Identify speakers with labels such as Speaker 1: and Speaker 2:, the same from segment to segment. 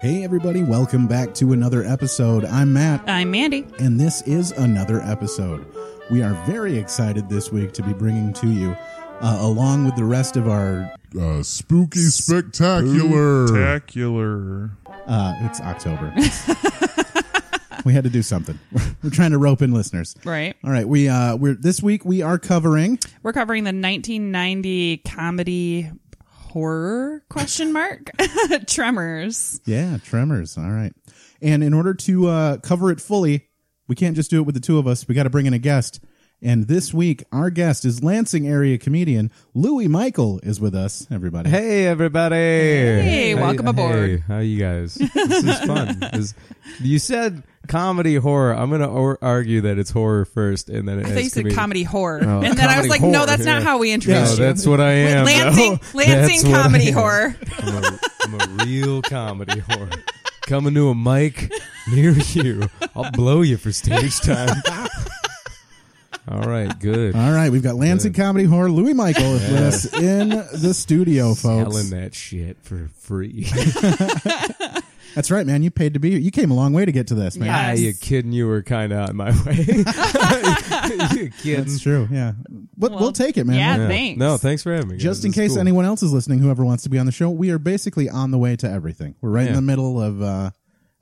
Speaker 1: Hey, everybody, welcome back to another episode. I'm Matt,
Speaker 2: I'm Mandy.
Speaker 1: and this is another episode. We are very excited this week to be bringing to you, uh, along with the rest of our.
Speaker 3: uh, spooky spectacular.
Speaker 4: Spectacular.
Speaker 1: Uh, it's October. we had to do something. We're trying to rope in listeners.
Speaker 2: Right.
Speaker 1: All right, we uh, we're this week we are covering.
Speaker 2: We're covering the 1990 comedy horror question mark Tremors.
Speaker 1: Yeah, Tremors. All right. And in order to uh, cover it fully, we can't just do it with the two of us. We got to bring in a guest. And this week, our guest is Lansing area comedian Louis Michael is with us. Everybody,
Speaker 5: Hey everybody! Hey,
Speaker 2: welcome aboard.
Speaker 5: Hey, how you guys? This is fun. This- you said comedy horror. I'm gonna or- argue that it's horror first, and then it
Speaker 2: I thought you
Speaker 5: has
Speaker 2: said
Speaker 5: comedic-
Speaker 2: comedy horror.
Speaker 5: Oh,
Speaker 2: and then I was
Speaker 5: comedy
Speaker 2: like, no,
Speaker 5: horror,
Speaker 2: that's not
Speaker 5: yeah.
Speaker 2: how we
Speaker 5: No,
Speaker 2: introduced you.
Speaker 5: that's what I am.
Speaker 2: Lansing,
Speaker 5: though. That's
Speaker 2: Lansing
Speaker 5: what I
Speaker 2: comedy
Speaker 5: am.
Speaker 2: horror.
Speaker 5: I'm a, I'm a real comedy horror. Coming to a mic near you. I'll blow you for stage time. All right, good.
Speaker 1: all right, we've got Lansing comedy horror Louis Michael with us in the studio, folks.
Speaker 5: Selling that shit for free.
Speaker 1: That's right, man. You paid to be here. You came a long way to get to this, man.
Speaker 2: Yeah.
Speaker 5: Are you Ah, kidding? You were kind of on my way. you kidding?
Speaker 1: That's true. Yeah, but we'll take it, man.
Speaker 2: yeah,
Speaker 1: We'll-
Speaker 5: Yeah.
Speaker 2: Thanks.
Speaker 5: No, thanks for having me. guys.
Speaker 1: Just in
Speaker 5: This is
Speaker 1: case
Speaker 5: cool.
Speaker 1: anyone else is listening, whoever wants to be on the show, we are basically on the way to everything. We're right in
Speaker 5: Yeah.
Speaker 1: the middle of uh,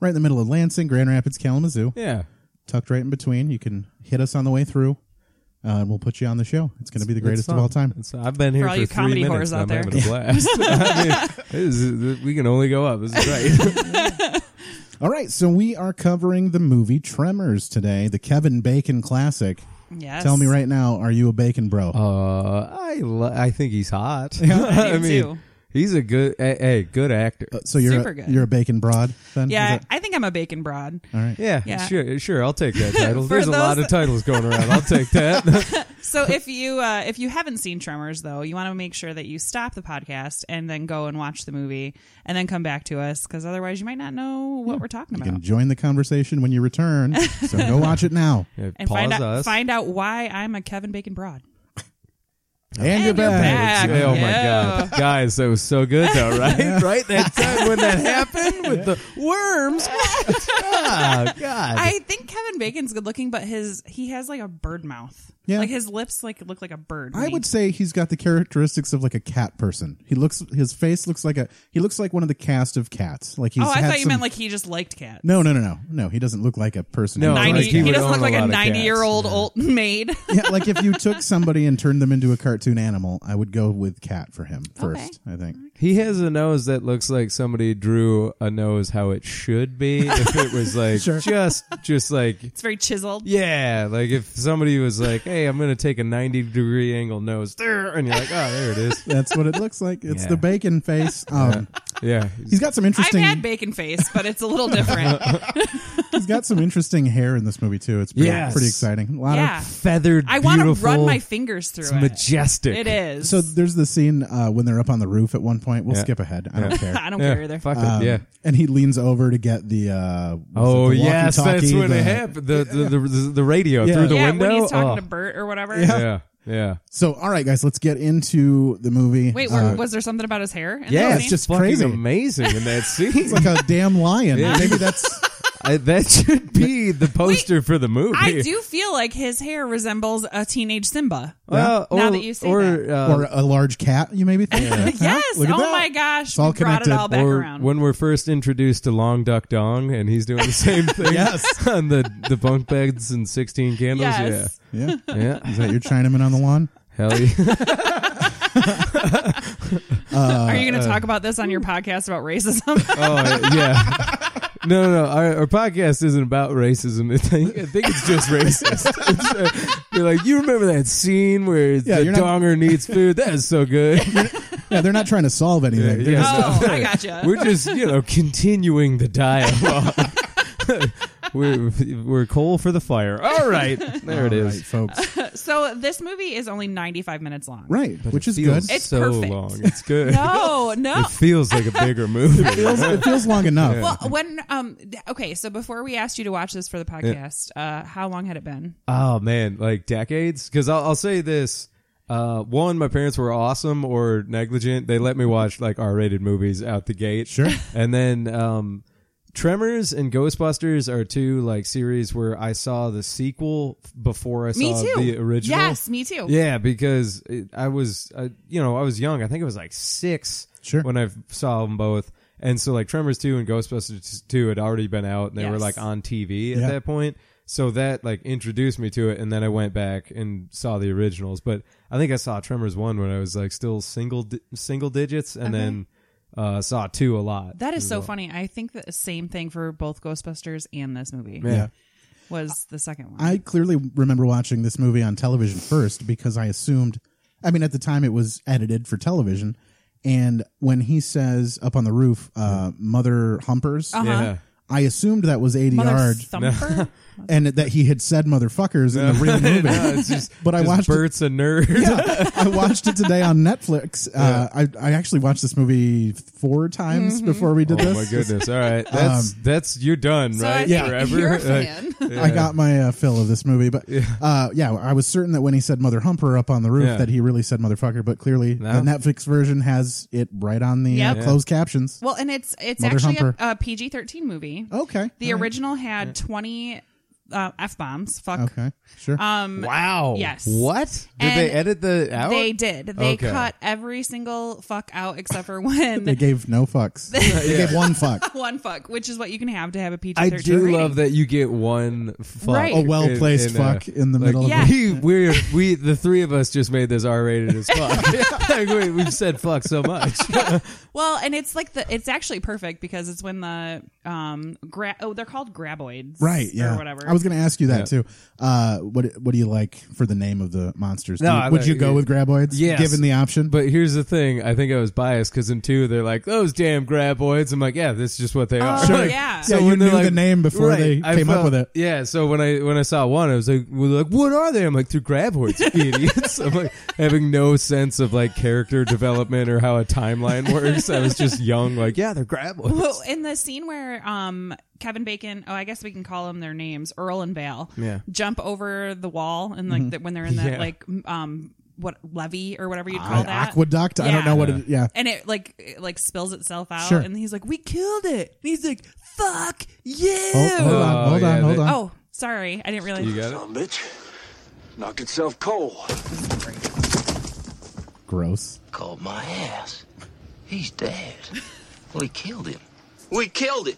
Speaker 1: right in the middle of Lansing, Grand Rapids, Kalamazoo,
Speaker 5: Yeah.
Speaker 1: tucked right in between. You can hit us on the way through, uh, and we'll put you on the show. It's going to be the greatest
Speaker 5: It's
Speaker 1: of all
Speaker 5: fun.
Speaker 1: time.
Speaker 5: It's- I've been here
Speaker 2: For
Speaker 5: for,
Speaker 2: all you
Speaker 5: three
Speaker 2: comedy whores
Speaker 5: minutes. and
Speaker 2: out
Speaker 5: I'm
Speaker 2: there.
Speaker 5: having a blast. I mean, this is- we can only go up. This is great.
Speaker 1: All right, so we are covering the movie Tremors today, the Kevin Bacon classic.
Speaker 2: Yes.
Speaker 1: Tell me right now, are you a Bacon bro?
Speaker 5: uh, I li- I think he's hot.
Speaker 2: I do
Speaker 5: mean,
Speaker 2: too. Uh,
Speaker 5: he's a good a, a good actor.
Speaker 1: so you're
Speaker 2: super
Speaker 1: a,
Speaker 2: good.
Speaker 1: you're a Bacon broad then?
Speaker 2: Yeah,
Speaker 1: Is that-
Speaker 2: I think I'm a bacon broad.
Speaker 1: all right.
Speaker 5: yeah,
Speaker 2: yeah.
Speaker 5: sure, sure. I'll take that title.
Speaker 2: For
Speaker 5: There's a lot
Speaker 2: those-
Speaker 5: of titles going around. I'll take that.
Speaker 2: So if you uh, if you haven't seen Tremors though, you want to make sure that you stop the podcast and then go and watch the movie and then come back to us because otherwise you might not know what we're talking
Speaker 1: You
Speaker 2: about.
Speaker 1: can join the conversation when you return. so go watch it now.
Speaker 5: Yeah,
Speaker 2: and
Speaker 5: pause
Speaker 2: find out
Speaker 5: us.
Speaker 2: find out why I'm a Kevin Bacon broad.
Speaker 1: And, you're
Speaker 2: back.
Speaker 5: Yeah, oh my
Speaker 2: Yeah.
Speaker 5: god, guys, that was so good though, right? Right that time when that happened with the worms. What? Ah, god.
Speaker 2: I think Kevin Bacon's good looking, but his he has like a bird mouth.
Speaker 1: Yeah.
Speaker 2: Like his lips like look like a bird.
Speaker 1: I
Speaker 2: wing.
Speaker 1: would say he's got the characteristics of like a cat person. He looks his face looks like a he looks like one of the cast of cats. Like he's
Speaker 2: Oh, I
Speaker 1: had
Speaker 2: thought you
Speaker 1: some-
Speaker 2: meant like he just liked cats.
Speaker 1: No, no, no, no. No, he doesn't look like a person.
Speaker 5: No,
Speaker 1: Like,
Speaker 2: 90,
Speaker 5: like
Speaker 2: he,
Speaker 5: he would
Speaker 2: doesn't
Speaker 5: own
Speaker 2: look
Speaker 5: a
Speaker 2: like a,
Speaker 5: lot of
Speaker 2: 90 year old
Speaker 5: cats.
Speaker 2: old maid.
Speaker 1: yeah, like if you took somebody and turned them into a cartoon animal, I would go with cat for him first, I think.
Speaker 5: He has a nose that looks like somebody drew a nose how it should be if it was like just just like
Speaker 2: it's very chiseled.
Speaker 5: yeah, like if somebody was like, "Hey, I'm going to take a 90 degree angle nose." There and you're like, "Oh, there it is."
Speaker 1: That's what it looks like. It's
Speaker 5: Yeah.
Speaker 1: the bacon face. Um
Speaker 5: Yeah.
Speaker 1: He's got some
Speaker 2: I've
Speaker 1: interesting.
Speaker 2: had bacon face, but it's a little different.
Speaker 1: he's got some interesting hair in this movie too. It's pretty,
Speaker 5: Yes.
Speaker 1: pretty exciting. A lot of
Speaker 2: yeah.
Speaker 5: feathered
Speaker 2: I want to run
Speaker 5: beautiful,
Speaker 2: my fingers through
Speaker 5: It's
Speaker 2: it.
Speaker 5: majestic.
Speaker 2: It is.
Speaker 1: So there's the scene uh, when they're up on the roof at one point. We'll
Speaker 5: Yeah.
Speaker 1: skip ahead. I don't care.
Speaker 2: I don't
Speaker 5: Yeah.
Speaker 2: care either.
Speaker 5: Fuck it.
Speaker 1: Um,
Speaker 5: yeah.
Speaker 1: And he leans over to get the. Uh, was it
Speaker 5: Oh
Speaker 1: the
Speaker 5: yes, that's
Speaker 1: walkie-talkie,
Speaker 5: when
Speaker 1: the-
Speaker 5: it happened. The the, the, the, the radio
Speaker 1: Yeah.
Speaker 5: through the
Speaker 2: yeah,
Speaker 5: window.
Speaker 2: when he's talking
Speaker 5: Oh.
Speaker 2: to Bert or whatever.
Speaker 5: yeah, yeah.
Speaker 1: So, all right, guys, let's get into the movie.
Speaker 2: Wait,
Speaker 1: Uh,
Speaker 2: were- was there something about his hair? in
Speaker 5: Yeah,
Speaker 2: that
Speaker 1: it's
Speaker 2: scene?
Speaker 1: just
Speaker 5: Fucking
Speaker 1: crazy.
Speaker 5: amazing in that scene.
Speaker 1: it's like a damn lion.
Speaker 5: Yeah.
Speaker 1: Maybe that's.
Speaker 5: I, that should be the poster for the movie.
Speaker 2: I do feel like his hair resembles a teenage Simba.
Speaker 5: Well, or,
Speaker 2: Now that you say
Speaker 5: or,
Speaker 2: that.
Speaker 5: uh,
Speaker 1: or a large cat, you maybe think. Huh?
Speaker 2: Yes.
Speaker 1: Eh. Look at
Speaker 2: oh
Speaker 1: that.
Speaker 2: my gosh.
Speaker 1: It's all
Speaker 2: we brought it
Speaker 1: connected.
Speaker 2: all back
Speaker 5: or
Speaker 2: around.
Speaker 5: when we're first introduced to Long Duck Dong, and he's doing the same thing
Speaker 1: Yes.
Speaker 5: on the, the bunk beds and 16 candles.
Speaker 2: Yes.
Speaker 1: Yeah.
Speaker 5: Yeah. Yeah.
Speaker 1: Is that your Chinaman on the lawn?
Speaker 5: Hell yeah.
Speaker 2: Are you going to talk about this on your podcast about racism?
Speaker 5: Oh, yeah. No, no, no. Our, our podcast isn't about racism. I think, I think it's just racist. It's, uh, you're like, you remember that scene where
Speaker 1: Yeah,
Speaker 5: the
Speaker 1: you're not-
Speaker 5: donger needs food? That is so good.
Speaker 1: Yeah, they're not trying to solve anything. They're
Speaker 5: yeah.
Speaker 1: just-
Speaker 2: oh, I gotcha.
Speaker 5: We're just, you know, continuing the dialogue. we're, we're coal for the fire. All right. There it
Speaker 1: All
Speaker 5: is.
Speaker 1: right, folks.
Speaker 2: so this movie is only 95 minutes long.
Speaker 1: Right,
Speaker 5: But
Speaker 1: which
Speaker 5: it
Speaker 1: is
Speaker 5: feels
Speaker 1: good.
Speaker 2: It's
Speaker 5: so
Speaker 2: perfect.
Speaker 5: long. It's good.
Speaker 2: No, no.
Speaker 5: It feels like a bigger movie.
Speaker 1: It feels, it feels long enough.
Speaker 2: Well, when um d- okay, so before we asked you to watch this for the podcast, uh how long had it been?
Speaker 5: oh, man. Like decades? Because I'll, I'll say this. Uh, one, my parents were awesome or negligent. They let me watch like R rated movies out the gate.
Speaker 1: Sure.
Speaker 5: And then, um, Tremors and Ghostbusters are two like series where I saw the sequel f- before I
Speaker 2: Me
Speaker 5: saw
Speaker 2: too.
Speaker 5: the original.
Speaker 2: Yes, me too.
Speaker 5: Yeah, because it, I was, uh, you know, I was young. I think it was like six
Speaker 1: Sure.
Speaker 5: when I f- saw them both. And so, like, Tremors 2 and Ghostbusters 2 had already been out and they were
Speaker 2: Yes.
Speaker 5: like on TV at
Speaker 1: Yeah.
Speaker 5: that point. So that like introduced me to it. And then I went back and saw the originals. But I think I saw Tremors 1 when I was like still single, di- single digits and then uh, saw 2 a lot.
Speaker 2: That is so funny. I think the same thing for both Ghostbusters and this movie
Speaker 1: Yeah.
Speaker 2: was the second one.
Speaker 1: I clearly remember watching this movie on television first because I assumed, I mean, at the time it was edited for television. And when he says up on the roof, uh, Mother Humpers,
Speaker 5: Yeah.
Speaker 1: I assumed that was ADR 'd
Speaker 2: Mother Thumper?
Speaker 1: and that he had said motherfuckers in the real movie.
Speaker 5: No, it's just,
Speaker 1: But I
Speaker 5: just
Speaker 1: watched it-
Speaker 5: Bert's a nerd.
Speaker 1: I watched it today on Netflix. Uh, I, I actually watched this movie four times before we did
Speaker 5: Oh
Speaker 1: this.
Speaker 5: my goodness! All right,
Speaker 1: Um,
Speaker 5: that's that's you're done,
Speaker 2: So I
Speaker 5: right?
Speaker 2: think Yeah.
Speaker 5: Forever.
Speaker 2: you're a
Speaker 5: Like,
Speaker 2: fan.
Speaker 1: I got my uh, fill of this movie, but yeah. Uh, yeah, I was certain that when he said "mother humper" up on the roof,
Speaker 5: Yeah.
Speaker 1: that he really said "motherfucker." But clearly, the Netflix version has it right on the
Speaker 2: Yep.
Speaker 1: uh, closed captions.
Speaker 2: Well, and it's it's
Speaker 1: Mother
Speaker 2: actually
Speaker 1: Humper.
Speaker 2: a, a PG thirteen movie.
Speaker 1: Okay, Oh,
Speaker 2: The
Speaker 1: All right.
Speaker 2: original had twenty uh, f bombs. Fuck.
Speaker 1: Okay, sure.
Speaker 2: Um,
Speaker 5: Wow.
Speaker 2: Yes.
Speaker 5: What? Did they
Speaker 2: And
Speaker 5: edit the out?
Speaker 2: They did. They
Speaker 5: Okay.
Speaker 2: cut every single fuck out except for when
Speaker 1: they gave no fucks. they gave one fuck.
Speaker 2: one fuck, which is what you can have to have a PG
Speaker 5: I
Speaker 2: thirteen.
Speaker 5: do love that you get one fuck.
Speaker 2: Right.
Speaker 1: A well-placed
Speaker 5: in- in, uh,
Speaker 1: fuck in the
Speaker 5: like,
Speaker 1: middle
Speaker 2: Yeah.
Speaker 1: of it.
Speaker 5: we, we're, we, the three of us just made this R-rated as fuck. like, we, we've said fuck so much.
Speaker 2: Well, and it's like the it's actually perfect because it's when the um gra- oh they're called graboids
Speaker 1: Right, yeah.
Speaker 2: or whatever.
Speaker 1: I was going to ask you that
Speaker 5: Yeah.
Speaker 1: too. Uh, what What do you like for the name of the monsters? Do
Speaker 5: No,
Speaker 1: you-
Speaker 5: I
Speaker 1: would
Speaker 5: like-
Speaker 1: you go with graboids?
Speaker 5: Yes.
Speaker 1: given the option.
Speaker 5: But here's the thing. I think I was biased because in two, they're like, those damn graboids. I'm like, yeah, this is just what they are.
Speaker 2: Sure.
Speaker 5: Like,
Speaker 2: Oh, Yeah.
Speaker 1: Yeah, you
Speaker 5: when they're
Speaker 1: knew the name before they
Speaker 5: I
Speaker 1: came up with it.
Speaker 5: Yeah. So when I when I saw one, I was like, well, like what are they? I'm like, they're graboids, you idiots. I'm like having no sense of like character development or how a timeline works. I was just young, like, yeah, they're graboids.
Speaker 2: Well, in the scene where um, Kevin Bacon, oh, I guess we can call them their names, Earl and Vale,
Speaker 5: Yeah.
Speaker 2: jump over the wall and
Speaker 1: Mm-hmm.
Speaker 2: like the, when they're in that
Speaker 5: Yeah.
Speaker 2: like m- um, what levee or whatever you'd call
Speaker 1: I-
Speaker 2: that
Speaker 1: aqueduct. I don't
Speaker 2: Yeah.
Speaker 1: know what. it Yeah,
Speaker 2: and it like it, like spills itself out,
Speaker 1: Sure.
Speaker 2: and he's like, "We killed it," and he's like, "Fuck you!"
Speaker 1: Oh, hold
Speaker 2: Oh,
Speaker 1: on,
Speaker 5: Oh,
Speaker 1: hold
Speaker 5: yeah,
Speaker 1: on, hold
Speaker 5: they-
Speaker 1: on.
Speaker 2: sorry, I didn't realize.
Speaker 5: You got it.
Speaker 4: Dumb bitch. Knocked itself cold.
Speaker 1: Gross.
Speaker 6: called my ass. He's dead. We killed him. We killed it.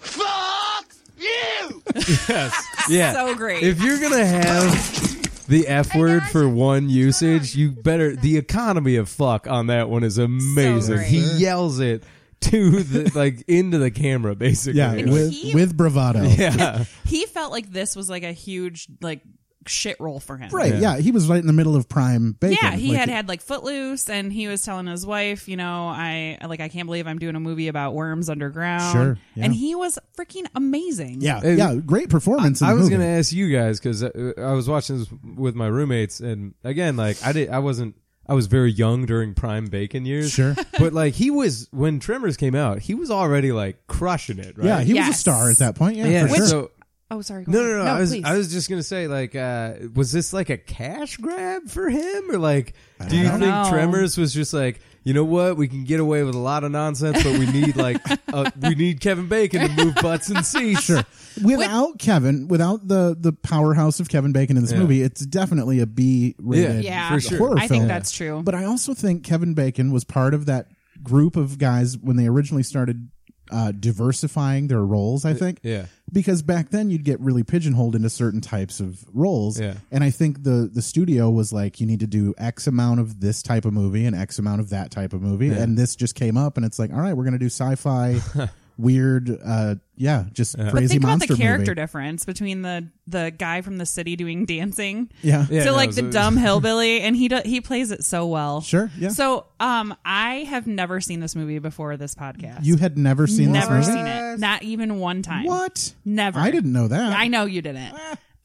Speaker 6: Fuck you!
Speaker 5: Yes. Yeah.
Speaker 2: So great.
Speaker 5: If you're gonna have the F word for one usage, you better the economy of fuck on that one is amazing.
Speaker 2: great.
Speaker 5: he yells it to the like into the camera basically.
Speaker 1: Yeah,
Speaker 5: Like,
Speaker 1: with,
Speaker 2: he-
Speaker 1: with bravado.
Speaker 5: yeah.
Speaker 2: he felt like this was like a huge like shit roll for him,
Speaker 1: Right. Yeah. he was right in the middle of prime bacon.
Speaker 2: Yeah, he
Speaker 1: Like,
Speaker 2: had had like Footloose, and he was telling his wife, you know, I like I can't believe I'm doing a movie about worms underground.
Speaker 1: Sure, yeah.
Speaker 2: and he was freaking amazing.
Speaker 1: Yeah, yeah, great performance. in
Speaker 5: I
Speaker 1: the
Speaker 5: was
Speaker 1: movie.
Speaker 5: gonna ask you guys because I, I was watching this with my roommates, and again, like I did, I wasn't. I was very young during prime bacon years.
Speaker 1: Sure.
Speaker 5: but like he was when Tremors came out, he was already like crushing it. Right?
Speaker 1: Yeah, he was
Speaker 2: Yes.
Speaker 1: a star at that point. Yeah,
Speaker 5: yeah.
Speaker 1: for sure.
Speaker 5: So
Speaker 2: Oh, sorry. go
Speaker 5: No,
Speaker 2: ahead.
Speaker 5: no, no. I was
Speaker 2: please.
Speaker 5: I was just gonna say, like, uh, was this like a cash grab for him, or like, do you
Speaker 2: don't
Speaker 5: think
Speaker 2: know.
Speaker 5: Tremors was just like, you know what, we can get away with a lot of nonsense, but we need like, uh, we need Kevin Bacon to move butts and seats. Sure.
Speaker 1: without Kevin, without the the powerhouse of Kevin Bacon in this
Speaker 5: Yeah.
Speaker 1: movie, it's definitely a B rated
Speaker 2: Yeah.
Speaker 5: for sure.
Speaker 1: horror
Speaker 2: I think
Speaker 1: film.
Speaker 2: that's true.
Speaker 1: But I also think Kevin Bacon was part of that group of guys when they originally started uh, diversifying their roles. I think.
Speaker 5: yeah.
Speaker 1: Because back then you'd get really pigeonholed into certain types of roles.
Speaker 5: Yeah.
Speaker 1: And I think the the studio was like, you need to do X amount of this type of movie and X amount of that type of movie. And this just came up, and it's like, all right, we're gonna do sci-fi. Weird, uh, yeah, just crazy
Speaker 2: Think about
Speaker 1: monster
Speaker 2: the character
Speaker 1: movie.
Speaker 2: difference between the the guy from the city doing dancing.
Speaker 1: Yeah.
Speaker 5: Yeah,
Speaker 2: to
Speaker 5: no,
Speaker 2: like
Speaker 5: it
Speaker 2: the
Speaker 5: was-
Speaker 2: dumb hillbilly, and he do, he plays it so well.
Speaker 1: Sure, yeah.
Speaker 2: So, um, I have never seen this movie before this podcast.
Speaker 1: You had never seen
Speaker 2: never
Speaker 1: this movie?
Speaker 2: seen it, not even one time.
Speaker 1: What?
Speaker 2: Never.
Speaker 1: I didn't know that.
Speaker 2: I know you didn't.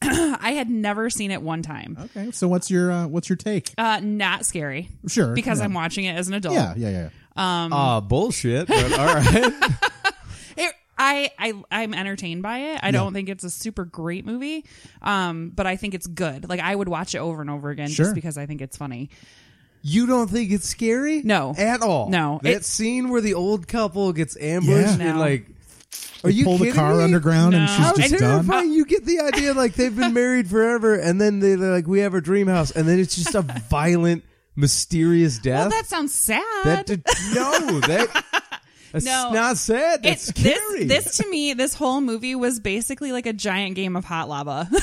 Speaker 1: Ah.
Speaker 2: I had never seen it one time.
Speaker 1: Okay, so what's your uh, what's your take?
Speaker 2: Uh, not scary
Speaker 1: Sure,
Speaker 2: because
Speaker 1: yeah.
Speaker 2: I'm watching it as an adult.
Speaker 1: Yeah, yeah, yeah.
Speaker 5: Ah,
Speaker 2: Um,
Speaker 5: bullshit. But all right.
Speaker 2: It- I, I I'm entertained by it. I don't think it's a super great movie, um, but I think it's good. Like I would watch it over and over again
Speaker 1: Sure.
Speaker 2: just because I think it's funny.
Speaker 5: You don't think it's scary?
Speaker 2: No.
Speaker 5: At all.
Speaker 2: No.
Speaker 5: That
Speaker 2: It-
Speaker 5: scene where the old couple gets ambushed
Speaker 1: Yeah.
Speaker 2: No.
Speaker 5: and like Are
Speaker 1: They
Speaker 5: you
Speaker 1: pull the
Speaker 5: kidding
Speaker 1: car
Speaker 5: me?
Speaker 1: underground and
Speaker 2: No.
Speaker 1: she's
Speaker 2: How
Speaker 5: How
Speaker 1: just
Speaker 5: terrifying!
Speaker 1: done?
Speaker 5: You get the idea like they've been married forever, and then they- they're like, "We have our dream house," and then it's just a violent, mysterious
Speaker 2: Well,
Speaker 5: death.
Speaker 2: that sounds sad.
Speaker 5: that did, no, that that's
Speaker 2: No.
Speaker 5: not sad. That's
Speaker 2: It-
Speaker 5: scary.
Speaker 2: This, this to me, this whole movie was basically like a giant game of hot lava.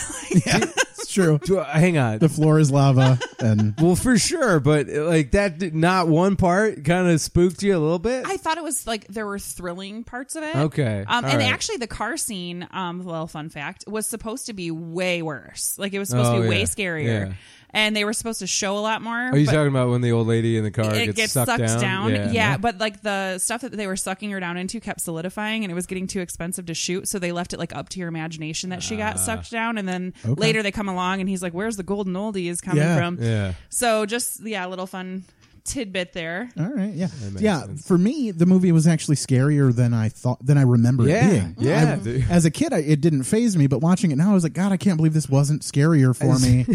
Speaker 1: It's true.
Speaker 5: Do I- hang on.
Speaker 1: The floor is lava, and
Speaker 5: well, for sure, but like that, did, not one part kind of spooked you a little bit.
Speaker 2: I thought it was like there were thrilling parts of it.
Speaker 5: Okay.
Speaker 2: Um,
Speaker 5: All
Speaker 2: and
Speaker 5: right.
Speaker 2: actually, the car scene, um, little fun fact, was supposed to be way worse. Like it was supposed
Speaker 5: Oh,
Speaker 2: to be way
Speaker 5: yeah.
Speaker 2: scarier,
Speaker 5: Yeah.
Speaker 2: and they were supposed to show a lot more.
Speaker 5: Are you
Speaker 2: but
Speaker 5: talking about when the old lady in the car
Speaker 2: it
Speaker 5: gets, sucked, down?
Speaker 2: Yeah. but like the stuff that they were sucking her down into kept solidifying, and it was getting too expensive to shoot, so they left it like up to your imagination that she
Speaker 5: Ah.
Speaker 2: got sucked down, and then later they come along, and he's like, "Where's the golden oldies coming
Speaker 1: Yeah.
Speaker 2: from?"
Speaker 5: yeah.
Speaker 2: So just yeah, a little fun tidbit there.
Speaker 1: all right, yeah, yeah. For me, the movie was actually scarier than I thought than I remember
Speaker 5: Yeah,
Speaker 1: it being.
Speaker 5: yeah,
Speaker 1: I-
Speaker 5: dude.
Speaker 1: as a kid, I, it didn't phase me, but watching it now, I was like, God, I can't believe this wasn't scarier for me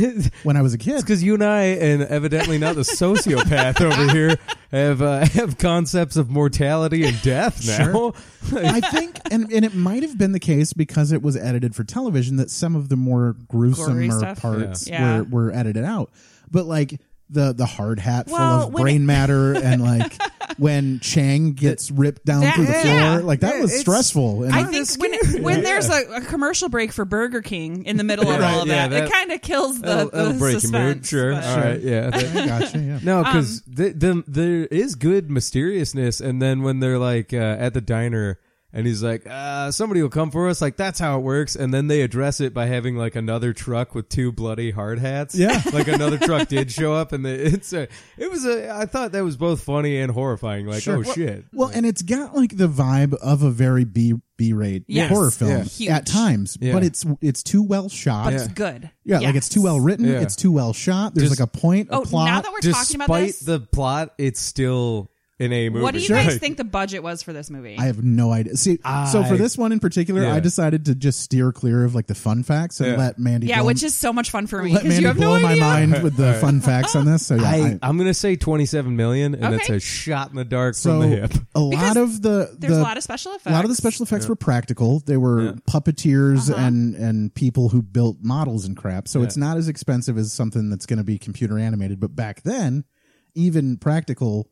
Speaker 1: when I was a kid.
Speaker 5: because you and I, and evidently not the sociopath over here, have uh, have concepts of mortality and death now.
Speaker 1: I think, and, and it might have been the case because it was edited for television that some of the more
Speaker 2: Gory
Speaker 1: gruesome
Speaker 2: stuff.
Speaker 1: parts
Speaker 2: Yeah. Yeah.
Speaker 1: Were, were edited out. But like the the hard hat
Speaker 2: Well,
Speaker 1: full of
Speaker 2: when
Speaker 1: brain
Speaker 2: it-
Speaker 1: matter and like when Chang gets ripped down
Speaker 2: That-
Speaker 1: through the floor,
Speaker 2: yeah.
Speaker 1: like that
Speaker 5: Yeah,
Speaker 1: was
Speaker 5: it's-
Speaker 1: stressful. And
Speaker 2: I think when, when there's a, a commercial break for Burger King in the middle of
Speaker 5: Right,
Speaker 2: all of
Speaker 5: yeah,
Speaker 2: that, it
Speaker 5: that-
Speaker 2: kind of kills the,
Speaker 5: that'll, that'll
Speaker 2: the
Speaker 5: break your
Speaker 2: suspense.
Speaker 5: mood. Sure.
Speaker 2: but-
Speaker 5: All right. Yeah.
Speaker 1: I gotcha. Yeah.
Speaker 5: No, because the, the, there is good mysteriousness, and then when they're like uh, at the diner, and he's like, uh, "Somebody will come for us." Like that's how it works, and then they address it by having like another truck with two bloody hard hats.
Speaker 1: Yeah.
Speaker 5: like another truck did show up, and the, it's a, it was a. I thought that was both funny and horrifying. Like,
Speaker 1: Sure.
Speaker 5: oh
Speaker 1: Well-
Speaker 5: shit.
Speaker 1: Well, and it's got like the vibe of a very B B rate
Speaker 2: Yes.
Speaker 1: horror film
Speaker 2: Yeah.
Speaker 1: at
Speaker 2: Huge.
Speaker 1: times,
Speaker 5: Yeah.
Speaker 1: but it's it's too well shot.
Speaker 2: But it's good.
Speaker 1: Yeah, like it's too well written.
Speaker 5: Yeah.
Speaker 1: It's too well shot. There's
Speaker 5: Just-
Speaker 1: like a point, a
Speaker 2: Oh,
Speaker 1: plot.
Speaker 2: now that we're talking about
Speaker 5: Despite
Speaker 2: this,
Speaker 5: the plot, it's still an A movie.
Speaker 2: what do you guys think the budget was for this movie?
Speaker 1: I have no idea. See, so for
Speaker 5: I-
Speaker 1: this one in particular,
Speaker 5: Yeah.
Speaker 1: I decided to just steer clear of like the fun facts and
Speaker 5: Yeah.
Speaker 1: let Mandy.
Speaker 2: yeah,
Speaker 1: blow,
Speaker 2: which is so much fun for me
Speaker 1: let
Speaker 2: because
Speaker 1: Mandy
Speaker 2: you have no
Speaker 1: blow
Speaker 2: idea.
Speaker 1: my mind with the fun facts on this. So yeah,
Speaker 5: I,
Speaker 1: I,
Speaker 5: I'm gonna say 27 million, and
Speaker 2: Okay.
Speaker 5: it's a shot in the dark
Speaker 1: so
Speaker 5: from the hip.
Speaker 1: a lot
Speaker 2: Because
Speaker 1: of the
Speaker 2: There's
Speaker 1: the-
Speaker 2: a lot of special effects.
Speaker 1: a lot of the special effects were practical. They were puppeteers
Speaker 2: Uh-huh.
Speaker 1: and and people who built models and crap. So it's not as expensive as something that's going to be computer animated. But back then, even practical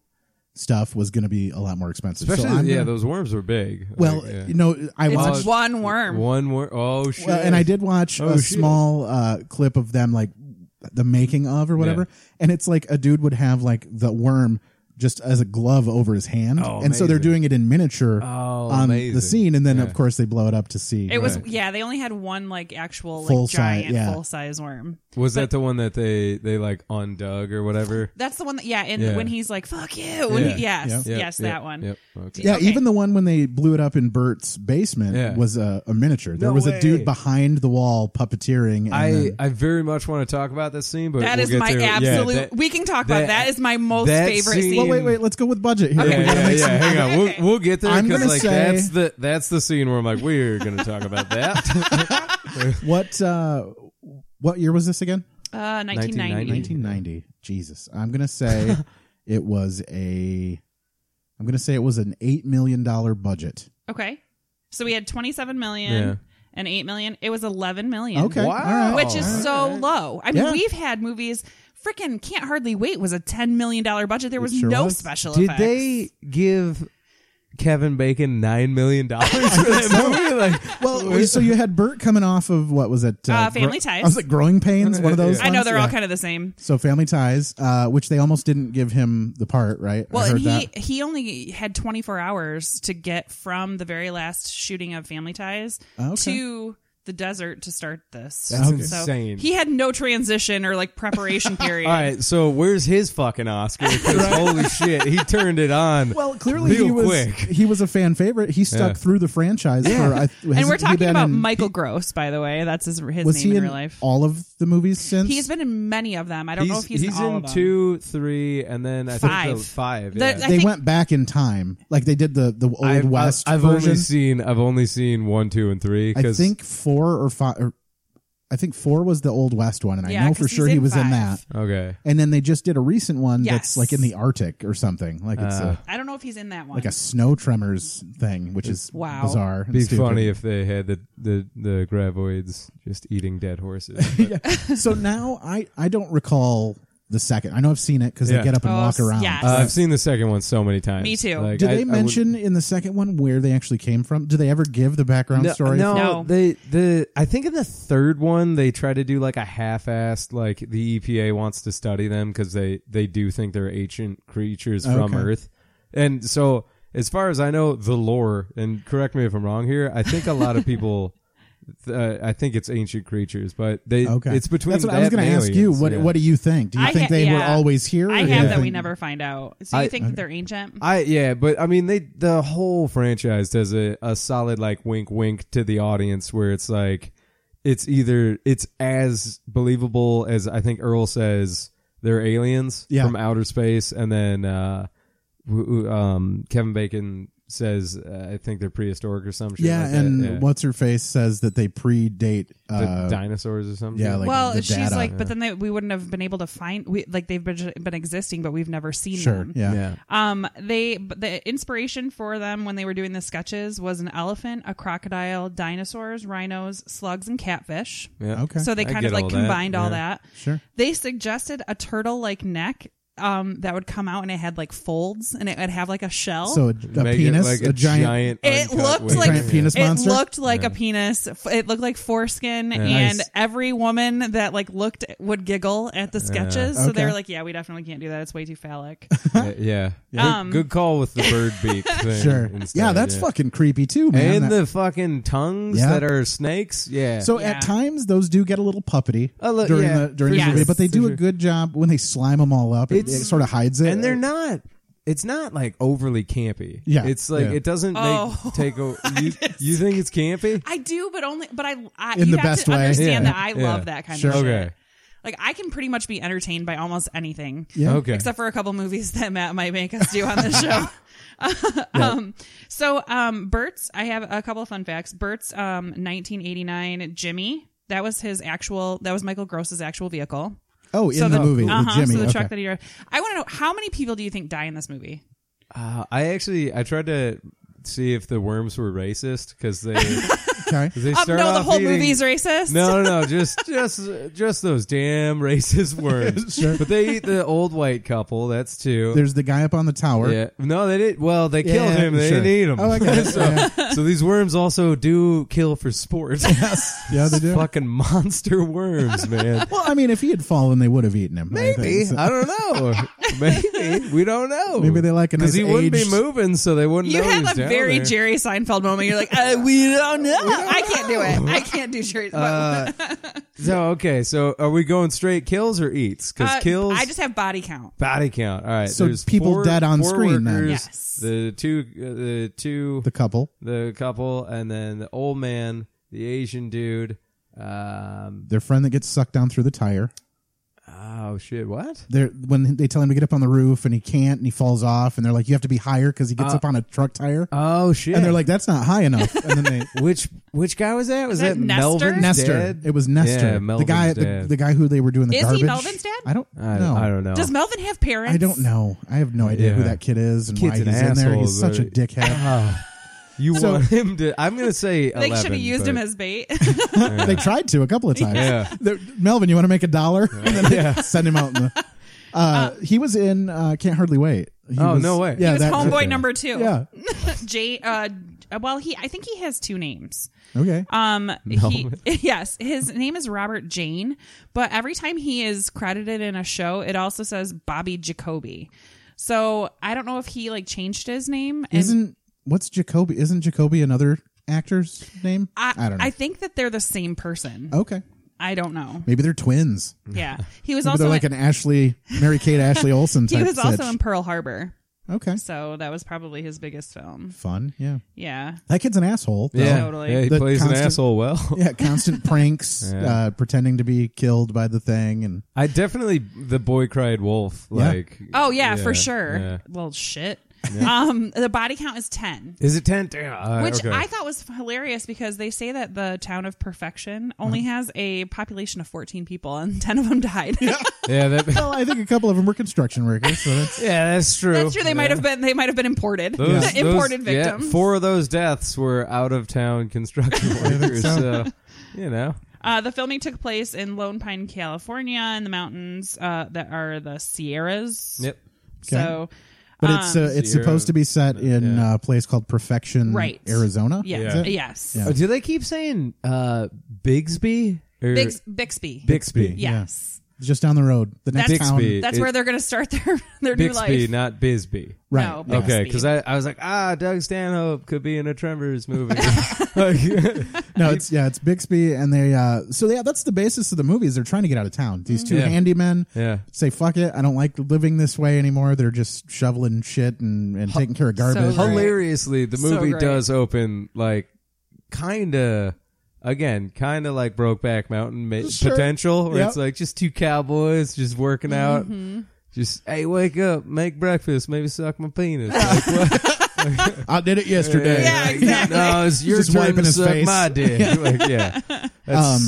Speaker 1: stuff was going to be a lot more expensive.
Speaker 5: Especially,
Speaker 1: so I'm
Speaker 5: yeah,
Speaker 1: gonna-
Speaker 5: those worms were big.
Speaker 1: well,
Speaker 5: Like, yeah.
Speaker 1: you know, I
Speaker 2: It's
Speaker 1: watched
Speaker 2: one worm.
Speaker 5: One more. Oh shit!
Speaker 1: Well, and I did watch
Speaker 5: Oh,
Speaker 1: a
Speaker 5: shit.
Speaker 1: small uh, clip of them, like the making of or whatever. And it's like a dude would have like the worm just as a glove over his hand,
Speaker 5: Oh,
Speaker 1: and so they're
Speaker 5: amazing.
Speaker 1: doing it in miniature
Speaker 5: Oh,
Speaker 1: on
Speaker 5: amazing.
Speaker 1: the scene, and then
Speaker 5: Yeah.
Speaker 1: of course they blow it up to see.
Speaker 2: It was
Speaker 5: Right.
Speaker 2: yeah. They only had one like actual like
Speaker 1: Full size,
Speaker 2: giant
Speaker 1: yeah.
Speaker 2: full size worm.
Speaker 5: Was that the one that they they like undug or whatever?
Speaker 2: That's the one that yeah. And
Speaker 5: Yeah.
Speaker 2: when he's like "fuck you," when
Speaker 5: Yeah.
Speaker 2: He, yes,
Speaker 5: Yep,
Speaker 2: yes,
Speaker 5: yep,
Speaker 2: that one.
Speaker 5: Yep. Okay.
Speaker 1: yeah,
Speaker 2: okay.
Speaker 1: even the one when they blew it up in Bert's basement
Speaker 5: Yeah.
Speaker 1: was a, a miniature. There
Speaker 5: No
Speaker 1: was
Speaker 5: way.
Speaker 1: a dude behind the wall puppeteering. And
Speaker 5: I
Speaker 1: then-
Speaker 5: I very much want to talk about this scene, but
Speaker 2: That
Speaker 5: we'll
Speaker 2: is
Speaker 5: get
Speaker 2: my
Speaker 5: there. Yeah,
Speaker 2: absolute.
Speaker 5: that-
Speaker 2: we can talk
Speaker 5: that-
Speaker 2: about that. Is my most
Speaker 5: that
Speaker 2: favorite
Speaker 5: scene-
Speaker 2: scene.
Speaker 1: well, wait, wait. Let's go with budget here.
Speaker 5: Yeah,
Speaker 1: We gotta
Speaker 5: yeah,
Speaker 1: make some-
Speaker 5: yeah, hang on. We'll, we'll get there
Speaker 1: I'm
Speaker 5: because
Speaker 1: gonna
Speaker 5: like
Speaker 1: say-
Speaker 5: that's the that's the scene where I'm like we're gonna talk about that.
Speaker 1: What uh, what year was this again?
Speaker 2: Uh, 1990.
Speaker 1: 1990. Jesus. I'm going to say it was a I'm going to say it was an 8 million dollar budget.
Speaker 2: Okay. So we had 27 million
Speaker 5: Yeah.
Speaker 2: and 8 million. It was 11 million.
Speaker 1: Okay.
Speaker 5: Wow.
Speaker 1: all right.
Speaker 5: Oh,
Speaker 2: Which is so low. I mean,
Speaker 1: Yeah.
Speaker 2: we've had movies. Freaking Can't Hardly Wait was a $10 million budget. There was
Speaker 1: sure
Speaker 2: no
Speaker 1: was.
Speaker 2: special
Speaker 5: Did
Speaker 2: effects.
Speaker 5: they give Kevin Bacon nine million dollars for that movie? Like,
Speaker 1: well, so you had Burt coming off of what was it?
Speaker 2: Uh, Family
Speaker 1: Gro-
Speaker 2: Ties.
Speaker 1: I was like Growing Pains, one of those.
Speaker 2: I know
Speaker 1: ones?
Speaker 2: they're all
Speaker 1: Yeah.
Speaker 2: kind of the same.
Speaker 1: So Family Ties, uh, which they almost didn't give him the part, right? I
Speaker 2: Well,
Speaker 1: heard
Speaker 2: and he,
Speaker 1: that.
Speaker 2: he only had 24 hours to get from the very last shooting of Family Ties
Speaker 1: Oh, Okay.
Speaker 2: to the desert to start this.
Speaker 5: That's
Speaker 2: And
Speaker 5: insane.
Speaker 2: He had no transition or like preparation period.
Speaker 5: all right, so where's his fucking Oscar? 'Cause holy shit, he turned it on.
Speaker 1: well, clearly
Speaker 5: real
Speaker 1: he was
Speaker 5: quick.
Speaker 1: he was a fan favorite. He stuck
Speaker 5: Yeah.
Speaker 1: through the franchise for I,
Speaker 2: And
Speaker 1: hasn't
Speaker 2: we're
Speaker 1: he
Speaker 2: talking
Speaker 1: been
Speaker 2: about
Speaker 1: in-
Speaker 2: Michael Gross, by the way. That's his, his
Speaker 1: Was
Speaker 2: name
Speaker 1: he
Speaker 2: in,
Speaker 1: in
Speaker 2: real life.
Speaker 1: all of the movies since?
Speaker 2: He's been in many of them. I don't know if he's, in, all
Speaker 5: in
Speaker 2: of them.
Speaker 5: two, three, and then I think
Speaker 2: Five.
Speaker 5: the five.
Speaker 2: The-
Speaker 5: yeah.
Speaker 1: they
Speaker 2: I think-
Speaker 1: went back in time, like they did the the old
Speaker 5: I've,
Speaker 1: west
Speaker 5: I've, I've
Speaker 1: version.
Speaker 5: only seen I've only seen one, two, and three.
Speaker 1: I
Speaker 5: 'cause-
Speaker 1: think four or five. Or I think four was the old west one, and I
Speaker 2: Yeah,
Speaker 1: know for
Speaker 2: 'cause he's
Speaker 1: sure he
Speaker 2: in
Speaker 1: was in
Speaker 2: five.
Speaker 1: that.
Speaker 5: Okay.
Speaker 1: And then they just did a recent one that's
Speaker 2: Yes.
Speaker 1: like in the Arctic or something. Like it's
Speaker 5: Uh.
Speaker 1: a,
Speaker 2: I don't know if he's in that one.
Speaker 1: like a snow tremors thing, which is
Speaker 2: Wow.
Speaker 1: bizarre. and
Speaker 5: Be
Speaker 1: stupid.
Speaker 5: funny if they had the, the the gravoids just eating dead horses. but- uh,
Speaker 1: so now I I don't recall the second. I know I've seen it because
Speaker 5: Yeah.
Speaker 1: they get up and
Speaker 2: Oh,
Speaker 1: walk
Speaker 2: s-
Speaker 1: around.
Speaker 2: yes.
Speaker 5: Uh, I've seen the second one so many times.
Speaker 2: Me too.
Speaker 5: Like,
Speaker 1: Do
Speaker 5: I-
Speaker 1: they
Speaker 5: I would-
Speaker 1: mention in the second one where they actually came from? Do they ever give the background story?
Speaker 5: No,
Speaker 2: No.
Speaker 5: they the I think in the third one they try to do like a half-assed like the EPA wants to study them because they they do think they're ancient creatures from
Speaker 1: Okay.
Speaker 5: Earth, and so as far as I know, the lore and correct me if I'm wrong here. I think a lot of people. Uh, I think it's ancient creatures, but they
Speaker 1: Okay,
Speaker 5: it's between.
Speaker 1: That's what
Speaker 5: that
Speaker 1: I was going
Speaker 5: and
Speaker 1: to ask you.
Speaker 5: aliens,
Speaker 1: What
Speaker 5: yeah.
Speaker 1: What do you think? Do you
Speaker 2: I
Speaker 1: think
Speaker 2: ha-
Speaker 1: they were
Speaker 2: yeah.
Speaker 1: always here?
Speaker 2: I
Speaker 1: or do
Speaker 2: have
Speaker 1: you
Speaker 2: that we
Speaker 1: think-
Speaker 2: never find out. So you
Speaker 5: I-
Speaker 2: think that they're ancient?
Speaker 5: I yeah, but I mean they the whole franchise does a, a solid like wink wink to the audience where it's like it's either it's as believable as I think Earl says they're aliens
Speaker 1: Yeah.
Speaker 5: from outer space and then uh w- w- um Kevin Bacon says uh, I think they're prehistoric or some shit
Speaker 1: Yeah,
Speaker 5: like that.
Speaker 1: and
Speaker 5: Yeah.
Speaker 1: what's her face says that they predate.
Speaker 5: the
Speaker 1: Uh,
Speaker 5: dinosaurs or something.
Speaker 1: yeah, like
Speaker 2: well,
Speaker 1: the
Speaker 2: she's
Speaker 1: data.
Speaker 2: like, but then they, we wouldn't have been able to find. We, like they've been, been existing, but we've never seen
Speaker 1: sure,
Speaker 2: them.
Speaker 1: yeah.
Speaker 5: yeah.
Speaker 2: Um, they but the inspiration for them when they were doing the sketches was an elephant, a crocodile, dinosaurs, rhinos, slugs, and catfish.
Speaker 5: Yeah.
Speaker 1: Okay.
Speaker 2: So
Speaker 5: I
Speaker 2: they kind
Speaker 5: get
Speaker 2: of like
Speaker 5: all that,
Speaker 2: combined all
Speaker 5: yeah.
Speaker 2: that.
Speaker 1: Sure.
Speaker 2: They suggested a turtle like neck um, that would come out and it had like folds and it would have like a shell.
Speaker 1: So a, a
Speaker 5: Make it
Speaker 1: penis,
Speaker 5: like
Speaker 1: a, giant,
Speaker 2: it
Speaker 5: uncut
Speaker 2: looked
Speaker 5: wing.
Speaker 2: like
Speaker 1: Giant penis
Speaker 2: it
Speaker 1: monster?
Speaker 2: looked like a penis. F- It looked like foreskin, and
Speaker 1: Nice.
Speaker 2: every woman that like looked would giggle at the sketches. So
Speaker 1: Okay.
Speaker 2: they were like, "Yeah, we definitely can't do that. It's way too phallic."
Speaker 5: yeah. yeah.
Speaker 2: Um,
Speaker 5: good, good call with the bird beak thing.
Speaker 1: Sure.
Speaker 5: instead,
Speaker 1: Yeah, that's fucking creepy too, man.
Speaker 5: and
Speaker 1: That-
Speaker 5: the fucking tongues
Speaker 1: Yeah.
Speaker 5: that are snakes. Yeah.
Speaker 1: so
Speaker 2: Yeah.
Speaker 1: at times those do get a little puppety
Speaker 5: A li-
Speaker 1: during
Speaker 5: yeah,
Speaker 1: the during
Speaker 2: for
Speaker 1: the
Speaker 2: sure.
Speaker 1: movie, but they
Speaker 5: For
Speaker 1: do a
Speaker 5: sure.
Speaker 1: good job when they slime them all up. It,
Speaker 5: It's-
Speaker 1: it sort of hides it,
Speaker 5: and they're not. It's not like overly campy.
Speaker 1: uh, Yeah.
Speaker 5: It's like
Speaker 1: Yeah.
Speaker 5: it doesn't make
Speaker 2: Oh.
Speaker 5: take over. You, you think it's campy?
Speaker 2: I do, but only. But I, I
Speaker 1: In
Speaker 2: you
Speaker 1: the
Speaker 2: have
Speaker 1: best
Speaker 2: to
Speaker 1: way.
Speaker 2: understand
Speaker 5: Yeah.
Speaker 2: that I
Speaker 5: Yeah.
Speaker 2: love that kind
Speaker 1: Sure.
Speaker 2: of shit.
Speaker 5: Okay.
Speaker 2: Like I can pretty much be entertained by almost anything.
Speaker 1: Yeah.
Speaker 5: Okay.
Speaker 2: Except for a couple movies that Matt might make us do on the show. um, so um, Burt's, I have a couple of fun facts. Burt's um, 1989 Jimmy, that was his actual, that was Michael Gross's actual vehicle.
Speaker 1: Oh, in the, movie
Speaker 2: uh-huh,
Speaker 1: with Jimmy.
Speaker 2: So the
Speaker 1: okay.
Speaker 2: truck that he drove. I want to know how many people do you think die in this movie?
Speaker 5: uh, I actually I tried to see if the worms were racist because they
Speaker 1: okay.
Speaker 5: they
Speaker 2: Um,
Speaker 5: start
Speaker 2: no, the
Speaker 5: off
Speaker 2: whole
Speaker 5: eating-
Speaker 2: movie's racist.
Speaker 5: No, no, no, just just just those damn racist worms.
Speaker 1: Sure.
Speaker 5: But they eat the old white couple. That's two.
Speaker 1: There's the guy up on the tower.
Speaker 5: yeah. No, they did. Well, they
Speaker 1: Yeah,
Speaker 5: killed him. They
Speaker 1: sure.
Speaker 5: didn't eat him.
Speaker 1: Oh, I got it.
Speaker 5: so,
Speaker 1: Yeah.
Speaker 5: so these worms also do kill for sport.
Speaker 1: Yeah, they do.
Speaker 5: fucking monster worms, man.
Speaker 1: Well, I mean, if he had fallen, they would have eaten him. I
Speaker 5: Maybe
Speaker 1: think. So
Speaker 5: I don't know. Maybe we don't know.
Speaker 1: Maybe they like a
Speaker 5: because
Speaker 1: nice
Speaker 5: he wouldn't be
Speaker 1: aged-
Speaker 5: moving, so they wouldn't.
Speaker 2: You
Speaker 5: know he was
Speaker 2: had a
Speaker 5: down
Speaker 2: very
Speaker 5: there.
Speaker 2: Jerry Seinfeld moment. You're like, uh, we don't know. I can't do it. I can't do Jerry.
Speaker 1: Uh,
Speaker 5: So okay, so are we going straight kills or eats? Because
Speaker 2: Uh,
Speaker 5: kills,
Speaker 2: I just have body count.
Speaker 5: body count. All right,
Speaker 1: So
Speaker 5: there's
Speaker 1: people
Speaker 5: four-
Speaker 1: dead on
Speaker 5: four
Speaker 1: screen, then.
Speaker 5: workers,
Speaker 2: Yes.
Speaker 5: The two, uh, the two,
Speaker 1: the couple.
Speaker 5: the couple, and then the old man, the Asian dude. Um.
Speaker 1: Their friend that gets sucked down through the tire.
Speaker 5: Oh shit! What?
Speaker 1: They're, when they tell him to get up on the roof and he can't and he falls off and they're like, you have to be higher because he
Speaker 5: Uh,
Speaker 1: gets up on a truck tire.
Speaker 5: Oh shit!
Speaker 1: And they're like, that's not high enough. And then they.
Speaker 5: which which guy was that? Was
Speaker 2: that
Speaker 5: that,
Speaker 2: Nestor?
Speaker 5: Melvin's
Speaker 1: Nestor.
Speaker 5: dad?
Speaker 1: It was Nestor.
Speaker 5: Yeah,
Speaker 1: the
Speaker 5: Melvin's
Speaker 1: guy, the,
Speaker 5: dad.
Speaker 1: the guy who they were doing the
Speaker 2: Is he
Speaker 1: garbage.
Speaker 2: Melvin's dad?
Speaker 1: I don't
Speaker 5: I,
Speaker 1: know.
Speaker 5: I don't know.
Speaker 2: Does Melvin have parents?
Speaker 1: Oh. I don't know. I have no idea who
Speaker 5: Yeah.
Speaker 1: that kid is and
Speaker 5: Kid's
Speaker 1: why he's
Speaker 5: an
Speaker 1: in there.
Speaker 5: asshole,
Speaker 1: He's such a
Speaker 5: but- Ah.
Speaker 1: dickhead.
Speaker 5: you
Speaker 1: So-
Speaker 5: want him to? I'm gonna say
Speaker 2: They
Speaker 5: 11,
Speaker 2: should have used
Speaker 5: but-
Speaker 2: him as bait.
Speaker 1: They tried to a couple of times.
Speaker 5: Yeah.
Speaker 1: They're- Melvin, you want to make a dollar? And then they send him out. In the, uh, he was in uh, Can't Hardly Wait. He
Speaker 5: Oh,
Speaker 1: was-
Speaker 5: no way. He
Speaker 2: he was
Speaker 1: that-
Speaker 2: homeboy
Speaker 5: okay.
Speaker 2: number two.
Speaker 1: Yeah.
Speaker 2: Jay. Uh, well, he. I think he has two names.
Speaker 1: Okay.
Speaker 2: Um. He, yes, his name is Robert Jane, but every time he is credited in a show, it also says Bobby Jacoby. So I don't know if he like changed his name. And
Speaker 1: Isn't what's Jacoby? Isn't Jacoby another actor's name?
Speaker 2: I,
Speaker 1: don't know.
Speaker 2: I think that they're the same person.
Speaker 1: okay.
Speaker 2: I don't know.
Speaker 1: Maybe they're twins.
Speaker 2: Yeah, he was
Speaker 1: Maybe
Speaker 2: also
Speaker 1: they're like
Speaker 2: in-
Speaker 1: an Ashley, Mary Kate Ashley Olsen type.
Speaker 2: he was also
Speaker 1: sitch.
Speaker 2: in Pearl Harbor,
Speaker 1: okay.
Speaker 2: so that was probably his biggest film.
Speaker 1: Fun. Yeah.
Speaker 2: Yeah.
Speaker 1: That kid's an asshole. though.
Speaker 5: Yeah,
Speaker 2: Totally.
Speaker 5: yeah, he
Speaker 1: The
Speaker 5: plays
Speaker 1: constant-
Speaker 5: an asshole well.
Speaker 1: Yeah, constant pranks, uh, pretending to be killed by the thing, and
Speaker 5: I definitely the boy cried wolf.
Speaker 1: Yeah.
Speaker 5: Like,
Speaker 2: Oh yeah, for sure.
Speaker 5: yeah.
Speaker 2: Well, shit. Um, the body count is ten.
Speaker 5: Is it ten? Damn. Uh,
Speaker 2: Which
Speaker 5: okay.
Speaker 2: I thought was hilarious because they say that the town of Perfection only has a population of 14 people and 10 of them died.
Speaker 5: yeah, that,
Speaker 1: Well, I think a couple of them were construction workers, so that's
Speaker 5: yeah, that's true.
Speaker 2: That's true. They might have been they might have been imported. imported
Speaker 5: yeah,
Speaker 2: victims.
Speaker 5: four of those deaths were out of town construction workers. so, you know,
Speaker 2: Uh, the filming took place in Lone Pine, California, in the mountains uh, that are the Sierras.
Speaker 5: yep.
Speaker 2: So,
Speaker 1: But it's
Speaker 2: Um,
Speaker 1: uh, it's
Speaker 5: Sierra.
Speaker 1: supposed to be set in
Speaker 5: Yeah.
Speaker 1: uh, a place called Perfection,
Speaker 2: Right.
Speaker 1: Arizona. Is
Speaker 2: yeah,
Speaker 1: it?
Speaker 2: yes,
Speaker 1: Yeah.
Speaker 5: Oh, do they keep saying uh, Bigsby? Or
Speaker 2: Bix- Bixby.
Speaker 5: Bixby.
Speaker 2: yes,
Speaker 1: just down the road. The next
Speaker 2: That's-
Speaker 1: town,
Speaker 5: Bixby.
Speaker 2: that's
Speaker 5: It-
Speaker 2: where they're going to start their their new
Speaker 5: Bixby,
Speaker 2: life.
Speaker 5: not Bisbee.
Speaker 1: right?
Speaker 2: No,
Speaker 1: yeah.
Speaker 5: Okay,
Speaker 2: Bixby.
Speaker 5: because I, I was like, ah, Doug Stanhope could be in a Tremors movie. Like,
Speaker 1: No, it's yeah, it's Bixby, and they. Uh, so yeah, that's the basis of the movie. Is they're trying to get out of town. These two
Speaker 5: Mm. Yeah.
Speaker 1: handymen.
Speaker 5: Yeah.
Speaker 1: Say fuck it. I don't like living this way anymore. They're just shoveling shit and, and taking care of garbage.
Speaker 2: great.
Speaker 5: hilariously the
Speaker 2: So
Speaker 5: movie
Speaker 2: great.
Speaker 5: does open like kind of again kind of like brokeback mountain ma-
Speaker 1: Sure.
Speaker 5: potential where it's
Speaker 1: Yep.
Speaker 5: like just two cowboys just working out just hey wake up make breakfast maybe suck my penis Like, what?
Speaker 1: I did it yesterday.
Speaker 2: Yeah, exactly.
Speaker 5: no it's your
Speaker 1: Just
Speaker 5: turn
Speaker 1: wiping
Speaker 5: to
Speaker 1: his
Speaker 5: suck
Speaker 1: face.
Speaker 5: my dick like, yeah That's-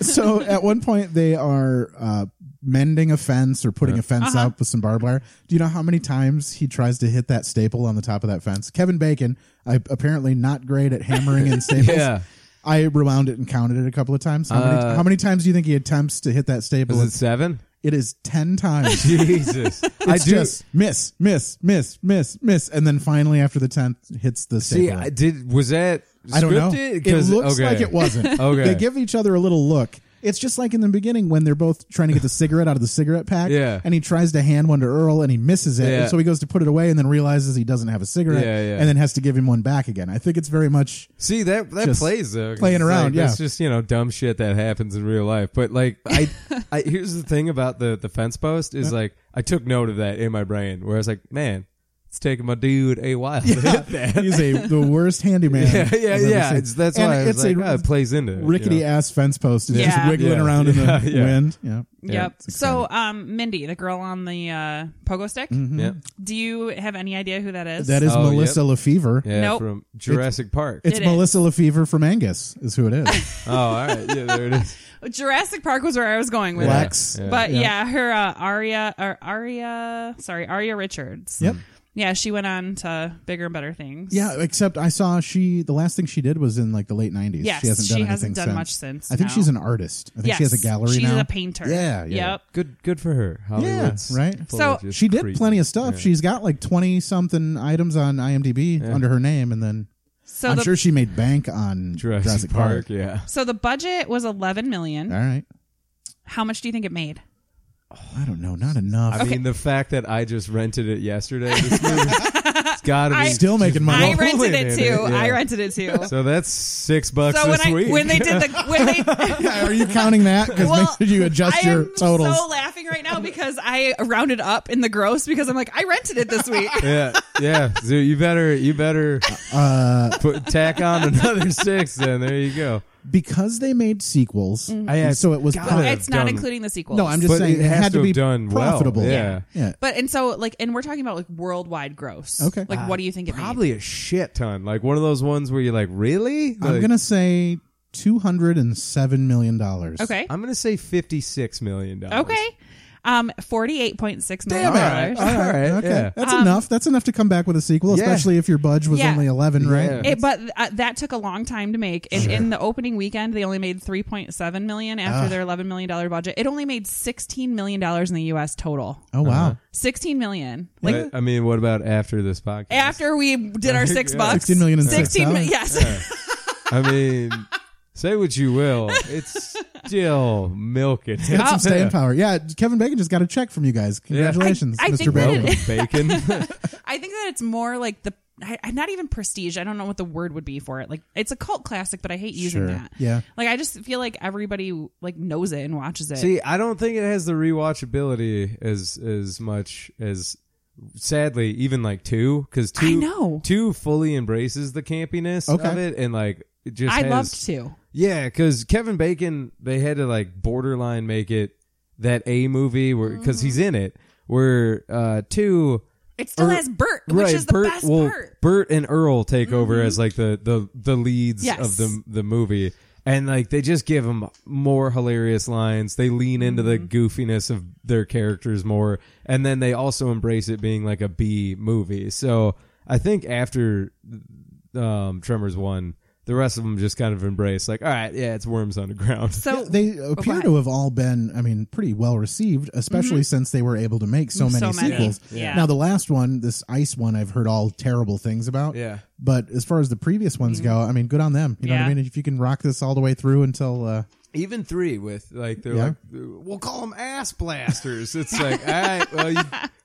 Speaker 1: so at one point they are uh, mending a fence or
Speaker 5: Uh-huh.
Speaker 1: putting a fence up with some barbed wire. Do you know how many times he tries to hit that staple on the top of that fence? Kevin Bacon, I, apparently not great at hammering in staples.
Speaker 5: Yeah.
Speaker 1: I rewound it and counted it a couple of times. How, many,
Speaker 5: Uh,
Speaker 1: how many times do you think he attempts to hit that staple?
Speaker 5: was it seven
Speaker 1: it is ten times.
Speaker 5: jesus i
Speaker 1: It's
Speaker 5: do
Speaker 1: just miss, miss, miss, miss, miss, and then finally after the tenth hits the staple.
Speaker 5: see i did was that
Speaker 1: I don't know.
Speaker 5: scripted?
Speaker 1: It
Speaker 5: 'Cause-
Speaker 1: looks
Speaker 5: okay.
Speaker 1: like it wasn't.
Speaker 5: Okay.
Speaker 1: They give each other a little look. It's just like in the beginning when they're both trying to get the cigarette out of the cigarette pack.
Speaker 5: Yeah.
Speaker 1: And he tries to hand one to Earl and he misses it.
Speaker 5: Yeah.
Speaker 1: And so he goes to put it away and then realizes he doesn't have a cigarette
Speaker 5: Yeah, yeah.
Speaker 1: and then has to give him one back again. I think it's very much
Speaker 5: See that that
Speaker 1: Just
Speaker 5: plays though, 'cause
Speaker 1: playing
Speaker 5: it's
Speaker 1: around,
Speaker 5: Like,
Speaker 1: yeah.
Speaker 5: that's just you know dumb shit that happens in real life. But like, I, I here's the thing about the the fence post is like I took note of that in my brain where I was like, man, it's taking my dude a while. to hit that.
Speaker 1: he's a the worst handyman.
Speaker 5: yeah, yeah,
Speaker 1: I've ever
Speaker 5: yeah.
Speaker 1: seen.
Speaker 5: It's, that's
Speaker 1: And
Speaker 5: why I was
Speaker 1: it's
Speaker 5: like,
Speaker 1: a
Speaker 5: oh, it plays into it, you
Speaker 1: rickety
Speaker 5: know?
Speaker 1: ass fence post is just
Speaker 2: Yeah.
Speaker 1: wiggling
Speaker 5: Yeah.
Speaker 1: around in the
Speaker 5: Yeah, yeah.
Speaker 1: wind. Yeah.
Speaker 2: Yep.
Speaker 1: it's
Speaker 2: So, um, Mindy, the girl on the uh, pogo stick,
Speaker 5: Yeah,
Speaker 2: do you have any idea who that is?
Speaker 1: Mm-hmm. That is
Speaker 5: Oh,
Speaker 1: Melissa LaFever.
Speaker 5: yeah,
Speaker 2: Nope.
Speaker 5: from Jurassic Park.
Speaker 1: It's
Speaker 2: It is.
Speaker 1: Melissa LaFever from Angus is who it is.
Speaker 5: oh, all right, yeah, there it is.
Speaker 2: Jurassic Park was where I was going with it.
Speaker 1: Lex.
Speaker 5: Yeah.
Speaker 2: But yeah, her uh, Aria or Aria, sorry, Aria Richards.
Speaker 1: Yep.
Speaker 2: Yeah, she went on to bigger and better things.
Speaker 1: Yeah, except I saw she the last thing she did was in like the late nineties.
Speaker 2: Yes,
Speaker 1: she hasn't done
Speaker 2: she
Speaker 1: anything
Speaker 2: hasn't done
Speaker 1: since.
Speaker 2: much since,
Speaker 1: I think
Speaker 2: no.
Speaker 1: she's an artist. I think she has a gallery
Speaker 2: She's
Speaker 1: now.
Speaker 2: a painter.
Speaker 1: Yeah, yeah.
Speaker 2: Yep.
Speaker 5: Good, good for her. Hollywood's
Speaker 1: right?
Speaker 5: full
Speaker 2: So-
Speaker 5: of Oh, just
Speaker 1: She did
Speaker 5: creep.
Speaker 1: plenty of stuff. She's got like twenty something items on IMDb under her name, and then
Speaker 2: So
Speaker 1: I'm
Speaker 2: the
Speaker 1: sure she made bank on
Speaker 5: Jurassic, Park. Yeah,
Speaker 2: so the budget was 11 million.
Speaker 1: All right,
Speaker 2: How much do you think it made?
Speaker 1: I don't know, not enough.
Speaker 5: I mean, the fact that I just rented it yesterday, this movie, it's got to be
Speaker 2: I-
Speaker 1: Still making money.
Speaker 2: I rented
Speaker 5: Rolling
Speaker 2: it
Speaker 5: in
Speaker 2: too.
Speaker 5: it, yeah.
Speaker 2: I rented it too.
Speaker 5: So that's six bucks
Speaker 2: so when
Speaker 5: this
Speaker 2: I
Speaker 5: week.
Speaker 2: when they did the when they
Speaker 1: Are you counting that? Because
Speaker 2: Well,
Speaker 1: make sure you adjust
Speaker 2: I
Speaker 1: your
Speaker 2: am
Speaker 1: totals.
Speaker 2: so laughing right now because I rounded up in the gross because I'm like, I rented it this week.
Speaker 5: yeah, yeah. So you better, you better
Speaker 1: Uh,
Speaker 5: put tack on another six. Then there you go.
Speaker 1: because they made sequels, and so it was.
Speaker 5: God,
Speaker 1: probably-
Speaker 2: Mm-hmm. it's not
Speaker 5: done-
Speaker 2: including the sequels.
Speaker 1: no, I'm just
Speaker 5: But
Speaker 1: saying
Speaker 5: it
Speaker 1: it,
Speaker 5: has
Speaker 1: had
Speaker 5: to
Speaker 1: to,
Speaker 5: have
Speaker 1: be
Speaker 5: done well.
Speaker 1: profitable.
Speaker 5: Yeah.
Speaker 1: yeah.
Speaker 2: But and so like, and we're talking about like worldwide gross.
Speaker 1: Okay.
Speaker 2: Like, what do you think it made?
Speaker 5: Probably a shit ton. Like one of those ones where you're like, really?
Speaker 1: I'm
Speaker 5: Like,
Speaker 1: gonna say two hundred and seven million dollars.
Speaker 2: Okay.
Speaker 5: I'm gonna say fifty-six million dollars.
Speaker 2: okay. Um, forty-eight point six million
Speaker 5: All right.
Speaker 2: dollars.
Speaker 5: All right.
Speaker 1: Okay,
Speaker 5: Yeah.
Speaker 1: that's enough. That's enough to come back with a sequel,
Speaker 5: Yeah.
Speaker 1: especially if your budge was
Speaker 2: Um, Yeah.
Speaker 1: only eleven, right?
Speaker 5: Yeah.
Speaker 2: It, but uh, that took a long time to make. And in the opening weekend, they only made three point seven million after
Speaker 1: Ah.
Speaker 2: their eleven million dollar budget. It only made sixteen million dollars in the U.S. total.
Speaker 1: Oh wow,
Speaker 5: Uh-huh.
Speaker 2: Sixteen million. Like
Speaker 5: But, I mean, what about after this podcast?
Speaker 2: after we did our six bucks,
Speaker 1: sixteen million and six
Speaker 2: Sixteen. mi-
Speaker 1: dollars.
Speaker 2: Yes.
Speaker 5: I mean, say what you will, it's still milk. It.
Speaker 1: Got some staying power. Yeah, Kevin Bacon just got a check from you guys. Congratulations,
Speaker 2: I- I
Speaker 1: Mr.
Speaker 2: think that
Speaker 1: Bacon.
Speaker 2: it-
Speaker 5: Bacon.
Speaker 2: I think that it's more like the I, I- not even prestige. I don't know what the word would be for it. Like it's a cult classic, but I hate using
Speaker 1: Sure.
Speaker 2: that.
Speaker 1: Yeah.
Speaker 2: Like I just feel like everybody like knows it and watches it.
Speaker 5: See, I don't think it has the rewatchability as as much as sadly even like two because two
Speaker 2: I know.
Speaker 5: two fully embraces the campiness
Speaker 1: Okay.
Speaker 5: of it and like it just
Speaker 2: I
Speaker 5: has,
Speaker 2: loved to.
Speaker 5: yeah because Kevin Bacon they had to like borderline
Speaker 2: Mm-hmm.
Speaker 5: make it that a movie where because he's in it where uh two
Speaker 2: It still
Speaker 5: Er-
Speaker 2: has Bert, which
Speaker 5: right,
Speaker 2: is the
Speaker 5: Bert,
Speaker 2: best
Speaker 5: well,
Speaker 2: part. Mm-hmm.
Speaker 5: Bert and Earl take over as like the the the leads
Speaker 2: Yes.
Speaker 5: of the the movie, and like they just give them more hilarious lines. They lean into the
Speaker 2: Mm-hmm.
Speaker 5: goofiness of their characters more, and then they also embrace it being like a B movie. So I think after um, Tremors one, the rest of them just kind of embrace like, all right, yeah, it's Worms Underground.
Speaker 2: So oh,
Speaker 1: They appear
Speaker 2: Right.
Speaker 1: to have all been, I mean, pretty well received, especially since they were able to make so many
Speaker 2: Mm-hmm. So many.
Speaker 1: sequels.
Speaker 2: Yeah.
Speaker 1: Now, the last one, this ice one, I've heard all terrible things about.
Speaker 5: Yeah.
Speaker 1: But as far as the previous ones go, I mean, good on them. You know what I
Speaker 2: Mm-hmm. Yeah.
Speaker 1: mean? If you can rock this all the way through until, uh,
Speaker 5: Even three with like they're
Speaker 1: Yeah.
Speaker 5: like we'll call them ass blasters. It's like all right, well, you,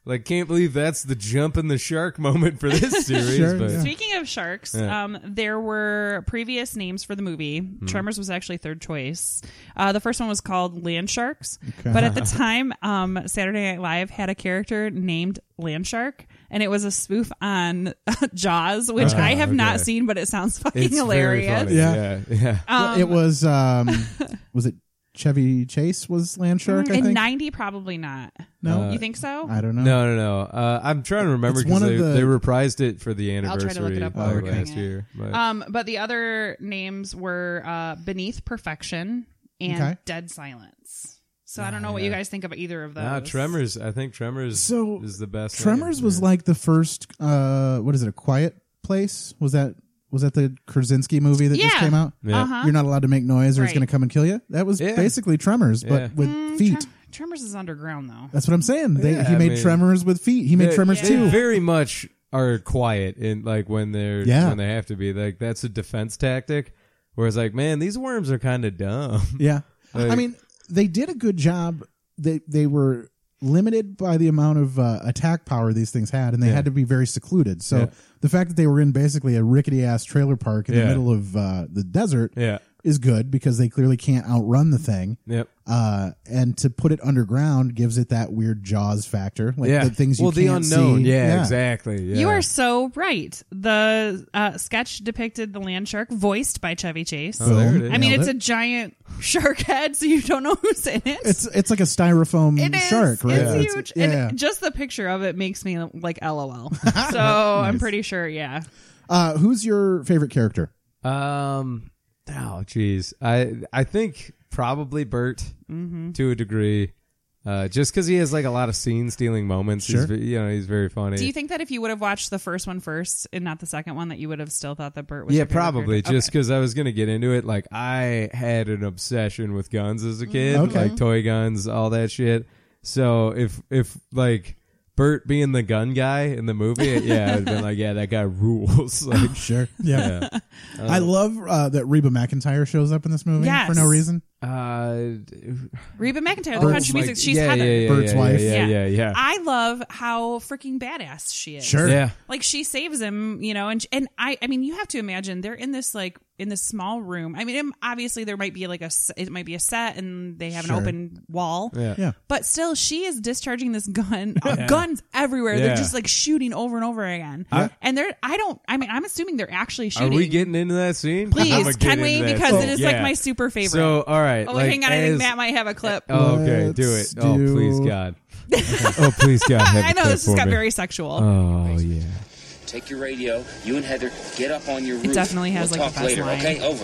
Speaker 5: like can't believe that's the jump in the shark moment for this series.
Speaker 1: Sure,
Speaker 5: but
Speaker 1: yeah.
Speaker 2: Speaking of sharks,
Speaker 5: Yeah.
Speaker 2: um, there were previous names for the movie.
Speaker 1: Hmm.
Speaker 2: Tremors was actually third choice. Uh, the first one was called Land Sharks, but at the time, um, Saturday Night Live had a character named Land Shark, and it was a spoof on Jaws, which
Speaker 1: Ah,
Speaker 2: I have not
Speaker 5: okay.
Speaker 2: seen, but it sounds fucking
Speaker 5: it's
Speaker 2: hilarious.
Speaker 5: Very funny.
Speaker 1: Yeah.
Speaker 5: Yeah, yeah,
Speaker 1: it was, um, was it Chevy Chase was Land Shark? I
Speaker 2: In
Speaker 1: think.
Speaker 2: ninety, probably not.
Speaker 1: No.
Speaker 2: you think so?
Speaker 1: I don't know.
Speaker 5: No, no, no. Uh, I'm trying to remember
Speaker 1: It's one
Speaker 5: because
Speaker 1: of
Speaker 5: they,
Speaker 1: the-
Speaker 5: they reprised it for the
Speaker 2: I'll try to look
Speaker 5: anniversary
Speaker 2: it up
Speaker 5: uh,
Speaker 2: while we're doing
Speaker 5: last
Speaker 2: it.
Speaker 5: year. But
Speaker 2: Um, but the other names were uh, Beneath Perfection and
Speaker 1: Okay.
Speaker 2: Dead Silence. So I don't know what you guys think of either of those.
Speaker 5: nah, Tremors. I think Tremors
Speaker 1: So,
Speaker 5: is the best.
Speaker 1: Tremors
Speaker 5: name.
Speaker 1: was like the first, uh, what is it, a quiet place? Was that, was that the Krasinski movie that just
Speaker 2: Yeah.
Speaker 1: came out?
Speaker 5: Yeah.
Speaker 2: Uh-huh.
Speaker 1: You're not allowed to make noise or it's
Speaker 2: Right. Mm,
Speaker 1: going to come and kill you. That was
Speaker 5: Yeah.
Speaker 1: basically Tremors, but
Speaker 5: Yeah.
Speaker 1: with feet.
Speaker 2: Tremors is underground though.
Speaker 1: That's what I'm saying. They,
Speaker 5: Yeah,
Speaker 1: he
Speaker 5: I
Speaker 1: made
Speaker 5: mean-
Speaker 1: Tremors with feet. He made
Speaker 5: They-
Speaker 1: Tremors
Speaker 5: they
Speaker 1: too.
Speaker 5: Very much are quiet in like when they're
Speaker 1: Yeah.
Speaker 5: when they have to be. Like that's a defense tactic. Whereas like man, these worms are kind of dumb.
Speaker 1: Yeah.
Speaker 5: Like-
Speaker 1: I mean, they did a good job. They they were limited by the amount of uh, attack power these things had, and they had to be very secluded. So
Speaker 5: Yeah.
Speaker 1: the fact that they were in basically a rickety ass trailer park in the
Speaker 5: Yeah.
Speaker 1: middle of uh, the desert
Speaker 5: Yeah.
Speaker 1: is good because they clearly can't outrun the thing.
Speaker 5: Yep.
Speaker 1: Uh, and to put it underground gives it that weird Jaws factor, like
Speaker 5: yeah.
Speaker 1: the things you
Speaker 5: well, the
Speaker 1: can't
Speaker 5: unknown.
Speaker 1: see.
Speaker 5: Yeah, exactly. Yeah.
Speaker 2: You are so right. The uh, sketch depicted the land shark voiced by Chevy Chase.
Speaker 5: Oh, there it
Speaker 1: Boom.
Speaker 5: is.
Speaker 2: I mean,
Speaker 1: Nailed
Speaker 2: it's
Speaker 1: it.
Speaker 2: a giant shark head, so you don't know who's in it.
Speaker 1: It's it's like a styrofoam
Speaker 2: It is.
Speaker 1: shark, right?
Speaker 2: It's huge.
Speaker 1: yeah.
Speaker 2: And just the picture of it makes me like LOL. So I'm pretty sure, yeah.
Speaker 1: Uh, who's your favorite character?
Speaker 5: Um. Oh, jeez. I I think probably Bert
Speaker 2: Mm-hmm.
Speaker 5: to a degree, uh, just because he has like a lot of scene stealing moments. He's,
Speaker 1: Sure.
Speaker 5: ve- you know, he's very funny.
Speaker 2: Do you think that if you would have watched the first one first and not the second one, that you would have still thought that Bert was?
Speaker 5: yeah,
Speaker 2: your favorite
Speaker 5: probably.
Speaker 2: character?
Speaker 5: Just because I was gonna get into it. Like I had an obsession with guns as a
Speaker 2: Mm-hmm.
Speaker 5: kid,
Speaker 1: Okay.
Speaker 5: like toy guns, all that shit. So if if like. Bert being the gun guy in the movie, yeah, I'd been like, yeah, that guy rules. Like,
Speaker 1: Sure. Yeah. I love uh, that Reba McIntyre shows up in this movie
Speaker 2: Yes.
Speaker 1: for no reason.
Speaker 5: uh,
Speaker 2: Okay. Reba McIntyre, the
Speaker 5: Oh,
Speaker 2: country
Speaker 5: my-
Speaker 2: music. She's
Speaker 5: yeah,
Speaker 2: Heather.
Speaker 5: Yeah, yeah,
Speaker 1: Bert's
Speaker 5: yeah,
Speaker 1: wife.
Speaker 5: Yeah, yeah, yeah.
Speaker 2: I love how freaking badass she is.
Speaker 1: Sure.
Speaker 5: Yeah.
Speaker 2: Like she saves him, you know, and and I I mean you have to imagine they're in this like in this small room. I mean, im- obviously there might be like a s- it might be a set and they have
Speaker 1: Sure.
Speaker 2: an open wall.
Speaker 5: Yeah.
Speaker 1: Yeah.
Speaker 2: But still, she is discharging this gun. Uh, Guns everywhere. They're
Speaker 5: Yeah.
Speaker 2: just like shooting over and over again. and they're, I don't, I mean, I'm assuming they're actually
Speaker 5: Are
Speaker 2: shooting.
Speaker 5: we getting into that scene? I'ma
Speaker 2: Please,
Speaker 5: get
Speaker 2: can
Speaker 5: into
Speaker 2: we?
Speaker 5: that
Speaker 2: Because
Speaker 5: scene.
Speaker 2: it is
Speaker 5: Oh, Yeah.
Speaker 2: like my super favorite.
Speaker 5: So, all right.
Speaker 2: oh, wait,
Speaker 5: like,
Speaker 2: hang on. I think
Speaker 5: as-
Speaker 2: Matt might have a clip.
Speaker 5: Oh, okay,
Speaker 1: Let's
Speaker 5: do it. Oh,
Speaker 1: do-
Speaker 5: please, God. oh, please, God. have
Speaker 2: I
Speaker 5: a
Speaker 2: know
Speaker 5: clip
Speaker 2: this has
Speaker 5: for
Speaker 2: got
Speaker 5: me.
Speaker 2: very sexual.
Speaker 5: Oh, yeah.
Speaker 7: Take your radio. You and Heather get up on your roof.
Speaker 2: definitely has,
Speaker 7: we'll
Speaker 2: like, the
Speaker 7: talk
Speaker 2: best
Speaker 7: later.
Speaker 2: line.
Speaker 7: Okay, over.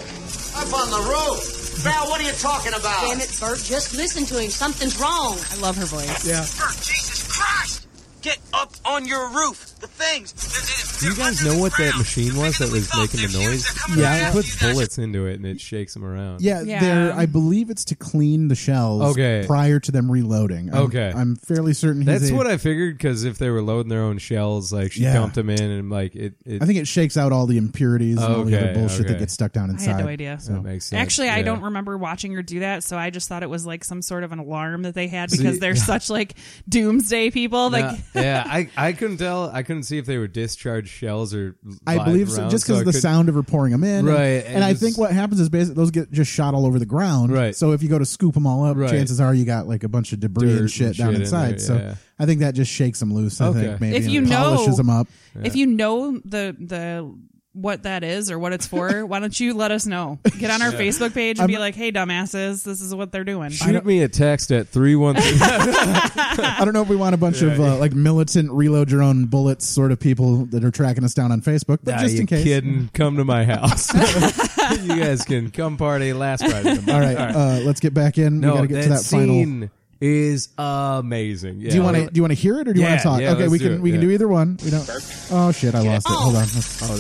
Speaker 8: Up on the roof! Val, what are you talking about?
Speaker 9: Damn it, Bert, just listen to him. Something's wrong.
Speaker 2: I love her voice. Yeah.
Speaker 8: Bert, Jesus Christ! Get up on your roof! The things.
Speaker 5: Do you guys know what that machine was that was making the noise?
Speaker 1: Yeah.
Speaker 5: It puts bullets into it and it shakes them around.
Speaker 1: Yeah,
Speaker 2: Yeah.
Speaker 1: they're I believe it's to clean the shells
Speaker 5: Okay.
Speaker 1: prior to them reloading. I'm-
Speaker 5: Okay.
Speaker 1: I'm fairly certain he's
Speaker 5: That's
Speaker 1: a-
Speaker 5: what I figured because if they were loading their own shells, like she
Speaker 1: Yeah.
Speaker 5: dumped them in and like it, it
Speaker 1: I think it shakes out all the impurities and all the other
Speaker 5: Okay,
Speaker 1: bullshit that
Speaker 5: okay.
Speaker 1: gets stuck down
Speaker 2: I
Speaker 1: inside.
Speaker 2: had no idea.
Speaker 5: that makes sense.
Speaker 2: Actually, I
Speaker 5: Yeah.
Speaker 2: don't remember watching her do that, so I just thought it was like some sort of an alarm that they had because
Speaker 5: See-
Speaker 2: they're such like doomsday people. Like,
Speaker 5: yeah, yeah, I, I couldn't tell. I couldn't see if they were discharged shells or.
Speaker 1: I
Speaker 5: live
Speaker 1: believe so,
Speaker 5: rounds,
Speaker 1: just because
Speaker 5: I
Speaker 1: the
Speaker 5: couldn't-
Speaker 1: sound of her pouring them in,
Speaker 5: Right,
Speaker 1: And,
Speaker 5: and
Speaker 1: and I
Speaker 5: just-
Speaker 1: think what happens is basically those get just shot all over the ground,
Speaker 5: Right.
Speaker 1: So if you go to scoop them all up,
Speaker 5: Right.
Speaker 1: chances are you got like a bunch of debris
Speaker 5: Dirt
Speaker 1: and
Speaker 5: and
Speaker 1: shit down
Speaker 5: shit in
Speaker 1: inside.
Speaker 5: there,
Speaker 1: so
Speaker 5: yeah.
Speaker 1: I think that just shakes them loose. I
Speaker 5: Okay.
Speaker 1: think maybe
Speaker 2: If
Speaker 1: and
Speaker 2: you
Speaker 1: polishes
Speaker 2: know-
Speaker 1: them up.
Speaker 2: if you know the the what that is or what it's for, why don't you let us know? Get on our Facebook page and be like, "Hey, dumbasses, this is what they're doing."
Speaker 5: Shoot me a text at three one three.
Speaker 1: I don't know if we want a bunch of uh, like militant reload your own bullets sort of people that are tracking us down on Facebook, but just
Speaker 5: you
Speaker 1: in case.
Speaker 5: kidding? Come to my house. you guys can come party last Friday.
Speaker 1: All right, Uh, let's get back in. we
Speaker 5: No,
Speaker 1: gotta
Speaker 5: that,
Speaker 1: get to that final.
Speaker 5: scene is amazing. Yeah.
Speaker 1: Do you want to do you want to hear it or do you want
Speaker 5: Yeah,
Speaker 1: to talk?
Speaker 5: yeah,
Speaker 1: okay,
Speaker 5: let's
Speaker 1: we
Speaker 5: do
Speaker 1: can
Speaker 5: it,
Speaker 1: we can
Speaker 5: yeah. Oh,
Speaker 1: do either one. We don't. Oh shit! I lost it. Hold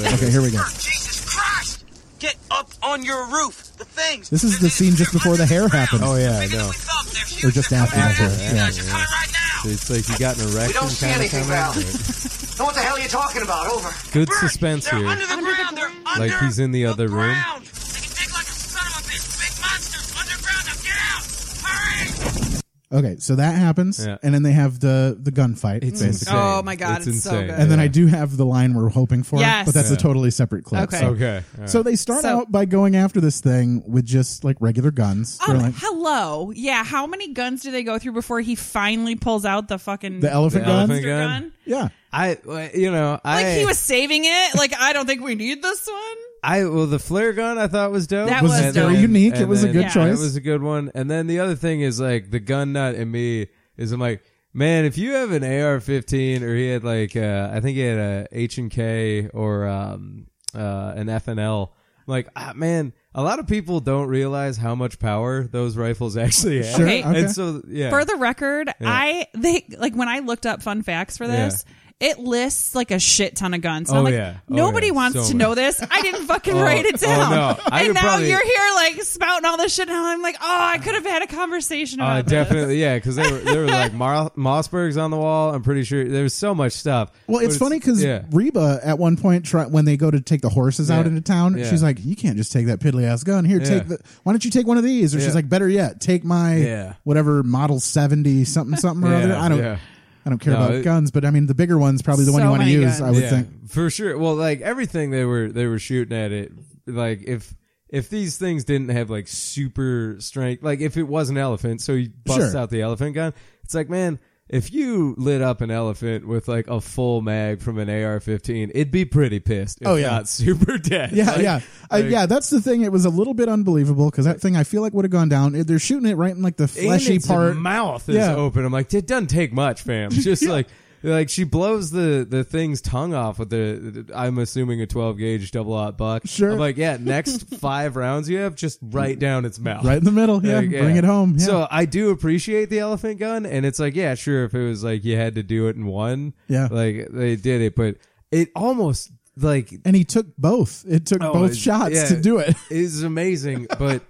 Speaker 1: on. okay, here we go.
Speaker 8: Jesus Christ! Get up on your roof. The things.
Speaker 1: This is the scene just before the hair happened.
Speaker 5: Oh yeah, I
Speaker 8: Bigger than
Speaker 5: know.
Speaker 8: we thought. They're huge.
Speaker 1: Or just
Speaker 8: They're
Speaker 1: after
Speaker 8: coming
Speaker 1: the
Speaker 8: right
Speaker 1: hair,
Speaker 8: now.
Speaker 1: yeah.
Speaker 8: They're coming right now.
Speaker 5: It's like you got an erection.
Speaker 10: We don't see
Speaker 5: kinda
Speaker 10: anything,
Speaker 5: coming out
Speaker 10: Val.
Speaker 5: of it.
Speaker 10: Know what the hell you're talking about? Over.
Speaker 5: Good
Speaker 8: Bert,
Speaker 5: suspense
Speaker 8: they're
Speaker 5: here.
Speaker 8: Under the ground. They're under
Speaker 5: Like he's in the other room.
Speaker 8: ground. They can dig like a son of a bitch. Big monsters underground. Now get out. Hurry!
Speaker 1: Okay, so that happens,
Speaker 5: Yeah.
Speaker 1: and then they have the the gunfight.
Speaker 5: It's
Speaker 1: basically.
Speaker 5: insane.
Speaker 2: Oh my God, it's so
Speaker 5: insane.
Speaker 2: good.
Speaker 1: And then I do have the line we're hoping for,
Speaker 2: Yes.
Speaker 1: but that's a
Speaker 5: Yeah.
Speaker 1: totally separate clip.
Speaker 2: Okay.
Speaker 1: So,
Speaker 5: Okay. all right.
Speaker 1: so they start
Speaker 2: So-
Speaker 1: out by going after this thing with just like regular guns. They're
Speaker 2: Um,
Speaker 1: like-
Speaker 2: hello. Yeah, how many guns do they go through before he finally pulls out the fucking
Speaker 1: The elephant
Speaker 5: The
Speaker 1: gun?
Speaker 5: elephant
Speaker 2: monster
Speaker 5: gun?
Speaker 2: gun?
Speaker 1: yeah.
Speaker 5: I, well, you know, I,
Speaker 2: Like he was saving it. Like I don't think we need this one.
Speaker 5: I well, the flare gun I thought was dope.
Speaker 2: That was
Speaker 5: And
Speaker 2: dope.
Speaker 1: Very unique. It
Speaker 5: and
Speaker 1: was a good
Speaker 5: yeah,
Speaker 1: choice.
Speaker 5: It was a good one. And then the other thing is like the gun nut in me is I'm like, man, if you have an AR-15 or he had like, uh, I think he had a H and K or um, uh, an FNL. I'm like, ah, man, a lot of people don't realize how much power those rifles actually have.
Speaker 1: Sure,
Speaker 2: Okay.
Speaker 1: okay.
Speaker 5: And so, yeah,
Speaker 2: For the record, I they like when I looked up fun facts for this. It lists like a shit ton of guns. And
Speaker 5: Oh,
Speaker 2: I'm like,
Speaker 5: yeah. Oh,
Speaker 2: nobody
Speaker 5: yeah.
Speaker 2: wants
Speaker 5: So
Speaker 2: to
Speaker 5: many.
Speaker 2: know this. I didn't fucking write it
Speaker 5: oh,
Speaker 2: down.
Speaker 5: no. I
Speaker 2: and
Speaker 5: could
Speaker 2: now
Speaker 5: probably-
Speaker 2: you're here like spouting all this shit, and I'm like, oh, I could have had a conversation about
Speaker 5: Uh,
Speaker 2: this.
Speaker 5: definitely, yeah, because they were they were like Mar- Mossberg's on the wall. I'm pretty sure there was so much stuff.
Speaker 1: Well,
Speaker 5: But
Speaker 1: it's funny because
Speaker 5: yeah.
Speaker 1: Reba at one point try, when they go to take the horses out
Speaker 5: Yeah.
Speaker 1: into town,
Speaker 5: Yeah.
Speaker 1: she's like, "You can't just take that piddly ass gun. Here, take
Speaker 5: Yeah.
Speaker 1: the. Why don't you take one of these?" Or
Speaker 5: Yeah.
Speaker 1: she's like, "Better yet, take my
Speaker 5: Yeah.
Speaker 1: whatever model seventy something something or
Speaker 5: Yeah,
Speaker 1: other." I don't.
Speaker 5: yeah.
Speaker 1: I don't care
Speaker 5: No,
Speaker 1: about
Speaker 5: it-
Speaker 1: guns, but I mean the bigger one's probably the one
Speaker 2: So
Speaker 1: you want to
Speaker 2: many
Speaker 1: use. I
Speaker 2: guns.
Speaker 1: would think.
Speaker 5: for sure. Well, like everything they were they were shooting at it. Like if if these things didn't have like super strength, like if it was an elephant, so you bust
Speaker 1: Sure.
Speaker 5: out the elephant gun. It's like man. If you lit up an elephant with like a full mag from an AR-15, it'd be pretty pissed. If
Speaker 1: Oh, yeah.
Speaker 5: not super dead.
Speaker 1: Yeah,
Speaker 5: Like-
Speaker 1: yeah, Uh,
Speaker 5: like-
Speaker 1: yeah. That's the thing. It was a little bit unbelievable because that thing I feel like would have gone down. They're shooting it right in like the fleshy
Speaker 5: Anan's
Speaker 1: part.
Speaker 5: mouth is
Speaker 1: Yeah.
Speaker 5: open. I'm like, it doesn't take much, fam. Just like, like she blows the the thing's tongue off with the. I'm assuming a 12 gauge double aught buck.
Speaker 1: Sure.
Speaker 5: I'm like, yeah. Next five rounds you have, just right down its mouth,
Speaker 1: Right in the middle, yeah.
Speaker 5: Like,
Speaker 1: Bring it home, yeah.
Speaker 5: So I do appreciate the elephant gun, and it's like, yeah, sure. If it was like you had to do it in one,
Speaker 1: Yeah.
Speaker 5: like they did it, but it almost like
Speaker 1: and he took both. It took
Speaker 5: Oh,
Speaker 1: both
Speaker 5: it's-
Speaker 1: shots
Speaker 5: yeah,
Speaker 1: to do it.
Speaker 5: is amazing, but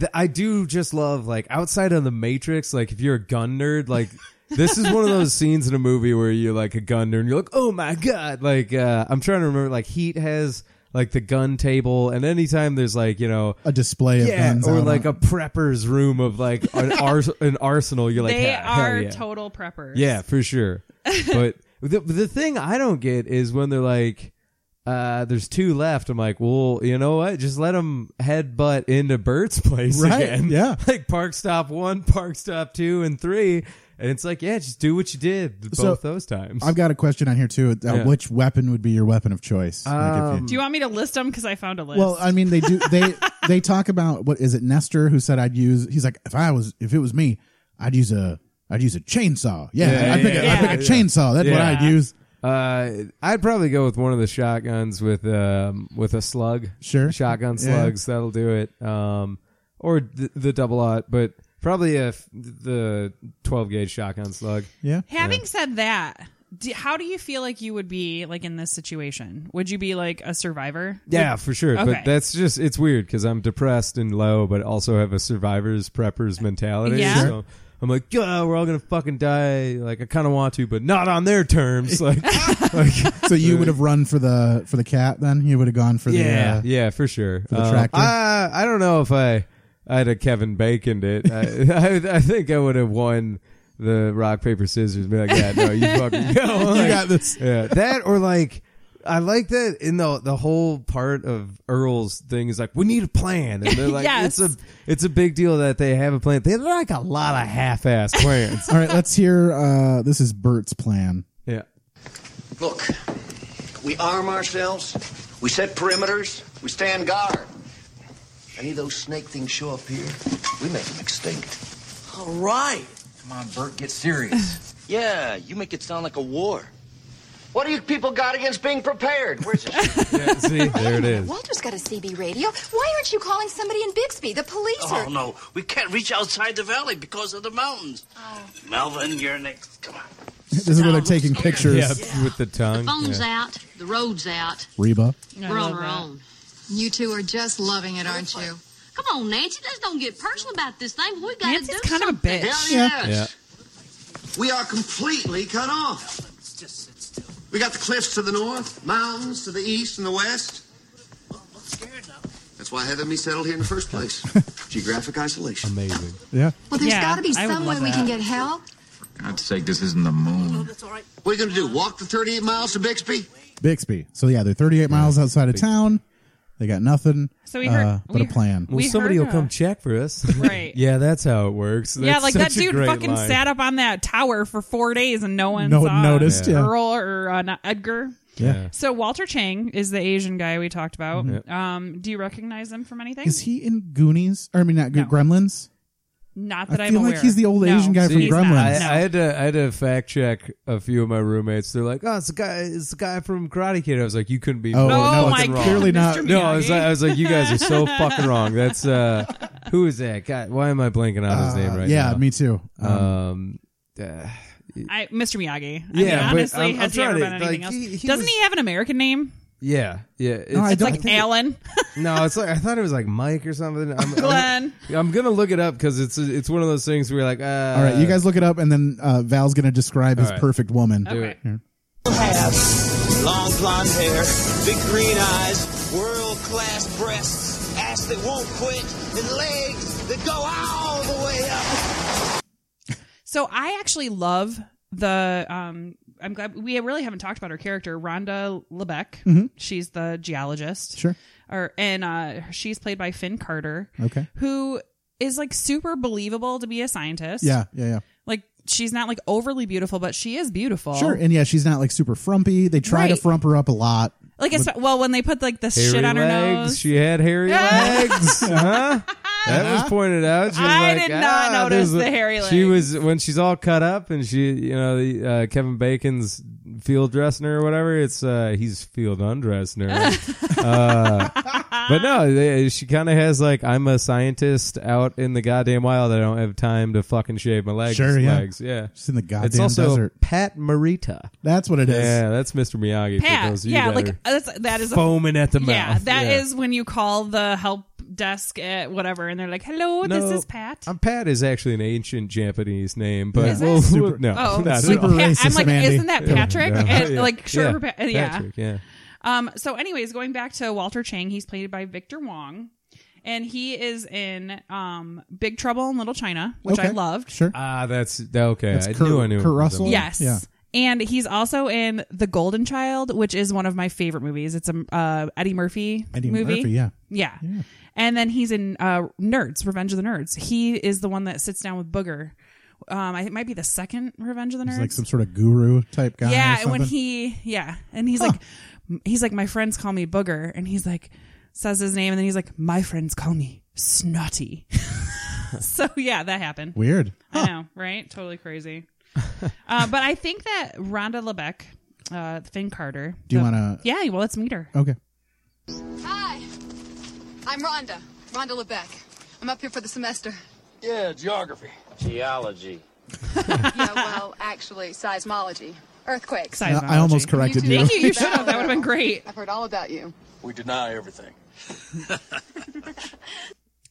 Speaker 5: th- I do just love like outside of the Matrix. Like if you're a gun nerd, like this is one of those scenes in a movie where you're like a gun nerd and you're like, oh my god! Like uh, I'm trying to remember. Like Heat has like the gun table, and anytime there's like you know.
Speaker 1: A display of
Speaker 5: Yeah,
Speaker 1: guns,
Speaker 5: or
Speaker 1: out
Speaker 5: like
Speaker 1: on-
Speaker 5: a prepper's room of like an, ars- an arsenal. You're like,
Speaker 2: They
Speaker 5: "Hell- hell
Speaker 2: are
Speaker 5: yeah."
Speaker 2: total preppers.
Speaker 5: Yeah, for sure. But the the thing I don't get is when they're like, uh, "There's two left." I'm like, "Well, you know what? Just let them headbutt into Bert's place
Speaker 1: Right,
Speaker 5: again."
Speaker 1: yeah.
Speaker 5: like park stop one, park stop two, and three. And it's like, yeah, just do what you did
Speaker 1: So,
Speaker 5: both those times.
Speaker 1: I've got a question on here too. Uh,
Speaker 5: Yeah.
Speaker 1: Which weapon would be your weapon of choice? Like,
Speaker 5: Um,
Speaker 1: if you-
Speaker 2: Do you want me to list them? Because I found a list.
Speaker 1: well, uh, I mean, they do. They they talk about what is it? Nestor who said I'd use. He's like, if I was, if it was me, I'd use a, I'd use a chainsaw. Yeah,
Speaker 5: Yeah,
Speaker 1: I'd, pick a,
Speaker 5: yeah,
Speaker 1: I'd pick a
Speaker 5: yeah.
Speaker 1: chainsaw. That's what
Speaker 5: Yeah.
Speaker 1: I'd use.
Speaker 5: Uh, I'd probably go with one of the shotguns with um with a slug.
Speaker 1: Sure.
Speaker 5: shotgun
Speaker 1: Yeah.
Speaker 5: slugs that'll do it. Um, or th- the double aught, but probably a f- the twelve gauge shotgun slug.
Speaker 1: Yeah.
Speaker 2: Having said that, do, how do you feel like you would be like in this situation? Would you be like a survivor?
Speaker 5: Yeah, for sure.
Speaker 2: Okay.
Speaker 5: But that's just it's weird because I'm depressed and low, but also have a survivors preppers mentality.
Speaker 2: Yeah.
Speaker 5: So I'm like, yeah, we're all gonna fucking die. Like I kind of want to, but not on their terms. Like, like
Speaker 1: So you would have run for the for the cat then? You would have gone for the.
Speaker 5: yeah,
Speaker 1: Uh,
Speaker 5: yeah, for sure. Um,
Speaker 1: the tractor?
Speaker 5: I I don't know if I I'd have Kevin Bacon it. I, I I think I would have won the rock paper scissors. Be like, yeah, no, you fucking go.
Speaker 1: you
Speaker 5: Like,
Speaker 1: got this.
Speaker 5: yeah, that or like I like that in the the whole part of Earl's thing is like we need a plan, and they're like
Speaker 2: Yes.
Speaker 5: it's a it's a big deal that they have a plan. They like a lot of half ass plans.
Speaker 1: All right, let's hear. Uh, this is Bert's plan.
Speaker 5: yeah,
Speaker 10: Look, we arm ourselves,
Speaker 6: We set perimeters. We stand guard. Any of those snake things show up here, we make them extinct.
Speaker 10: All right.
Speaker 7: Come on, Bert, get serious.
Speaker 6: Yeah, you make it sound like a war.
Speaker 10: What do you people got against being prepared? Where's this?
Speaker 5: Yeah, see, there it is.
Speaker 9: Walter's got a CB radio. Why aren't you calling somebody in Bixby? The police
Speaker 8: Oh, no. We can't reach outside the valley because of the mountains. Melvin, you're next. Come on.
Speaker 1: This is where they're taking pictures.
Speaker 5: Yeah, with the tongue.
Speaker 9: Phone's
Speaker 5: yeah.
Speaker 9: out. The road's out.
Speaker 1: Reba.
Speaker 2: I
Speaker 9: We're on
Speaker 2: love
Speaker 9: our
Speaker 2: that.
Speaker 9: own. You two are just loving it, aren't you? Come on, Nancy. Let's don't get personal about this thing. We got to do
Speaker 2: Nancy's kind of a
Speaker 9: something.
Speaker 2: bitch.
Speaker 1: Yeah.
Speaker 5: Yeah.
Speaker 10: We are completely cut off. We got the cliffs to the north, mountains to the east and the west. That's why Heather and me settled here in the first place. Geographic isolation.
Speaker 5: Amazing.
Speaker 1: Yeah.
Speaker 9: Well, there's
Speaker 2: Yeah,
Speaker 9: got to be
Speaker 2: I would
Speaker 9: some way
Speaker 2: love
Speaker 9: we can
Speaker 2: that.
Speaker 9: get help.
Speaker 7: God's sake, this isn't the moon.
Speaker 10: What are you going to do? Walk the 38 miles to Bixby?
Speaker 1: Bixby. So yeah, they're 38 miles outside of town. They got nothing
Speaker 2: So we heard-
Speaker 1: uh, but
Speaker 2: we-
Speaker 1: a plan.
Speaker 5: Well,
Speaker 2: We
Speaker 5: somebody
Speaker 2: heard,
Speaker 5: will come
Speaker 2: uh,
Speaker 5: check for us.
Speaker 2: Right.
Speaker 5: yeah, that's how it works.
Speaker 2: yeah,
Speaker 5: That's
Speaker 2: like that
Speaker 5: such a
Speaker 2: dude
Speaker 5: great
Speaker 2: fucking
Speaker 5: line.
Speaker 2: sat up on that tower for four days and no one
Speaker 1: No
Speaker 2: saw
Speaker 1: one noticed. Yeah.
Speaker 2: Earl or uh, not Edgar.
Speaker 1: Yeah.
Speaker 2: So Walter Chang is the Asian guy we talked about. Um, do you recognize him from anything?
Speaker 1: Is he in Goonies? Or I mean, not Go- Gremlins.
Speaker 2: not
Speaker 1: I
Speaker 2: that I am
Speaker 1: feel like
Speaker 2: aware.
Speaker 1: he's the old
Speaker 2: No,
Speaker 1: Asian guy from
Speaker 2: he's not.
Speaker 1: Gremlins.
Speaker 5: I,
Speaker 2: No.
Speaker 5: I had to I had to fact check a few of my roommates. They're like, "Oh, it's the guy, it's the guy from Karate Kid." I was like, "You couldn't be
Speaker 1: Oh.
Speaker 5: more
Speaker 2: no, Oh
Speaker 5: fucking
Speaker 2: my
Speaker 5: wrong."
Speaker 2: God,
Speaker 1: Clearly
Speaker 2: Mr.
Speaker 1: not.
Speaker 5: No, I was,
Speaker 2: Miyagi.
Speaker 5: like, I was like, "You guys are so fucking wrong." That's uh, who is that? God, why am I blanking on his name right
Speaker 1: Uh, yeah,
Speaker 5: now?
Speaker 1: me too. Um,
Speaker 5: Um, uh,
Speaker 2: I, Mr. Miyagi. I
Speaker 5: Yeah,
Speaker 2: mean,
Speaker 5: but
Speaker 2: honestly,
Speaker 5: I'm-
Speaker 2: has
Speaker 5: I'm
Speaker 2: he ever been
Speaker 5: trying to-
Speaker 2: anything
Speaker 5: like,
Speaker 2: else?
Speaker 5: he- he
Speaker 2: Doesn't
Speaker 5: was-
Speaker 2: he have an American name?
Speaker 5: yeah, yeah. It's,
Speaker 1: I
Speaker 2: It's
Speaker 1: don't
Speaker 2: like
Speaker 1: think-
Speaker 2: Alan,
Speaker 5: No, it's like I thought it was like Mike or something. I'm, I'm,
Speaker 2: Glenn.
Speaker 5: I'm gonna look it up because it's it's one of those things where you're like, uh,
Speaker 1: all right, you guys look it up, and then uh, Val's going to describe his
Speaker 5: All right.
Speaker 1: perfect woman.
Speaker 5: do it.
Speaker 8: Long blonde hair, big green eyes, world class breasts, ass that won't quit, and legs that go all the way up.
Speaker 2: So I actually love the. Um, I'm glad we really haven't talked about her character, Rhonda Lebeck. She's the geologist.
Speaker 1: Mm-hmm. Sure.
Speaker 2: Or and uh, she's played by Finn Carter.
Speaker 1: Okay.
Speaker 2: Who is like super believable to be a scientist.
Speaker 1: Yeah, yeah, yeah.
Speaker 2: Like she's not like overly beautiful, but she is beautiful.
Speaker 1: Sure. And yeah, she's not like super frumpy. They try to
Speaker 2: Right.
Speaker 1: frump her up a lot.
Speaker 2: Like it's well when they put like the
Speaker 5: Hairy
Speaker 2: shit on her
Speaker 5: legs.
Speaker 2: nose.
Speaker 5: She had hairy legs, huh? That was pointed out. She was
Speaker 2: Uh-huh. I
Speaker 5: like,
Speaker 2: did not
Speaker 5: "Ah,
Speaker 2: notice
Speaker 5: there's a-"
Speaker 2: the hairy
Speaker 5: She
Speaker 2: legs.
Speaker 5: was when she's all cut up, and she, you know, the, uh, Kevin Bacon's field dressing her or whatever. It's uh, he's field undressing her. Uh, but no, they, she kind of has like, I'm a scientist out in the goddamn wild. I don't have time to fucking shave my legs.
Speaker 1: Sure, yeah.
Speaker 5: legs. yeah.
Speaker 1: She's in the goddamn
Speaker 5: it's also
Speaker 1: desert.
Speaker 5: Pat Marita.
Speaker 1: That's what it is.
Speaker 5: Yeah, that's Mr. Miyagi. for
Speaker 2: Pat,
Speaker 5: those of you
Speaker 2: yeah,
Speaker 5: that
Speaker 2: like uh,
Speaker 5: are
Speaker 2: that's, that is a
Speaker 5: foaming at the mouth.
Speaker 2: Yeah, that is when you call the help desk at whatever, and they're like, "Hello,
Speaker 5: No,
Speaker 2: this is Pat."
Speaker 5: Um, Pat is actually an ancient Japanese name, but
Speaker 2: Is it?
Speaker 5: we'll, we'll-
Speaker 1: Super-
Speaker 5: no,
Speaker 2: oh,
Speaker 5: not at
Speaker 2: like,
Speaker 1: super
Speaker 5: all.
Speaker 2: Pat, I'm
Speaker 1: racist,
Speaker 2: like,
Speaker 1: Mandy.
Speaker 2: isn't that Patrick?
Speaker 5: No.
Speaker 2: And,
Speaker 5: Yeah.
Speaker 2: Like short for Pat- yeah.
Speaker 5: Patrick, yeah.
Speaker 2: Um. So, anyways, going back to Walter Chang, he's played by Victor Wong, and he is in um Big Trouble in Little China, which I
Speaker 1: Okay.
Speaker 2: loved.
Speaker 1: Sure.
Speaker 5: Ah, that's okay.
Speaker 1: That's
Speaker 5: I
Speaker 1: Kurt-
Speaker 5: knew I knew.
Speaker 1: Kurt Russell?
Speaker 5: Yeah.
Speaker 2: Yes.
Speaker 1: Yeah.
Speaker 2: And he's also in The Golden Child, which is one of my favorite movies. It's a uh, Eddie Murphy
Speaker 1: Eddie
Speaker 2: movie.
Speaker 1: Murphy, yeah.
Speaker 2: yeah, And then he's in uh, Nerds, Revenge of the Nerds. He is the one that sits down with Booger. Um, I think it might be the second Revenge of the Nerds.
Speaker 1: He's like some sort of guru type guy. or
Speaker 2: Yeah, and when
Speaker 1: something.
Speaker 2: he yeah, and he's like he's like my friends call me booger, and he's like says his name, and then he's like my friends call me snotty. so yeah, that happened.
Speaker 1: Weird.
Speaker 2: I know, right? Totally crazy. uh, but I think that Rhonda LeBeck, uh, Finn Carter.
Speaker 1: Do you
Speaker 2: the-
Speaker 1: wanna-
Speaker 2: Yeah, well, let's meet her.
Speaker 1: Okay.
Speaker 9: Hi, I'm Rhonda. Rhonda Lebeck. I'm up here for the semester.
Speaker 4: Yeah, geography.
Speaker 7: Geology.
Speaker 9: Yeah, well, actually, seismology, earthquakes.
Speaker 1: I, I almost corrected you.
Speaker 2: Thank you. You should have. That would have been great.
Speaker 9: I've heard all about you.
Speaker 4: We deny everything.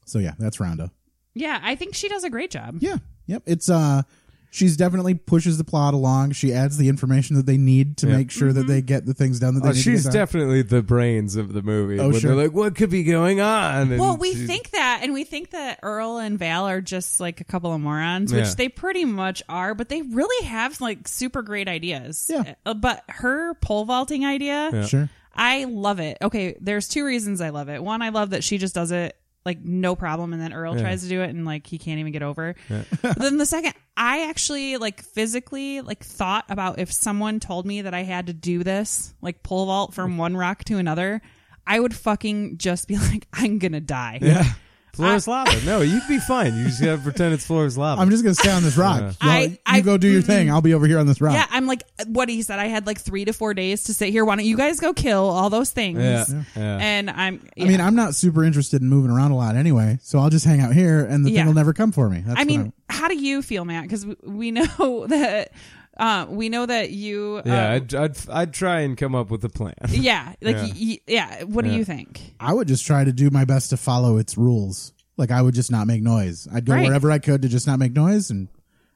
Speaker 1: So yeah, that's Rhonda.
Speaker 2: Yeah, I think she does a great job.
Speaker 1: Yeah. Yep. It's uh she's definitely pushes the plot along. She adds the information that they need to make sure
Speaker 2: Mm-hmm.
Speaker 1: that they get the things done that they
Speaker 5: Oh,
Speaker 1: need
Speaker 5: she's
Speaker 1: to get done.
Speaker 5: definitely the brains of the movie.
Speaker 1: Oh,
Speaker 5: when
Speaker 1: sure.
Speaker 5: they're like, what could be going on? And
Speaker 2: Well, we
Speaker 5: she-
Speaker 2: think that, and we think that Earl and Val are just like a couple of morons, which
Speaker 5: Yeah.
Speaker 2: they pretty much are, but they really have like super great ideas.
Speaker 1: Yeah.
Speaker 2: Uh, but her pole vaulting idea,
Speaker 1: Sure.
Speaker 2: I love it. Okay, there's two reasons I love it. One, I love that she just does it like no problem, and then Earl tries to do it and like he can't even get over. But then the second, I actually like physically like thought about if someone told me that I had to do this like pole vault from one rock to another, I would fucking just be like, I'm gonna die.
Speaker 5: Yeah. Floor is lava. No, you'd be fine. You just gotta pretend it's floor is lava.
Speaker 1: I'm just gonna stay on this rock. Y'all-
Speaker 2: I-
Speaker 1: you
Speaker 2: I- mm-hmm.
Speaker 1: go do your thing. I'll be over here on this rock.
Speaker 2: Yeah, I'm like what he said. I had like three to four days to sit here. Why don't you guys go kill all those things?
Speaker 5: Yeah, Yeah. yeah.
Speaker 2: And I'm.
Speaker 1: I mean, I'm not super interested in moving around a lot anyway, so I'll just hang out here, and the
Speaker 2: Yeah.
Speaker 1: thing will never come for me. That's
Speaker 2: I
Speaker 1: what
Speaker 2: mean, how do you feel, Matt? Because we know that uh, we know that you. Uh,
Speaker 5: yeah, I'd, I'd I'd try and come up with a plan.
Speaker 2: yeah. Like,
Speaker 5: Yeah.
Speaker 2: yeah. Y- y- yeah. What do
Speaker 5: Yeah.
Speaker 2: you think?
Speaker 1: I would just try to do my best to follow its rules. Like I would just not make noise. I'd go
Speaker 2: Right.
Speaker 1: wherever I could to just not make noise, and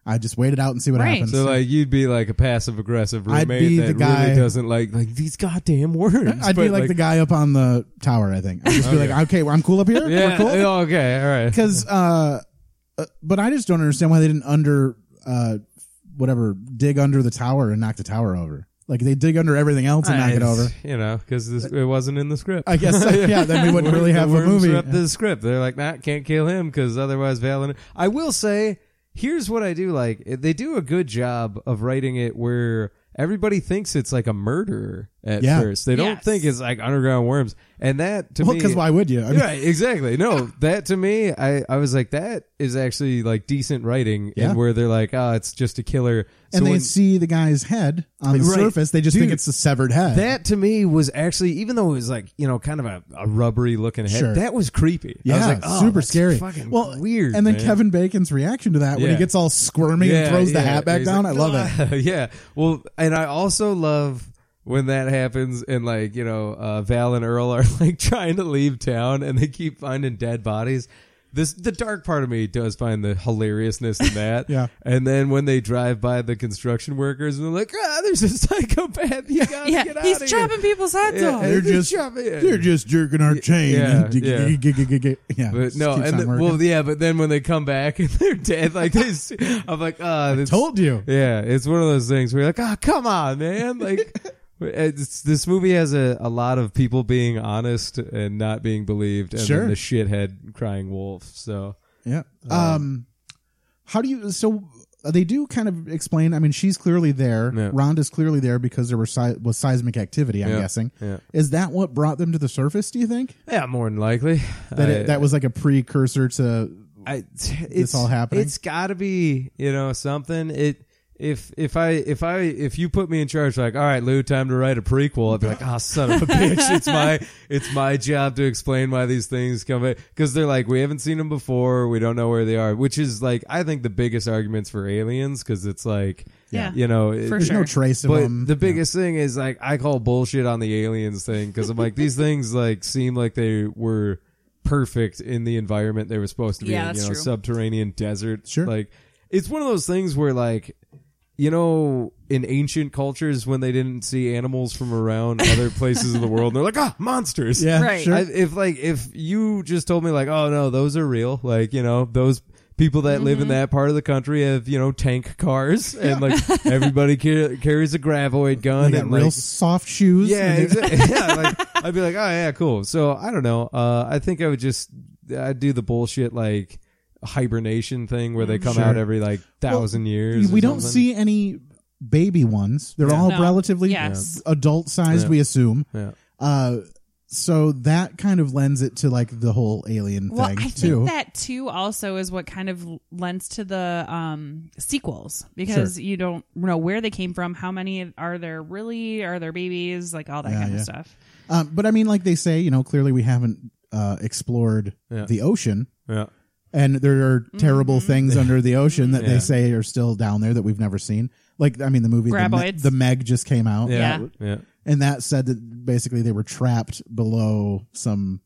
Speaker 1: I just wait it out and see what
Speaker 2: Right.
Speaker 1: happens.
Speaker 5: So like you'd be like a passive aggressive
Speaker 1: I'd
Speaker 5: roommate
Speaker 1: be
Speaker 5: that
Speaker 1: the guy-
Speaker 5: really doesn't like like these goddamn words.
Speaker 1: I'd be
Speaker 5: but,
Speaker 1: like, the guy up on the tower. I think I'd just be like, okay, well, I'm cool up here.
Speaker 5: Yeah.
Speaker 1: We're cool.
Speaker 5: yeah, Okay. All right.
Speaker 1: because uh, uh, but I just don't understand why they didn't under uh, whatever dig under the tower and knock the tower over. Like they dig under everything else and knock it over.
Speaker 5: You know, because it wasn't in the script.
Speaker 1: I guess so. yeah. Then we wouldn't really
Speaker 5: The
Speaker 1: have a
Speaker 5: worms
Speaker 1: movie.
Speaker 5: are up to the script. They're like, nah, can't kill him because otherwise Valen. I will say, here's what I do like. They do a good job of writing it where everybody thinks it's like a murderer at
Speaker 1: Yeah.
Speaker 5: first. They don't
Speaker 2: Yes.
Speaker 5: think it's like underground worms, and that to
Speaker 1: Well,
Speaker 5: me,
Speaker 1: 'cause why would you? I mean-
Speaker 5: right? Exactly. No, that to me, I I was like, that is actually like decent writing,
Speaker 1: Yeah.
Speaker 5: and where they're like, oh, it's just a killer,
Speaker 1: and
Speaker 5: So
Speaker 1: they
Speaker 5: when-
Speaker 1: see the guy's head on the
Speaker 5: Right.
Speaker 1: surface. They just think
Speaker 5: Dude,
Speaker 1: it's a severed head.
Speaker 5: that to me was actually, even though it was like you know, kind of a, a rubbery looking head,
Speaker 1: Sure.
Speaker 5: that was creepy. I
Speaker 1: yeah,
Speaker 5: was like, oh,
Speaker 1: super
Speaker 5: that's
Speaker 1: scary.
Speaker 5: fucking
Speaker 1: Well,
Speaker 5: weird.
Speaker 1: And then
Speaker 5: man.
Speaker 1: Kevin Bacon's reaction to that when he
Speaker 5: Yeah.
Speaker 1: gets all squirmy and
Speaker 5: Yeah,
Speaker 1: throws the
Speaker 5: yeah.
Speaker 1: hat back
Speaker 5: He's
Speaker 1: down.
Speaker 5: like,
Speaker 1: I love it.
Speaker 5: yeah. Well, and I also love when that happens and like, you know, uh, Val and Earl are like trying to leave town and they keep finding dead bodies. This the dark part of me does find the hilariousness in that.
Speaker 1: Yeah.
Speaker 5: And then when they drive by the construction workers and they're like, ah, there's a psychopath. You gotta
Speaker 2: Yeah,
Speaker 5: get out
Speaker 2: he's
Speaker 5: of
Speaker 2: chopping
Speaker 5: here.
Speaker 2: people's heads
Speaker 5: Yeah,
Speaker 2: off.
Speaker 5: and-
Speaker 1: They're
Speaker 5: He's
Speaker 1: just
Speaker 5: chopping it.
Speaker 1: they're just jerking our chain.
Speaker 5: Yeah, yeah.
Speaker 1: Yeah,
Speaker 5: But
Speaker 1: just
Speaker 5: no,
Speaker 1: keeps
Speaker 5: and
Speaker 1: on
Speaker 5: the-
Speaker 1: working.
Speaker 5: well, yeah, but then when they come back and they're dead, like this, I'm like, ah, this
Speaker 1: told you.
Speaker 5: Yeah, it's one of those things where you're like, ah, come on, man. Like, it's, this movie has a, a lot of people being honest and not being believed, and
Speaker 1: Sure.
Speaker 5: then the shithead crying wolf. So
Speaker 1: Yeah. Um, how do you? So they do kind of explain. I mean, she's clearly there.
Speaker 5: Yeah.
Speaker 1: Rhonda's clearly there because there were si- was seismic activity. I'm
Speaker 5: Yeah,
Speaker 1: guessing.
Speaker 5: yeah.
Speaker 1: Is that what brought them to the surface? Do you think
Speaker 5: yeah, more than likely
Speaker 1: that
Speaker 5: I-
Speaker 1: it, that was like a precursor to?
Speaker 5: I, it's
Speaker 1: all happening?
Speaker 5: It's got to be you know something. It if if I if I if you put me in charge, like all right, Lou, time to write a prequel. I'd be like, oh son of a bitch, it's my it's my job to explain why these things come because they're like we haven't seen them before, we don't know where they are, which is like I think the biggest arguments for aliens because it's like
Speaker 2: Yeah.
Speaker 5: you know it-
Speaker 2: For
Speaker 1: There's no
Speaker 2: Sure.
Speaker 1: trace of
Speaker 5: but
Speaker 1: them.
Speaker 5: the biggest thing is like I call bullshit on the aliens thing because I'm like these things like seem like they were perfect in the environment they were supposed to be
Speaker 2: Yeah,
Speaker 5: in,
Speaker 2: that's
Speaker 5: you know,
Speaker 2: true.
Speaker 5: subterranean desert.
Speaker 1: Sure.
Speaker 5: Like it's one of those things where like you know, in ancient cultures when they didn't see animals from around other places in the world, they're like, ah, monsters.
Speaker 1: yeah,
Speaker 2: Right.
Speaker 1: sure.
Speaker 5: I, if like if you just told me like oh no those are real like you know those people that live in that part of the country have you know tank cars and like everybody car- carries a gravoid gun
Speaker 1: they got
Speaker 5: and
Speaker 1: real
Speaker 5: like,
Speaker 1: soft shoes.
Speaker 5: yeah,
Speaker 1: and they-
Speaker 5: exactly. yeah. Like, I'd be like, oh yeah, cool. So I don't know. Uh, I think I would just I'd do the bullshit like hibernation thing where they come
Speaker 1: Sure.
Speaker 5: out every like thousand years. or
Speaker 1: we don't
Speaker 5: something.
Speaker 1: see any baby ones. They're all
Speaker 2: No.
Speaker 1: relatively
Speaker 2: Yes.
Speaker 1: adult sized,
Speaker 5: Yeah.
Speaker 1: we assume.
Speaker 5: Yeah.
Speaker 1: Uh, so that kind of lends it to like the whole alien
Speaker 2: Well,
Speaker 1: thing
Speaker 2: I think
Speaker 1: too.
Speaker 2: that too also is what kind of lends to the um, sequels because you don't know where they came from, how many are there really, are there babies, like all that kind
Speaker 1: yeah.
Speaker 2: of stuff.
Speaker 1: Um, but I mean, like they say, you know, clearly we haven't uh, explored
Speaker 5: Yeah.
Speaker 1: the ocean,
Speaker 5: Yeah.
Speaker 1: and there are terrible things under the ocean that they
Speaker 5: Yeah.
Speaker 1: say are still down there that we've never seen. Like, I mean, the movie the, Me-
Speaker 2: Graboids.
Speaker 1: the Meg just came out,
Speaker 5: Yeah.
Speaker 2: Yeah.
Speaker 5: Yeah.
Speaker 1: and that said that basically they were trapped below some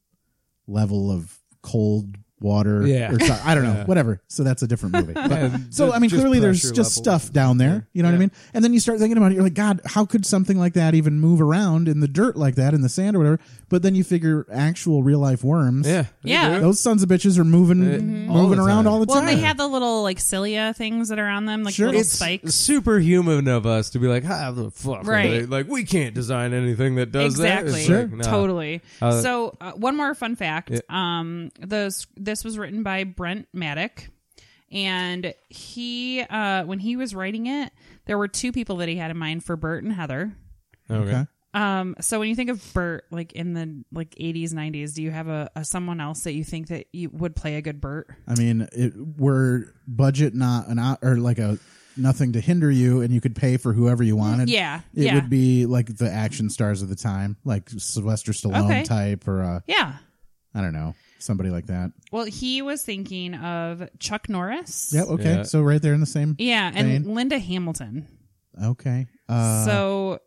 Speaker 1: level of cold water.
Speaker 5: Yeah.
Speaker 1: or so- I don't know, whatever. So that's a different movie. But- so
Speaker 5: Just-
Speaker 1: I mean,
Speaker 5: just
Speaker 1: clearly there's
Speaker 5: pressure
Speaker 1: just
Speaker 5: levels.
Speaker 1: stuff down there. You know what I mean? And then you start thinking about it. You're like, God, how could something like that even move around in the dirt like that, in the sand or whatever? But then you figure actual real life worms.
Speaker 5: Yeah.
Speaker 2: Yeah.
Speaker 1: Those sons of bitches are moving,
Speaker 5: all
Speaker 1: moving
Speaker 5: the
Speaker 1: around
Speaker 5: time.
Speaker 1: all the
Speaker 2: Well,
Speaker 1: time.
Speaker 2: and they have the little like cilia things that are on them, like
Speaker 1: Sure.
Speaker 2: little
Speaker 1: It's
Speaker 2: spikes.
Speaker 5: superhuman of us to be like, ah, the fuck,
Speaker 2: Right.
Speaker 5: Like we can't design anything that does that.
Speaker 2: exactly
Speaker 5: It's like, nah.
Speaker 2: totally
Speaker 5: Uh,
Speaker 2: so uh, one more fun fact um the this was written by brent maddock and he uh when he was writing it there were two people that he had in mind for bert and heather
Speaker 5: Okay.
Speaker 1: Okay.
Speaker 2: Um, so when you think of Bert, like in the like 80s, 90s, do you have a, a someone else that you think that you would play a good Bert?
Speaker 1: I mean, it were budget not an o- or like a nothing to hinder you, and you could pay for whoever you wanted.
Speaker 2: Yeah,
Speaker 1: it
Speaker 2: yeah.
Speaker 1: would be like the action stars of the time, like Sylvester Stallone
Speaker 2: Okay.
Speaker 1: type, or uh,
Speaker 2: Yeah.
Speaker 1: I don't know, somebody like that.
Speaker 2: Well, he was thinking of Chuck Norris.
Speaker 1: Yeah. Okay.
Speaker 5: Yeah.
Speaker 1: So right there in the same.
Speaker 2: Yeah, and
Speaker 1: Vein.
Speaker 2: Linda Hamilton.
Speaker 1: Okay. Uh,
Speaker 2: so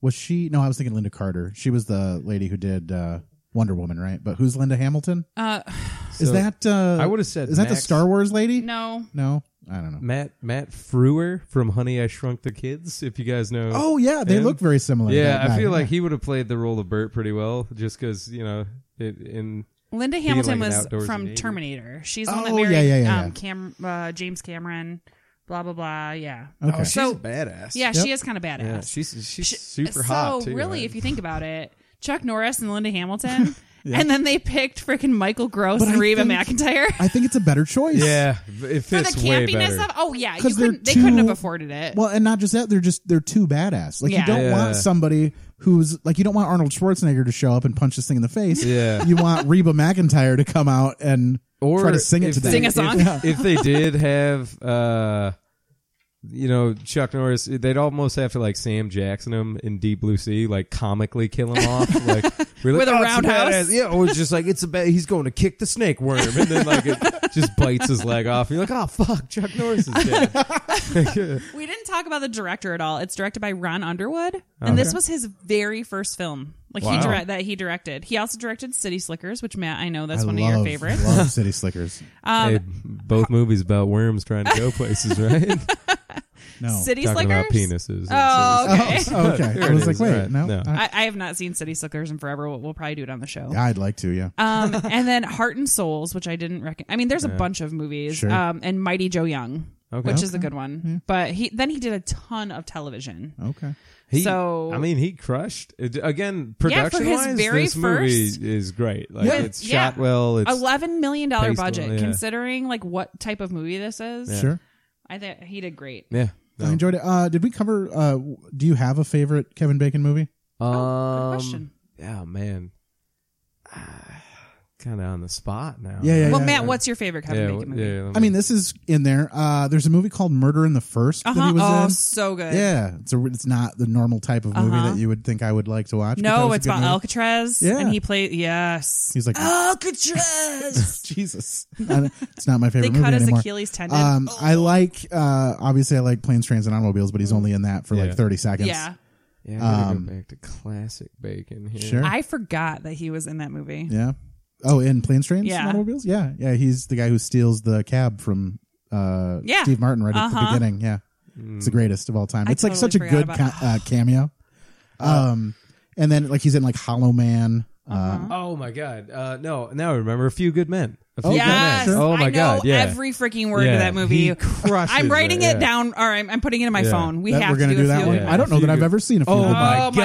Speaker 1: was she? No, I was thinking Linda Carter. She was the lady who did uh, Wonder Woman, right? But who's Linda Hamilton?
Speaker 2: uh
Speaker 1: is
Speaker 5: So,
Speaker 1: that? Uh,
Speaker 5: I would've said
Speaker 1: Is that the
Speaker 5: Max-
Speaker 1: Star Wars lady?
Speaker 2: no.
Speaker 1: No. I don't know.
Speaker 5: Matt Matt Frewer from Honey I Shrunk the Kids, if you guys know.
Speaker 1: Oh yeah, they
Speaker 5: him.
Speaker 1: look very similar.
Speaker 5: Yeah,
Speaker 1: that
Speaker 5: I
Speaker 1: guy.
Speaker 5: feel like
Speaker 1: Yeah.
Speaker 5: he would have played the role of Bert pretty well, just because you know it in.
Speaker 2: Linda
Speaker 5: like
Speaker 2: Hamilton
Speaker 5: an
Speaker 2: was
Speaker 5: outdoorsy
Speaker 2: from
Speaker 5: neighbor.
Speaker 2: Terminator. She's the one that
Speaker 1: Oh, yeah,
Speaker 2: married
Speaker 1: yeah, yeah, yeah.
Speaker 2: um Cam uh, James Cameron, blah blah blah. Yeah.
Speaker 1: Okay.
Speaker 2: So-
Speaker 5: badass.
Speaker 2: Yeah,
Speaker 1: Yep.
Speaker 2: she is kind of badass.
Speaker 5: yeah, she's she's
Speaker 2: Sh-
Speaker 5: super
Speaker 2: so
Speaker 5: hot too.
Speaker 2: really,
Speaker 5: man.
Speaker 2: if you think about it, Chuck Norris and Linda Hamilton, and then they picked freaking Michael Gross
Speaker 1: But
Speaker 2: and
Speaker 1: I
Speaker 2: Reba
Speaker 1: think-
Speaker 2: McIntyre
Speaker 1: I think it's a better choice.
Speaker 5: yeah, it
Speaker 2: for
Speaker 5: fits
Speaker 2: the
Speaker 5: way
Speaker 2: campiness
Speaker 5: better.
Speaker 2: of. Oh yeah, you
Speaker 1: 'Cause they're
Speaker 2: couldn't, they couldn't
Speaker 1: too-
Speaker 2: have afforded it.
Speaker 1: Well, and not just that, they're just they're too badass. Like you
Speaker 2: Yeah.
Speaker 1: don't
Speaker 5: Yeah.
Speaker 1: want somebody who's like you don't want Arnold Schwarzenegger to show up and punch this thing in the face.
Speaker 5: Yeah.
Speaker 1: You want Reba McIntyre to come out and
Speaker 5: or
Speaker 1: try to sing it
Speaker 5: if
Speaker 1: to them.
Speaker 5: they-
Speaker 2: Sing a song?
Speaker 5: If, if they did have, uh, you know, Chuck Norris, they'd almost have to like Sam Jackson him in Deep Blue Sea, like comically kill him off, like really,
Speaker 2: With a
Speaker 5: "Oh, it's
Speaker 2: roundhouse?"
Speaker 5: badass." Yeah, or just like it's a bad, he's going to kick the snake worm, and then like it just bites his leg off. And you're like, oh fuck, Chuck Norris is dead.
Speaker 2: We didn't talk about the director at all. It's directed by Ron Underwood, and this was his very first film, like he
Speaker 5: Wow.
Speaker 2: dire- that he directed. He also directed City Slickers, which Matt, I know that's
Speaker 1: I
Speaker 2: one
Speaker 1: love,
Speaker 2: of your favorites.
Speaker 1: Love City Slickers.
Speaker 2: Um,
Speaker 5: hey, both movies about worms trying to go places, right?
Speaker 1: No.
Speaker 2: City
Speaker 5: Talking
Speaker 2: Slickers.
Speaker 5: about penises.
Speaker 2: Oh, okay.
Speaker 1: Oh, okay. I was like,
Speaker 5: is.
Speaker 1: wait,
Speaker 5: Right.
Speaker 1: no.
Speaker 5: No.
Speaker 1: I,
Speaker 2: I, I have not seen City Slickers in forever. We'll, we'll probably do it on the show.
Speaker 1: I'd like to, yeah.
Speaker 2: Um, and then Heart and Souls, which I didn't reckon. I mean, there's a bunch of movies.
Speaker 1: Sure.
Speaker 2: Um, and Mighty Joe Young,
Speaker 5: Okay.
Speaker 2: which is a good one. But he then he did a ton of television.
Speaker 1: okay.
Speaker 5: He,
Speaker 2: So-
Speaker 5: I mean, he crushed it- again.
Speaker 2: Yeah, for
Speaker 5: Production
Speaker 2: his
Speaker 5: wise,
Speaker 2: very
Speaker 5: this movie
Speaker 2: first-
Speaker 5: is great. Like
Speaker 1: Yeah.
Speaker 5: it's
Speaker 2: Yeah.
Speaker 5: shot well. It's
Speaker 2: Eleven million dollar
Speaker 5: Paced well,
Speaker 2: budget,
Speaker 5: yeah.
Speaker 2: considering like what type of movie this is.
Speaker 1: Sure.
Speaker 2: I think he did great.
Speaker 5: yeah.
Speaker 1: I enjoyed it. Uh, did we cover uh, w- do you have a favorite Kevin Bacon movie?
Speaker 5: Um,
Speaker 2: Oh, question.
Speaker 5: Yeah, man. kind of on the spot now.
Speaker 1: Yeah, yeah,
Speaker 2: Well,
Speaker 1: yeah.
Speaker 2: Matt, what's your favorite Kevin
Speaker 5: yeah,
Speaker 2: Bacon movie?
Speaker 5: yeah,
Speaker 1: I mean, this is in there. Uh, there's a movie called Murder in the 1st that
Speaker 2: Uh-huh.
Speaker 1: he was
Speaker 2: Oh,
Speaker 1: in.
Speaker 2: so good. Uh-huh.
Speaker 1: Yeah, it's a, it's not the normal type of movie that you would think I would like to watch. but that
Speaker 2: No,
Speaker 1: was
Speaker 2: it's
Speaker 1: a good
Speaker 2: about
Speaker 1: movie.
Speaker 2: Alcatraz.
Speaker 1: Yeah.
Speaker 2: And he played, yes.
Speaker 1: He's like,
Speaker 2: Alcatraz.
Speaker 1: Jesus, I don't- it's not my
Speaker 2: they
Speaker 1: favorite movie
Speaker 2: cut his
Speaker 1: anymore.
Speaker 2: Achilles Oh. tendon.
Speaker 1: Um, I like, uh, obviously, I like Planes, Trains, and Automobiles, but he's only in that for
Speaker 5: Yeah.
Speaker 1: like thirty seconds.
Speaker 2: Mm. yeah.
Speaker 5: yeah, I gotta
Speaker 1: um,
Speaker 5: go back to classic bacon here.
Speaker 1: sure,
Speaker 2: I forgot that he was in that movie.
Speaker 1: yeah. Oh, in Planes, Trains,
Speaker 2: Yeah.
Speaker 1: and Automobiles, yeah, yeah. He's the guy who steals the cab from uh,
Speaker 2: Yeah.
Speaker 1: Steve Martin right at
Speaker 2: Uh-huh.
Speaker 1: the beginning. Yeah, it's the greatest of all time.
Speaker 2: I
Speaker 1: it's like
Speaker 2: totally
Speaker 1: such a
Speaker 2: forgot
Speaker 1: good
Speaker 2: about- Oh.
Speaker 1: ca- uh, cameo. Um, and then like he's in like Hollow Man.
Speaker 2: Uh-huh.
Speaker 1: Uh,
Speaker 5: Oh my god. Uh, no, now I remember a few good men. A few
Speaker 2: Yes.
Speaker 5: good men. Oh my
Speaker 2: I know
Speaker 5: god. Yeah.
Speaker 2: every freaking word
Speaker 5: Yeah,
Speaker 2: of that movie.
Speaker 5: he crushes
Speaker 2: I'm writing it
Speaker 5: yeah.
Speaker 2: down, or I'm, I'm putting it in my
Speaker 5: Yeah.
Speaker 2: phone. We
Speaker 1: that
Speaker 2: have
Speaker 1: we're gonna
Speaker 2: to
Speaker 1: do,
Speaker 2: a
Speaker 1: that
Speaker 2: few.
Speaker 1: one.
Speaker 5: Yeah.
Speaker 1: I don't know that
Speaker 5: Few
Speaker 1: I've
Speaker 5: good-
Speaker 1: ever seen a. few
Speaker 5: Oh
Speaker 1: good
Speaker 5: my
Speaker 1: men.
Speaker 2: Oh my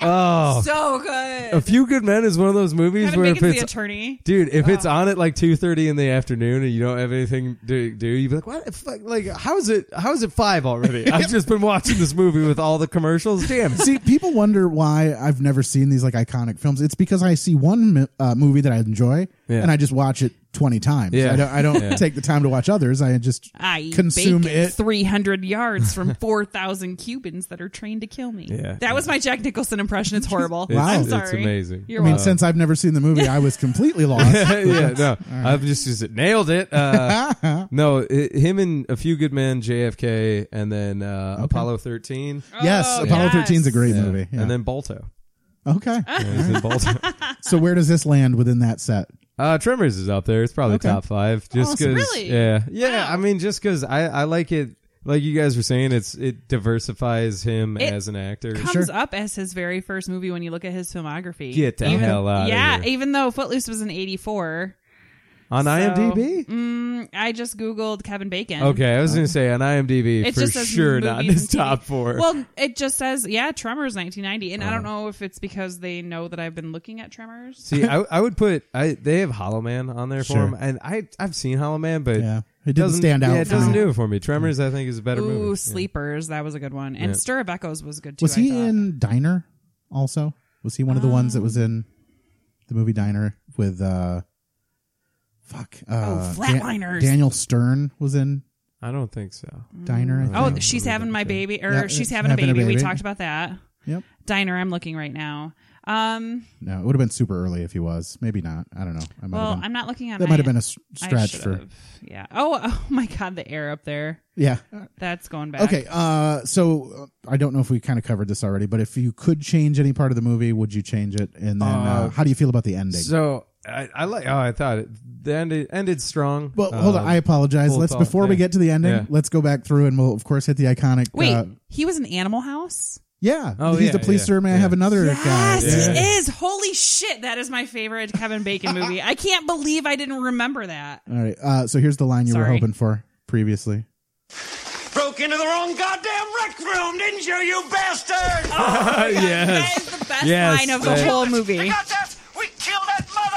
Speaker 2: god,
Speaker 5: Oh,
Speaker 2: so good.
Speaker 5: a few good men is one of those movies
Speaker 2: Kevin
Speaker 5: where
Speaker 2: Bacon's
Speaker 5: if
Speaker 2: the
Speaker 5: it's
Speaker 2: attorney.
Speaker 5: Dude, if it's on at like two thirty in the afternoon and you don't have anything to do, you'd be like, "What? the fuck? Like, how is it? How is it five already? I've just been watching this movie with all the commercials. Damn, it.
Speaker 1: See, people wonder why I've never seen these like iconic films. It's because I see one mi- uh, movie that I enjoy
Speaker 5: Yeah.
Speaker 1: and I just watch it 20 times.
Speaker 5: Yeah.
Speaker 1: I don't, I don't
Speaker 5: Yeah.
Speaker 1: take the time to watch others. I just
Speaker 2: I eat
Speaker 1: consume
Speaker 2: bacon
Speaker 1: it.
Speaker 2: 300 yards from 4,000 Cubans that are trained to kill me.
Speaker 5: Yeah.
Speaker 2: that was my Jack Nicholson impression. It's horrible.
Speaker 5: It's-
Speaker 2: I'm
Speaker 5: it's
Speaker 2: sorry.
Speaker 5: amazing.
Speaker 2: You're
Speaker 1: I mean,
Speaker 2: welcome.
Speaker 1: since I've never seen the movie, I was completely lost.
Speaker 5: yeah, no, I've just, just nailed it. Uh, no, i him and a few good men, JFK, and then uh, Apollo thirteen,
Speaker 1: yes,
Speaker 2: Oh,
Speaker 1: Apollo
Speaker 2: yes.
Speaker 1: 13 is a great movie. Yeah.
Speaker 5: and then Balto.
Speaker 1: okay.
Speaker 5: Yeah, he's in Balto.
Speaker 1: so where does this land within that set?
Speaker 5: Uh, Tremors is up there. It's probably
Speaker 1: Okay.
Speaker 5: top five. Just
Speaker 1: Awesome.
Speaker 5: because,
Speaker 2: Really?
Speaker 5: yeah, yeah. I mean, just because I, I like it. Like you guys were saying, it's it diversifies him
Speaker 2: It
Speaker 5: as an actor.
Speaker 2: comes up as his very first movie when you look at his filmography.
Speaker 5: Get the
Speaker 2: even,
Speaker 5: hell outta
Speaker 2: Yeah,
Speaker 5: here.
Speaker 2: even though Footloose was in 84,
Speaker 5: on IMDb.
Speaker 2: Mm-hmm. I just Googled Kevin Bacon.
Speaker 5: Okay, I was gonna say on IMDb
Speaker 2: It
Speaker 5: for
Speaker 2: just says
Speaker 5: sure not in
Speaker 2: movies
Speaker 5: his
Speaker 2: and TV.
Speaker 5: top four.
Speaker 2: Well, it just says, yeah, Tremors 1990. And I don't know if it's because they know that I've been looking at Tremors.
Speaker 5: see, I, I would put I they have Hollow Man on there for
Speaker 1: Sure.
Speaker 5: him, and I I've seen Hollow Man, but
Speaker 1: Yeah. It doesn't
Speaker 5: doesn't
Speaker 1: stand out
Speaker 5: Yeah, it
Speaker 1: for
Speaker 5: doesn't
Speaker 1: me.
Speaker 5: do it for me. Tremors, I think, is a better
Speaker 2: Ooh,
Speaker 5: movie. Yeah.
Speaker 2: Sleepers. That was a good one. And Stir of Echoes was good too.
Speaker 1: Was
Speaker 2: I
Speaker 1: he
Speaker 2: thought.
Speaker 1: in Diner? also? Was he one of the ones that was
Speaker 2: Um,
Speaker 1: in the movie Diner with uh fuck uh
Speaker 2: Oh, Flatliners.
Speaker 1: Daniel Stern was in
Speaker 5: I don't think so.
Speaker 1: Diner. I
Speaker 2: Oh,
Speaker 1: think.
Speaker 2: she's having my baby, or
Speaker 1: Yeah, uh,
Speaker 2: she's having a
Speaker 1: having a
Speaker 2: baby. We
Speaker 1: baby.
Speaker 2: talked about that.
Speaker 1: Yep.
Speaker 2: Diner, I'm looking right now. Um,
Speaker 1: No, it would have been super early if he was. Maybe not. I don't know. I might
Speaker 2: well,
Speaker 1: have been,
Speaker 2: I'm not looking at
Speaker 1: that
Speaker 2: my-
Speaker 1: might have been a s-
Speaker 2: I
Speaker 1: stretch
Speaker 2: should
Speaker 1: for
Speaker 2: have. Yeah. Oh, oh my God, the air up there.
Speaker 1: yeah.
Speaker 2: That's going back.
Speaker 1: Okay, uh, so uh, I don't know if we kind of covered this already, but if you could change any part of the movie, would you change it? And then, uh, how do you feel about the ending?
Speaker 5: So I, I like. Oh, I thought it the ended ended strong.
Speaker 1: Well, hold on.
Speaker 5: Um,
Speaker 1: I apologize.
Speaker 5: full
Speaker 1: Let's
Speaker 5: thought,
Speaker 1: before we
Speaker 5: yeah.
Speaker 1: get to the ending,
Speaker 5: Yeah.
Speaker 1: let's go back through and we'll of course hit the iconic.
Speaker 2: Wait,
Speaker 1: uh,
Speaker 2: he was in Animal House.
Speaker 1: yeah,
Speaker 5: Oh,
Speaker 1: he's
Speaker 5: yeah,
Speaker 1: the police
Speaker 5: yeah,
Speaker 1: sir. May I
Speaker 5: yeah.
Speaker 1: have another
Speaker 2: Yes,
Speaker 1: guy?
Speaker 2: he is. Holy shit, that is my favorite Kevin Bacon movie. I can't believe I didn't remember that.
Speaker 1: All right. Uh, so here's the line you were
Speaker 2: Sorry.
Speaker 1: hoping for previously.
Speaker 8: Broke into the wrong goddamn rec room, didn't you, you bastard?
Speaker 2: Oh, That
Speaker 5: yes.
Speaker 2: is the best
Speaker 5: Yes,
Speaker 2: line of the
Speaker 5: thank-
Speaker 2: whole movie.
Speaker 8: got that? We killed that mother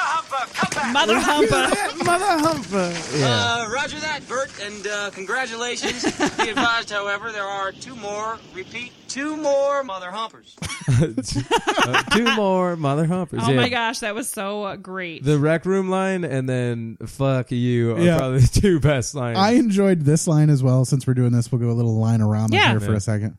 Speaker 8: humper. Come back.
Speaker 2: Mother Humpa.
Speaker 7: Uh, roger that, Bert, and uh, congratulations. Be advised, however, there are two more, repeat, two more mother humpers.
Speaker 5: Uh, two more mother humpers.
Speaker 2: Oh
Speaker 5: yeah.
Speaker 2: my gosh, that was so uh, great.
Speaker 5: The rec room line and then fuck you are
Speaker 1: Yeah.
Speaker 5: probably the two best lines.
Speaker 1: I enjoyed this line as well. Since we're doing this, we'll go a little line around
Speaker 2: Yeah.
Speaker 1: here for
Speaker 5: Yeah.
Speaker 1: a second.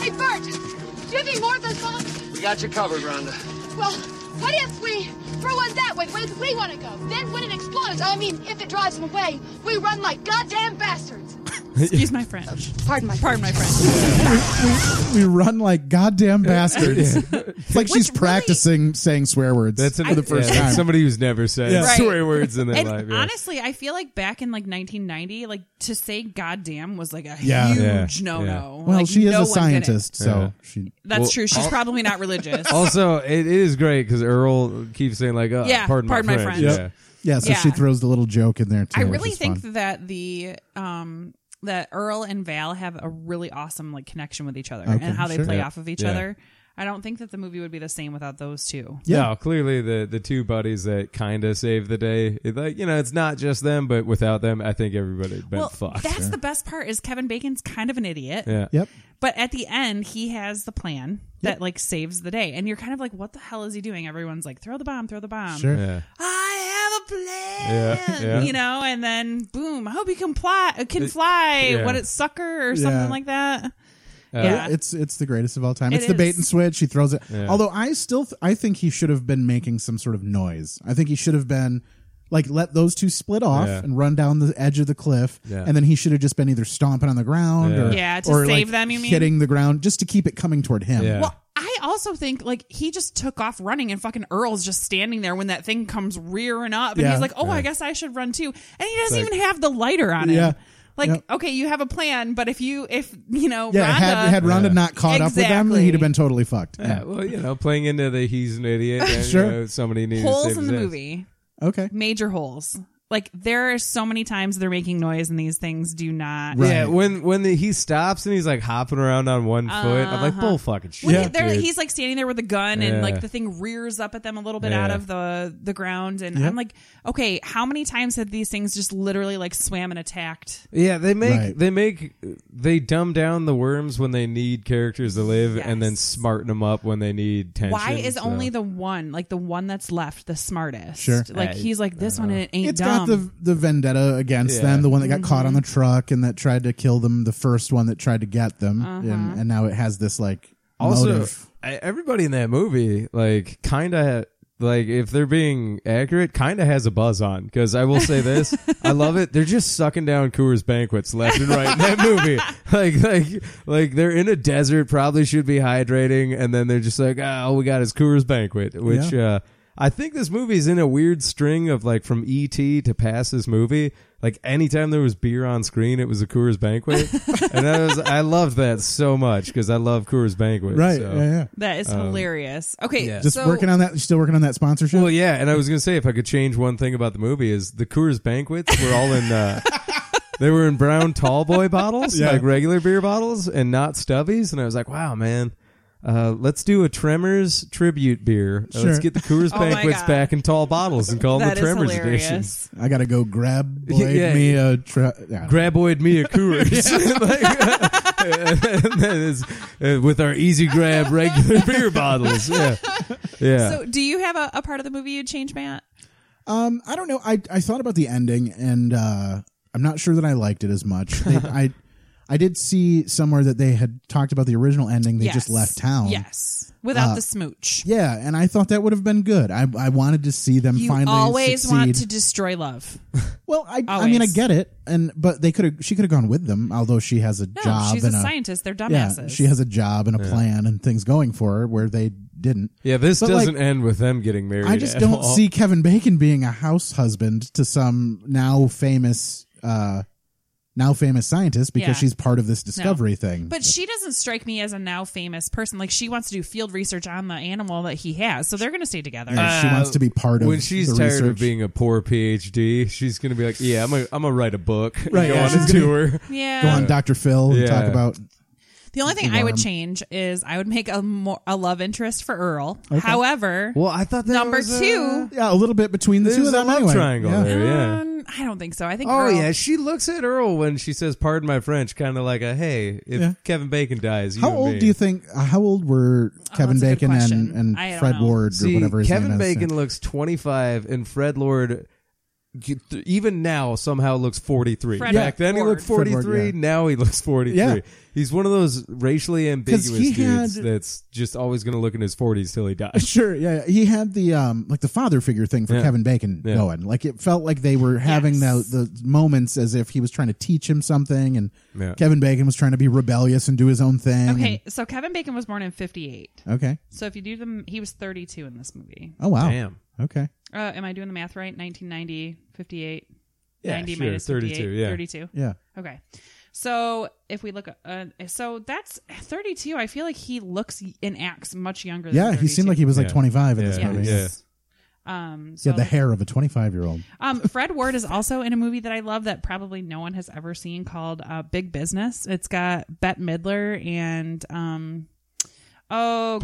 Speaker 9: Hey, Bert, do you have any more of those bombs?
Speaker 6: We got you covered, Rhonda.
Speaker 9: Well, what if we throw one that way, where we want to go? Then when it explodes, I mean, if it drives them away, we run like goddamn bastards.
Speaker 2: Excuse my French.
Speaker 9: Pardon my
Speaker 2: Pardon my French.
Speaker 1: We run like goddamn bastards. It's like she's practicing saying swear words.
Speaker 5: That's an,
Speaker 1: for the first
Speaker 5: yeah,
Speaker 1: time.
Speaker 5: Somebody who's never said
Speaker 1: Yeah. Right.
Speaker 5: swear words in their
Speaker 2: And
Speaker 5: life. yeah.
Speaker 2: honestly, I feel like back in like 1990, like to say "goddamn" was like a
Speaker 1: Yeah.
Speaker 5: Yeah.
Speaker 2: huge no-no.
Speaker 1: well,
Speaker 2: Like,
Speaker 1: she is a
Speaker 2: no one did it.
Speaker 1: scientist, so
Speaker 5: Yeah.
Speaker 1: she.
Speaker 2: That's
Speaker 5: Well,
Speaker 2: true. She's probably not religious.
Speaker 5: also, it is great because Earl keeps saying like, oh,
Speaker 2: Yeah,
Speaker 5: pardon,
Speaker 2: pardon my
Speaker 5: my friend.
Speaker 2: French.
Speaker 5: Yeah.
Speaker 1: Yeah, so
Speaker 2: Yeah.
Speaker 1: she throws the little joke in there too.
Speaker 2: I
Speaker 1: which
Speaker 2: really
Speaker 1: is
Speaker 2: think
Speaker 1: fun.
Speaker 2: that the um that Earl and Val have a really awesome like connection with each other
Speaker 1: Okay,
Speaker 2: and how they
Speaker 1: sure.
Speaker 2: play
Speaker 5: Yeah.
Speaker 2: off of each
Speaker 5: Yeah.
Speaker 2: other. I don't think that the movie would be the same without those two.
Speaker 1: Yeah.
Speaker 5: No, clearly the the two buddies that kind of saved the day. It, like you know, it's not just them, but without them, I think everybody had been
Speaker 2: well,
Speaker 5: fucked.
Speaker 2: that's the best part is Kevin Bacon's kind of an idiot.
Speaker 5: yeah.
Speaker 1: Yep.
Speaker 2: But at the end, he has the plan that like saves the day, and you're kind of like, "What the hell is he doing?" Everyone's like, "Throw the bomb, throw the bomb."
Speaker 1: Sure.
Speaker 5: Yeah.
Speaker 2: I have a plan,
Speaker 5: Yeah, yeah.
Speaker 2: you know, and then boom, I hope you can fly, uh, can fly,
Speaker 5: yeah.
Speaker 2: what it's sucker or
Speaker 1: Yeah.
Speaker 2: something like that.
Speaker 1: Yeah,
Speaker 2: yeah,
Speaker 1: it's it's the greatest of all time.
Speaker 2: It
Speaker 1: it's the bait
Speaker 2: is.
Speaker 1: and switch. He throws it.
Speaker 5: Yeah.
Speaker 1: Although I still th- I think he should have been making some sort of noise. I think he should have been like let those two split off
Speaker 5: Yeah.
Speaker 1: and run down the edge of the cliff,
Speaker 5: Yeah.
Speaker 1: and then he should have just been either stomping on the ground
Speaker 5: Yeah.
Speaker 1: or
Speaker 2: Yeah, to
Speaker 1: or,
Speaker 2: save
Speaker 1: like,
Speaker 2: them, you mean?
Speaker 1: hitting the ground just to keep it coming toward him.
Speaker 5: Yeah.
Speaker 2: Well, I also think like he just took off running and fucking Earl's just standing there when that thing comes rearing up and
Speaker 1: Yeah.
Speaker 2: he's like, "Oh, I guess I should run too." And he doesn't
Speaker 5: It's like-
Speaker 2: even have the lighter on him.
Speaker 1: Yeah.
Speaker 2: Like,
Speaker 1: Yep.
Speaker 2: okay, you have a plan, but if you if you know
Speaker 1: Yeah,
Speaker 2: Rhonda,
Speaker 1: had had Rhonda
Speaker 5: Yeah.
Speaker 1: not caught up with them,
Speaker 2: Exactly.
Speaker 1: he'd have been totally fucked.
Speaker 5: Yeah, well, you know, playing into the he's an idiot. And,
Speaker 1: Sure.
Speaker 5: You know, somebody needed to
Speaker 2: holes
Speaker 5: save
Speaker 2: in
Speaker 5: his
Speaker 2: the
Speaker 5: ass.
Speaker 2: movie,
Speaker 1: Okay.
Speaker 2: major holes. Like there are so many times they're making noise and these things do not.
Speaker 1: Right.
Speaker 5: Yeah, when when the, he stops and he's like hopping around on one foot, I'm like, bull fucking shit.
Speaker 2: Well, he- Uh-huh. they're-
Speaker 5: dude.
Speaker 2: he's like standing there with a gun, and
Speaker 5: Yeah.
Speaker 2: like the thing rears up at them a little bit out
Speaker 5: Yeah.
Speaker 2: of the the ground, and I'm like, okay, how many times have these things just literally like swam and attacked?
Speaker 5: Yeah, they make
Speaker 1: Right.
Speaker 5: they make they dumb down the worms when they need characters to live, and then
Speaker 2: Yes.
Speaker 5: smarten them up when they need tension.
Speaker 2: Why is
Speaker 5: so-
Speaker 2: only the one like the one that's left the smartest?
Speaker 1: Sure. uh,
Speaker 2: like
Speaker 5: I-
Speaker 2: he's like this one it ain't
Speaker 1: It's
Speaker 2: dumb. Mm-hmm.
Speaker 1: got the the vendetta against
Speaker 5: Yeah.
Speaker 1: them, the one that got caught on the truck and that tried to kill them, the first one that tried to get them,
Speaker 2: Uh-huh.
Speaker 1: and, and now it has this like
Speaker 5: also
Speaker 1: motive.
Speaker 5: I, everybody in that movie like kind of like if they're being accurate kind of has a buzz on because i will say this i love it they're just sucking down coors banquets left and right in that movie like like like they're in a desert probably should be hydrating and then they're just like ah, all we got is coors banquet which uh I think this movie's in a weird string of like from ET to past this movie. Like anytime there was beer on screen, it was a Coors Banquet, and I was I loved that so much because I love Coors Banquet.
Speaker 1: Right.
Speaker 5: so.
Speaker 1: Yeah, yeah.
Speaker 2: that
Speaker 1: Um,
Speaker 2: is hilarious. Okay,
Speaker 5: yeah.
Speaker 1: Just
Speaker 2: so,
Speaker 1: working on that. You're still working on that sponsorship.
Speaker 5: Well, yeah, and I was gonna say if I could change one thing about the movie is the Coors banquets were all in. Uh, they were in brown tall boy bottles,
Speaker 1: Yeah.
Speaker 5: like regular beer bottles, and not stubbies. And I was like, wow, man. Uh, let's do a Tremors tribute beer. Uh,
Speaker 1: Sure.
Speaker 5: Let's get the Coors
Speaker 2: Oh my
Speaker 5: Banquets
Speaker 2: God.
Speaker 5: back in tall bottles and call them
Speaker 2: That
Speaker 5: the
Speaker 2: is
Speaker 5: Tremors edition.
Speaker 2: hilarious.
Speaker 1: I gotta go grab
Speaker 5: Yeah,
Speaker 1: Blade
Speaker 5: yeah.
Speaker 1: me a tra- yeah.
Speaker 5: Graboid me a Coors. Like, and that is, uh, with our easy grab regular beer bottles. Yeah. Yeah.
Speaker 2: So, do you have a, a part of the movie you'd change, Matt?
Speaker 1: Um, I don't know. I I thought about the ending, and uh, I'm not sure that I liked it as much. They, I I did see somewhere that they had talked about the original ending. They just
Speaker 2: Yes.
Speaker 1: left town. Uh,
Speaker 2: Yes, without the smooch.
Speaker 1: Yeah, and I thought that would have been good. I I wanted to see them
Speaker 2: You
Speaker 1: finally
Speaker 2: always
Speaker 1: succeed.
Speaker 2: want to destroy love.
Speaker 1: Well, I I mean I
Speaker 2: Always.
Speaker 1: get it, and but they could have she could have gone with them, although she has a
Speaker 2: No,
Speaker 1: job.
Speaker 2: she's a
Speaker 1: and
Speaker 2: scientist. They're
Speaker 1: Yeah,
Speaker 2: dumbasses.
Speaker 1: she has a job and a plan and things going for her where they didn't.
Speaker 5: yeah, this
Speaker 1: But, like,
Speaker 5: doesn't end with them getting married.
Speaker 1: I just
Speaker 5: at
Speaker 1: don't
Speaker 5: all.
Speaker 1: see Kevin Bacon being a house husband to some now famous uh now famous scientist because
Speaker 2: Yeah.
Speaker 1: she's part of this discovery thing.
Speaker 2: But she doesn't strike me as a now famous person. Like she wants to do field research on the animal that he has, so they're going to stay together.
Speaker 1: Yeah, she wants to be part of
Speaker 5: Uh, when she's
Speaker 1: the
Speaker 5: tired
Speaker 1: research.
Speaker 5: of being a poor PhD, she's gonna be like, "Yeah, I'm gonna, I'm gonna write a book,
Speaker 1: Right,
Speaker 5: go
Speaker 1: yeah,
Speaker 5: on a
Speaker 1: she's gonna-
Speaker 5: tour."
Speaker 2: yeah.
Speaker 1: Go on Dr. Phil and
Speaker 5: Yeah.
Speaker 1: talk about
Speaker 2: The only thing I would
Speaker 1: Warm.
Speaker 2: change is I would make a more a love interest for Earl. However,
Speaker 5: Well, I thought that
Speaker 2: number
Speaker 5: was, uh,
Speaker 2: two.
Speaker 1: yeah, a little bit between the two
Speaker 5: There's
Speaker 1: of
Speaker 5: a
Speaker 1: them
Speaker 5: love
Speaker 1: anyway.
Speaker 5: triangle
Speaker 1: Yeah.
Speaker 5: there, yeah.
Speaker 2: um, I don't think so. I think.
Speaker 5: Oh
Speaker 2: Earl,
Speaker 5: yeah, she looks at Earl when she says, "Pardon my French," kind of like a, "Hey, if
Speaker 1: Yeah.
Speaker 5: Kevin Bacon dies, you
Speaker 1: How
Speaker 5: and
Speaker 1: old
Speaker 5: me."
Speaker 1: do you think uh, how old were Kevin
Speaker 2: Oh, that's a good
Speaker 1: Bacon and,
Speaker 2: question.
Speaker 1: and
Speaker 2: I don't
Speaker 1: Fred
Speaker 2: know.
Speaker 1: Ward or
Speaker 5: See,
Speaker 1: whatever his
Speaker 5: Kevin
Speaker 1: name is?
Speaker 5: Bacon looks 25, and Fred Lord, even now, somehow looks 43.
Speaker 2: Fred
Speaker 5: Back then, he
Speaker 2: Ward.
Speaker 5: looked
Speaker 1: Fred Ward,
Speaker 5: 43.
Speaker 1: yeah.
Speaker 5: Now he looks 43.
Speaker 1: Yeah.
Speaker 5: He's one of those racially ambiguous
Speaker 1: he
Speaker 5: dudes
Speaker 1: had-
Speaker 5: that's just always going to look in his 40s till he dies.
Speaker 1: Sure. Yeah, yeah. he had the um like the father figure thing for
Speaker 5: Yeah.
Speaker 1: Kevin Bacon
Speaker 5: Yeah.
Speaker 1: going. Like it felt like they were having
Speaker 2: Yes.
Speaker 1: the the moments as if he was trying to teach him something, and
Speaker 5: Yeah.
Speaker 1: Kevin Bacon was trying to be rebellious and do his own thing.
Speaker 2: Okay, so Kevin Bacon was born in '58.
Speaker 1: and- okay.
Speaker 2: So if you do them, he was 32 in this movie.
Speaker 1: Oh wow.
Speaker 5: Damn.
Speaker 1: Okay.
Speaker 2: Uh, am I doing the math right? 1990, 58,
Speaker 5: Yeah,
Speaker 2: 90
Speaker 5: sure,
Speaker 2: minus
Speaker 5: 32,
Speaker 2: 58,
Speaker 5: yeah.
Speaker 2: 32.
Speaker 1: Yeah.
Speaker 2: Okay. So if we look, uh, so that's 32. I feel like he looks and acts much younger. Than
Speaker 1: Yeah. He seemed
Speaker 2: 32.
Speaker 1: like he was like
Speaker 5: Yeah.
Speaker 1: 25 in this
Speaker 5: Yeah.
Speaker 1: movie.
Speaker 5: Yeah.
Speaker 2: Um,
Speaker 1: He
Speaker 2: so
Speaker 1: had the hair of a 25 year old.
Speaker 2: um, Fred Ward is also in a movie that I love that probably no one has ever seen called uh, Big Business. It's got Bette Midler and um, oh,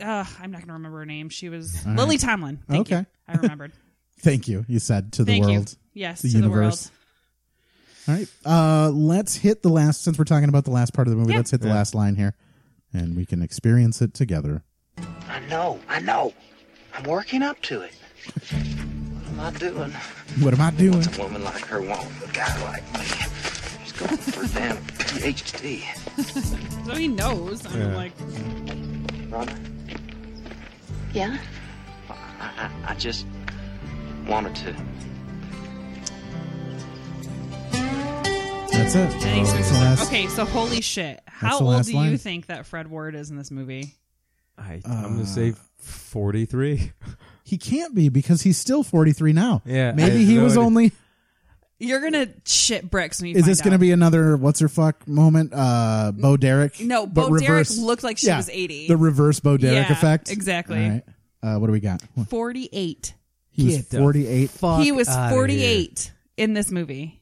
Speaker 2: uh, I'm not going to remember her name. She was Lily Tomlin. Thank you.
Speaker 1: Okay.
Speaker 2: I remembered.
Speaker 1: Thank you. You said to the
Speaker 2: Thank
Speaker 1: world.
Speaker 2: you. Yes,
Speaker 1: The
Speaker 2: to
Speaker 1: universe. All right. Uh, let's hit the last. Since we're talking about the last part of the movie,
Speaker 2: Yeah.
Speaker 1: let's hit the last line here, and we can experience it together.
Speaker 6: I know, I know. I'm working up to it. What am I doing?
Speaker 1: What am I doing?
Speaker 6: What's a woman like her want? A guy like me? She's going for a damn PhD.
Speaker 2: the world. So he knows. I'm like,
Speaker 6: Robert,
Speaker 9: Yeah?
Speaker 6: I, I, I just wanted to.
Speaker 1: That's it.
Speaker 2: thanks
Speaker 1: That's
Speaker 2: for
Speaker 1: the last-
Speaker 2: Okay, so holy shit.
Speaker 1: That's
Speaker 2: How
Speaker 1: the
Speaker 2: old
Speaker 1: last
Speaker 2: do
Speaker 1: line.
Speaker 2: you think that Fred Ward is in this movie?
Speaker 5: I,
Speaker 1: Uh,
Speaker 5: I'm going to say 43.
Speaker 1: He can't be because he's still 43 now.
Speaker 5: Yeah, I
Speaker 1: Maybe
Speaker 5: have
Speaker 1: he
Speaker 5: no
Speaker 1: was
Speaker 5: idea.
Speaker 1: only.
Speaker 2: You're gonna shit bricks when you.
Speaker 1: Is
Speaker 2: find
Speaker 1: this going to
Speaker 2: out.
Speaker 1: be another what's her fuck moment? Uh, Bo Derek?
Speaker 2: No,
Speaker 1: but
Speaker 2: Bo Derek
Speaker 1: reverse-
Speaker 2: looked like she was 80.
Speaker 1: The reverse Bo Derek
Speaker 2: Yeah,
Speaker 1: effect?
Speaker 2: exactly.
Speaker 1: All right. Uh, what do we got?
Speaker 2: forty-eight?
Speaker 1: He was
Speaker 5: Get the
Speaker 1: 48.
Speaker 2: he was 48 in this movie.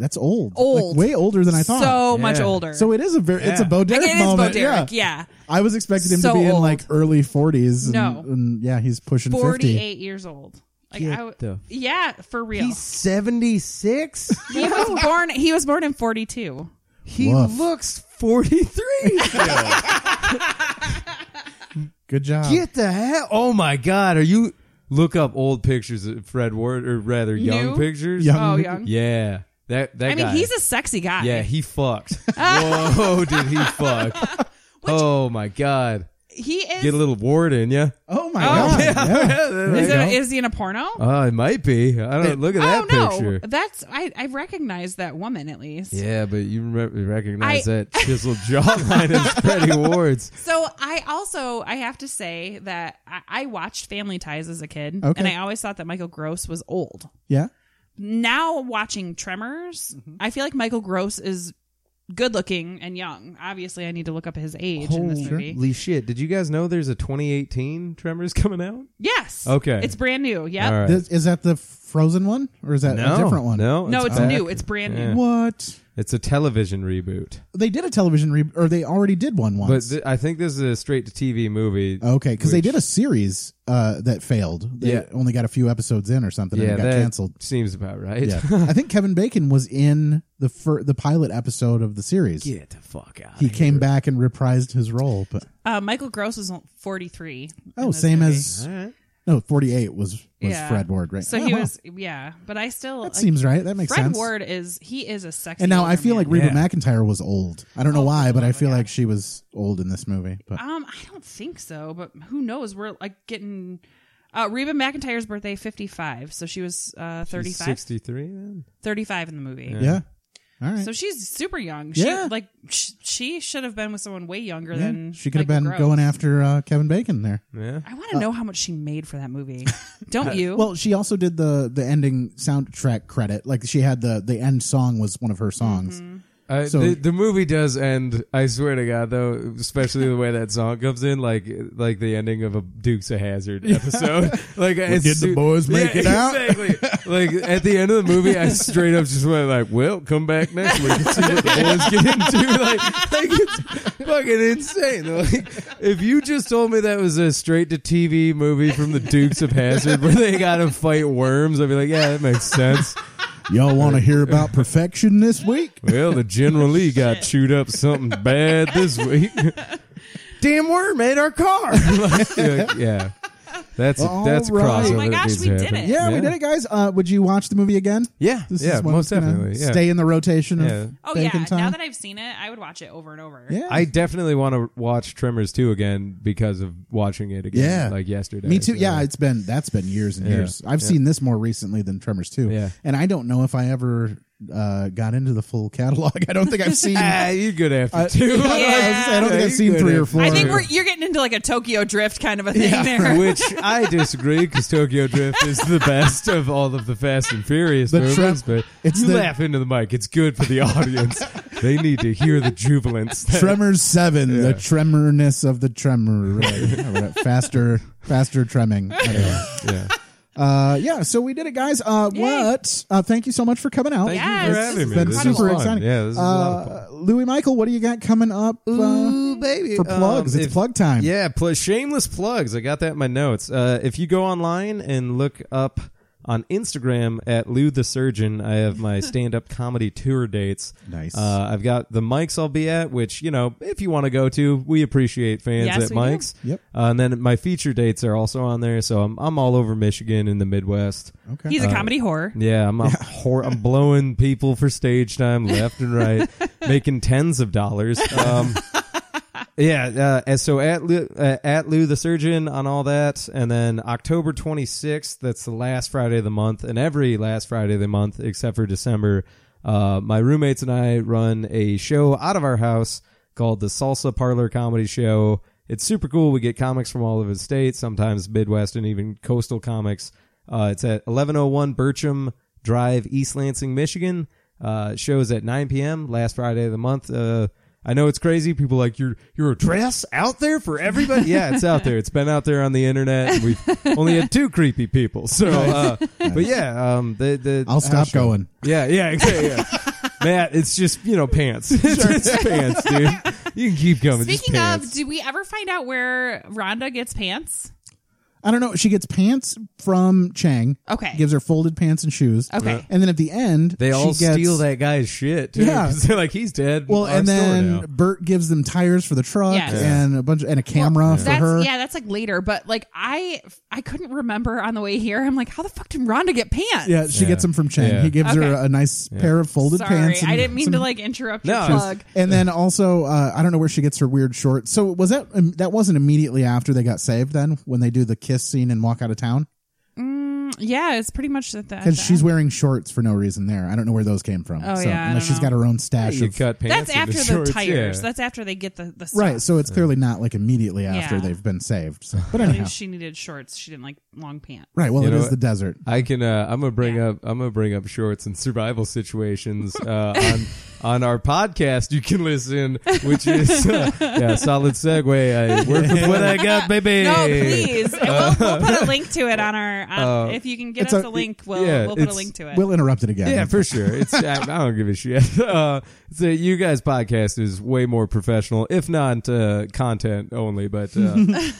Speaker 1: That's old.
Speaker 2: Old.
Speaker 1: Like, way older than I thought.
Speaker 2: So much
Speaker 5: Yeah.
Speaker 2: older.
Speaker 1: So it is a very, it's a
Speaker 5: Yeah.
Speaker 1: Bo Derek
Speaker 2: Again, it's
Speaker 1: moment.
Speaker 2: Bo Derek.
Speaker 1: yeah.
Speaker 2: Yeah.
Speaker 1: I was expecting him
Speaker 2: So
Speaker 1: to be in
Speaker 2: old.
Speaker 1: like early 40s. and-
Speaker 2: No.
Speaker 1: and, yeah, he's pushing 50.
Speaker 2: 48 years old. Like,
Speaker 5: Get
Speaker 2: I w-
Speaker 5: the-
Speaker 2: yeah, for real.
Speaker 5: He's 76?
Speaker 2: he was born. He was born in 42.
Speaker 5: he
Speaker 1: Woof.
Speaker 5: looks 43.
Speaker 1: Good job.
Speaker 5: Get the hell! Oh my God! Are you look up old pictures of Fred Ward, or rather young
Speaker 2: New?
Speaker 5: pictures?
Speaker 1: Young.
Speaker 2: Oh, young.
Speaker 5: Yeah, that that
Speaker 2: I mean,
Speaker 5: guy.
Speaker 2: he's a sexy guy.
Speaker 5: yeah, he fucked. Whoa, did he fuck? oh my God!
Speaker 2: he is.
Speaker 5: Get a little Ward in ya.
Speaker 1: Oh my God. Yeah. There you
Speaker 2: is,
Speaker 1: go.
Speaker 2: it, is he in a porno?
Speaker 5: Oh, it might be. I don't look at
Speaker 2: oh
Speaker 5: that
Speaker 2: no,
Speaker 5: picture.
Speaker 2: that's I. I recognize that woman at least.
Speaker 5: Yeah, but you re- recognize
Speaker 2: I-
Speaker 5: that chiseled jawline as Freddie Ward's.
Speaker 2: So I also I have to say that I, I watched Family Ties as a kid,
Speaker 1: Okay.
Speaker 2: and I always thought that Michael Gross was old.
Speaker 1: yeah.
Speaker 2: now watching Tremors,
Speaker 1: Mm-hmm.
Speaker 2: I feel like Michael Gross is good looking and young. Obviously, I need to look up his age in this movie.
Speaker 5: Holy shit! Did you guys know there's a 2018 Tremors coming out?
Speaker 2: Yes.
Speaker 5: Okay.
Speaker 2: It's brand new. Yep.
Speaker 5: All right.
Speaker 1: This- is that the frozen one or is that a different one?
Speaker 5: No,
Speaker 2: No, it's
Speaker 5: back.
Speaker 2: new. It's brand new.
Speaker 1: What?
Speaker 5: It's a television reboot,
Speaker 1: They did a television re- or they already did one
Speaker 5: but
Speaker 1: once.
Speaker 5: th- I think this is a straight to TV movie.
Speaker 1: okay, because they
Speaker 5: which-
Speaker 1: did a series uh, that failed. They
Speaker 5: Yeah.
Speaker 1: only got a few episodes in or something
Speaker 5: yeah,
Speaker 1: and it got
Speaker 5: that
Speaker 1: canceled.
Speaker 5: seems about right.
Speaker 1: Yeah, I think Kevin Bacon was in the fir- the pilot episode of the series.
Speaker 5: Get the fuck out.
Speaker 1: he came back and reprised his role, but
Speaker 2: Uh, Michael Gross was 43. in
Speaker 1: oh,
Speaker 2: this
Speaker 1: same
Speaker 2: movie.
Speaker 1: as no forty eight was was Fred Ward, right?
Speaker 2: So
Speaker 1: Oh,
Speaker 2: he
Speaker 1: wow.
Speaker 2: was, yeah. But I still
Speaker 1: That seems right. That makes
Speaker 2: Fred
Speaker 1: sense.
Speaker 2: Ward is he is a sexy.
Speaker 1: And now I
Speaker 2: older
Speaker 1: feel
Speaker 2: man.
Speaker 1: like Reba
Speaker 5: Yeah.
Speaker 1: McIntyre was old. I
Speaker 2: Oh,
Speaker 1: don't know why, but I feel like she was old in this movie. But
Speaker 2: Um, I don't think so, but who knows? We're like getting. Uh, Reba McIntyre's birthday, 55. So she was uh, 35.
Speaker 5: Sixty three. Then
Speaker 2: 35 in the movie.
Speaker 1: yeah, all right.
Speaker 2: So she's super young. She,
Speaker 1: Yeah.
Speaker 2: Like, sh- she should have been with someone way younger
Speaker 1: Yeah,
Speaker 2: than.
Speaker 1: she could have been
Speaker 2: Michael Gross.
Speaker 1: going after uh, Kevin Bacon there.
Speaker 5: yeah.
Speaker 2: I want to know how much she made for that movie. Don't you?
Speaker 1: Well, she also did the the ending soundtrack credit. Like she had the the end song was one of her songs.
Speaker 2: Mm-hmm.
Speaker 5: Uh,
Speaker 1: So-
Speaker 5: the, the movie does end. I swear to God, though, especially the way that song comes in, like like the ending of a Dukes of Hazard episode. Like, it's
Speaker 1: did the
Speaker 5: su-
Speaker 1: boys make
Speaker 5: yeah,
Speaker 1: it out?
Speaker 5: Exactly. like at the end of the movie, I straight up just went like, "Well, come back next week and see what the boys get into." Like, like it's fucking insane. Like, if you just told me that was a straight to TV movie from the Dukes of Hazard where they got to fight worms, I'd be like, "Yeah, that makes sense."
Speaker 1: Y'all want to hear about perfection this week?
Speaker 5: Well, the General Lee got chewed up something bad this week. Damn worm ate our car. Like, yeah, that's
Speaker 1: All
Speaker 5: that's
Speaker 1: right.
Speaker 5: crossover.
Speaker 1: Oh
Speaker 2: my
Speaker 5: that
Speaker 2: gosh,
Speaker 5: needs
Speaker 2: we
Speaker 5: to
Speaker 2: did
Speaker 5: happen.
Speaker 2: it.
Speaker 1: Yeah, we did it, guys. Uh, would you watch the movie again?
Speaker 5: Yeah,
Speaker 1: This
Speaker 5: yeah,
Speaker 1: is one
Speaker 5: most
Speaker 1: that's gonna
Speaker 5: definitely. Yeah.
Speaker 1: Stay in the rotation.
Speaker 5: Yeah.
Speaker 1: Of
Speaker 2: oh, yeah.
Speaker 1: Bacon Time.
Speaker 2: Now that I've seen it, I would watch it over and over.
Speaker 1: yeah,
Speaker 5: I definitely want to watch Tremors 2 again because of watching it
Speaker 1: yeah,
Speaker 5: again, like yesterday.
Speaker 1: Me too.
Speaker 5: so-
Speaker 1: Yeah, it's been that's been years and
Speaker 5: Yeah.
Speaker 1: years. I've
Speaker 5: Yeah.
Speaker 1: seen this more recently than Tremors too.
Speaker 5: Yeah.
Speaker 1: and I don't know if I ever uh, got into the full catalog. I don't think I've seen.
Speaker 5: ah, you're good after
Speaker 1: I- I
Speaker 5: two.
Speaker 1: was gonna say, I don't think
Speaker 5: Yeah,
Speaker 1: I've
Speaker 5: you
Speaker 1: seen
Speaker 5: good
Speaker 1: three or
Speaker 5: after
Speaker 1: four.
Speaker 2: I think
Speaker 5: Yeah.
Speaker 2: we're, you're getting into like a Tokyo Drift kind of a thing there.
Speaker 5: Which I disagree because Tokyo Drift is the best of all of the Fast and Furious
Speaker 1: The
Speaker 5: movies.
Speaker 1: Trump-
Speaker 5: but
Speaker 1: it's
Speaker 5: you
Speaker 1: the-
Speaker 5: laugh into the mic; it's good for the audience. they need to hear the jubilance. that-
Speaker 1: Tremors Seven:
Speaker 5: Yeah.
Speaker 1: The Tremorness of the Tremor. Right. Yeah, we're at faster, faster tremming. I don't know.
Speaker 5: yeah.
Speaker 1: Uh, yeah, so we did it, guys. Uh, what? Uh, thank you so much for coming out.
Speaker 5: Thank
Speaker 2: Yes,
Speaker 5: you for
Speaker 2: this has
Speaker 5: having me.
Speaker 1: It's been
Speaker 5: This is
Speaker 1: super
Speaker 5: fun.
Speaker 1: exciting.
Speaker 5: Yeah, this is a lot of
Speaker 1: Uh,
Speaker 5: fun.
Speaker 1: Louis Michael, what do you got coming up? uh,
Speaker 5: baby.
Speaker 1: for
Speaker 5: Um,
Speaker 1: plugs. It's plug time.
Speaker 5: Yeah, pl- shameless plugs. I got that in my notes. Uh, if you go online and look up on Instagram at Lou the Surgeon, I have my stand up comedy tour dates.
Speaker 1: Nice.
Speaker 5: Uh, I've got the mics I'll be at, which, you know, if you want to go to, we appreciate fans
Speaker 2: Yes,
Speaker 5: at
Speaker 2: we do.
Speaker 5: mics.
Speaker 1: Yep.
Speaker 5: Uh, and then my feature dates are also on there. So I'm, I'm all over Michigan in the Midwest.
Speaker 1: okay.
Speaker 2: He's a comedy horror.
Speaker 5: Oh. Yeah, I'm I'm, hor- I'm blowing people for stage time left and right, making tens of dollars. Um, yeah, uh, and so at Lou, uh, at Lou the surgeon on all that, and then October 26th. That's the last Friday of the month, and every last Friday of the month except for December. Uh, my roommates and I run a show out of our house called the Salsa Parlor Comedy Show. It's super cool. We get comics from all over the state, sometimes Midwest and even coastal comics. Uh, it's at 1101 Bircham Drive, East Lansing, Michigan. Uh, shows at 9 p.m. last Friday of the month. Uh, I know it's crazy. People are like your your address out there for everybody. Yeah, it's out there. It's been out there on the internet. We've only had two creepy people. So, uh, but yeah, um, the the
Speaker 1: I'll stop going.
Speaker 5: yeah, yeah, exactly. Yeah. Matt, it's just you know pants. it's just pants, dude. You can keep coming. just
Speaker 2: Speaking of,
Speaker 5: pants.
Speaker 2: do we ever find out where Rhonda gets pants?
Speaker 1: I don't know. She gets pants from Chang.
Speaker 2: Okay.
Speaker 1: Gives her folded pants and shoes.
Speaker 2: Okay.
Speaker 1: And then at the end,
Speaker 5: they
Speaker 1: she
Speaker 5: all
Speaker 1: gets-
Speaker 5: steal that guy's shit. Too,
Speaker 1: Yeah.
Speaker 5: 'cause they're like he's dead.
Speaker 1: Well,
Speaker 5: Our
Speaker 1: and
Speaker 5: store
Speaker 1: then
Speaker 5: now.
Speaker 1: Bert gives them tires for the truck
Speaker 2: Yes. Yeah.
Speaker 1: and a bunch and a camera
Speaker 2: Well,
Speaker 1: for
Speaker 2: that's,
Speaker 1: her.
Speaker 2: Yeah, that's like later. But like I, I couldn't remember on the way here. I'm like, how the fuck did Rhonda get pants?
Speaker 1: Yeah, she
Speaker 5: Yeah.
Speaker 1: gets them from Chang.
Speaker 5: Yeah.
Speaker 1: He gives her
Speaker 2: Okay.
Speaker 1: a, a nice pair of folded
Speaker 2: Sorry,
Speaker 1: pants. and
Speaker 2: I didn't mean
Speaker 1: some-
Speaker 2: to like interrupt
Speaker 5: No,
Speaker 2: your
Speaker 5: it's-
Speaker 2: plug.
Speaker 1: And then also, uh, I don't know where she gets her weird shorts. So was that um, that wasn't immediately after they got saved? Then when they do the kiss scene and walk out of town,
Speaker 2: Yeah, it's pretty much at that.
Speaker 1: because she's wearing shorts for no reason. There, I don't know where those came from.
Speaker 2: Oh,
Speaker 1: so,
Speaker 2: yeah, I
Speaker 1: unless
Speaker 2: don't
Speaker 1: she's
Speaker 2: know.
Speaker 1: got her own stash.
Speaker 5: you
Speaker 1: of,
Speaker 5: cut pants.
Speaker 2: that's after
Speaker 5: into
Speaker 2: the
Speaker 5: shorts,
Speaker 2: tires.
Speaker 5: yeah.
Speaker 2: That's after they get the the stuff.
Speaker 1: right. So it's clearly not like immediately after
Speaker 2: Yeah.
Speaker 1: they've been saved. So, but
Speaker 2: I mean,
Speaker 1: anyhow,
Speaker 2: she needed shorts. She didn't like long pants.
Speaker 1: right. Well,
Speaker 5: You
Speaker 1: it
Speaker 5: know
Speaker 1: is
Speaker 5: what?
Speaker 1: the desert.
Speaker 5: I can. Uh, I'm gonna bring up. I'm gonna bring up shorts and survival situations uh, on on our podcast you can listen, which is uh, yeah, solid segue. I work with what I got, baby.
Speaker 2: No, please. And we'll, we'll put a link to it on our. On,
Speaker 5: Uh,
Speaker 2: if you can get
Speaker 5: it's
Speaker 2: us
Speaker 5: a-
Speaker 2: a link, we'll
Speaker 5: yeah,
Speaker 2: we'll put a
Speaker 5: it's-
Speaker 2: link to it.
Speaker 1: We'll interrupt it again.
Speaker 5: Yeah, for sure. It's I, I don't give a shit. Uh, so you guys' podcast is way more professional, if not uh, content only. But uh,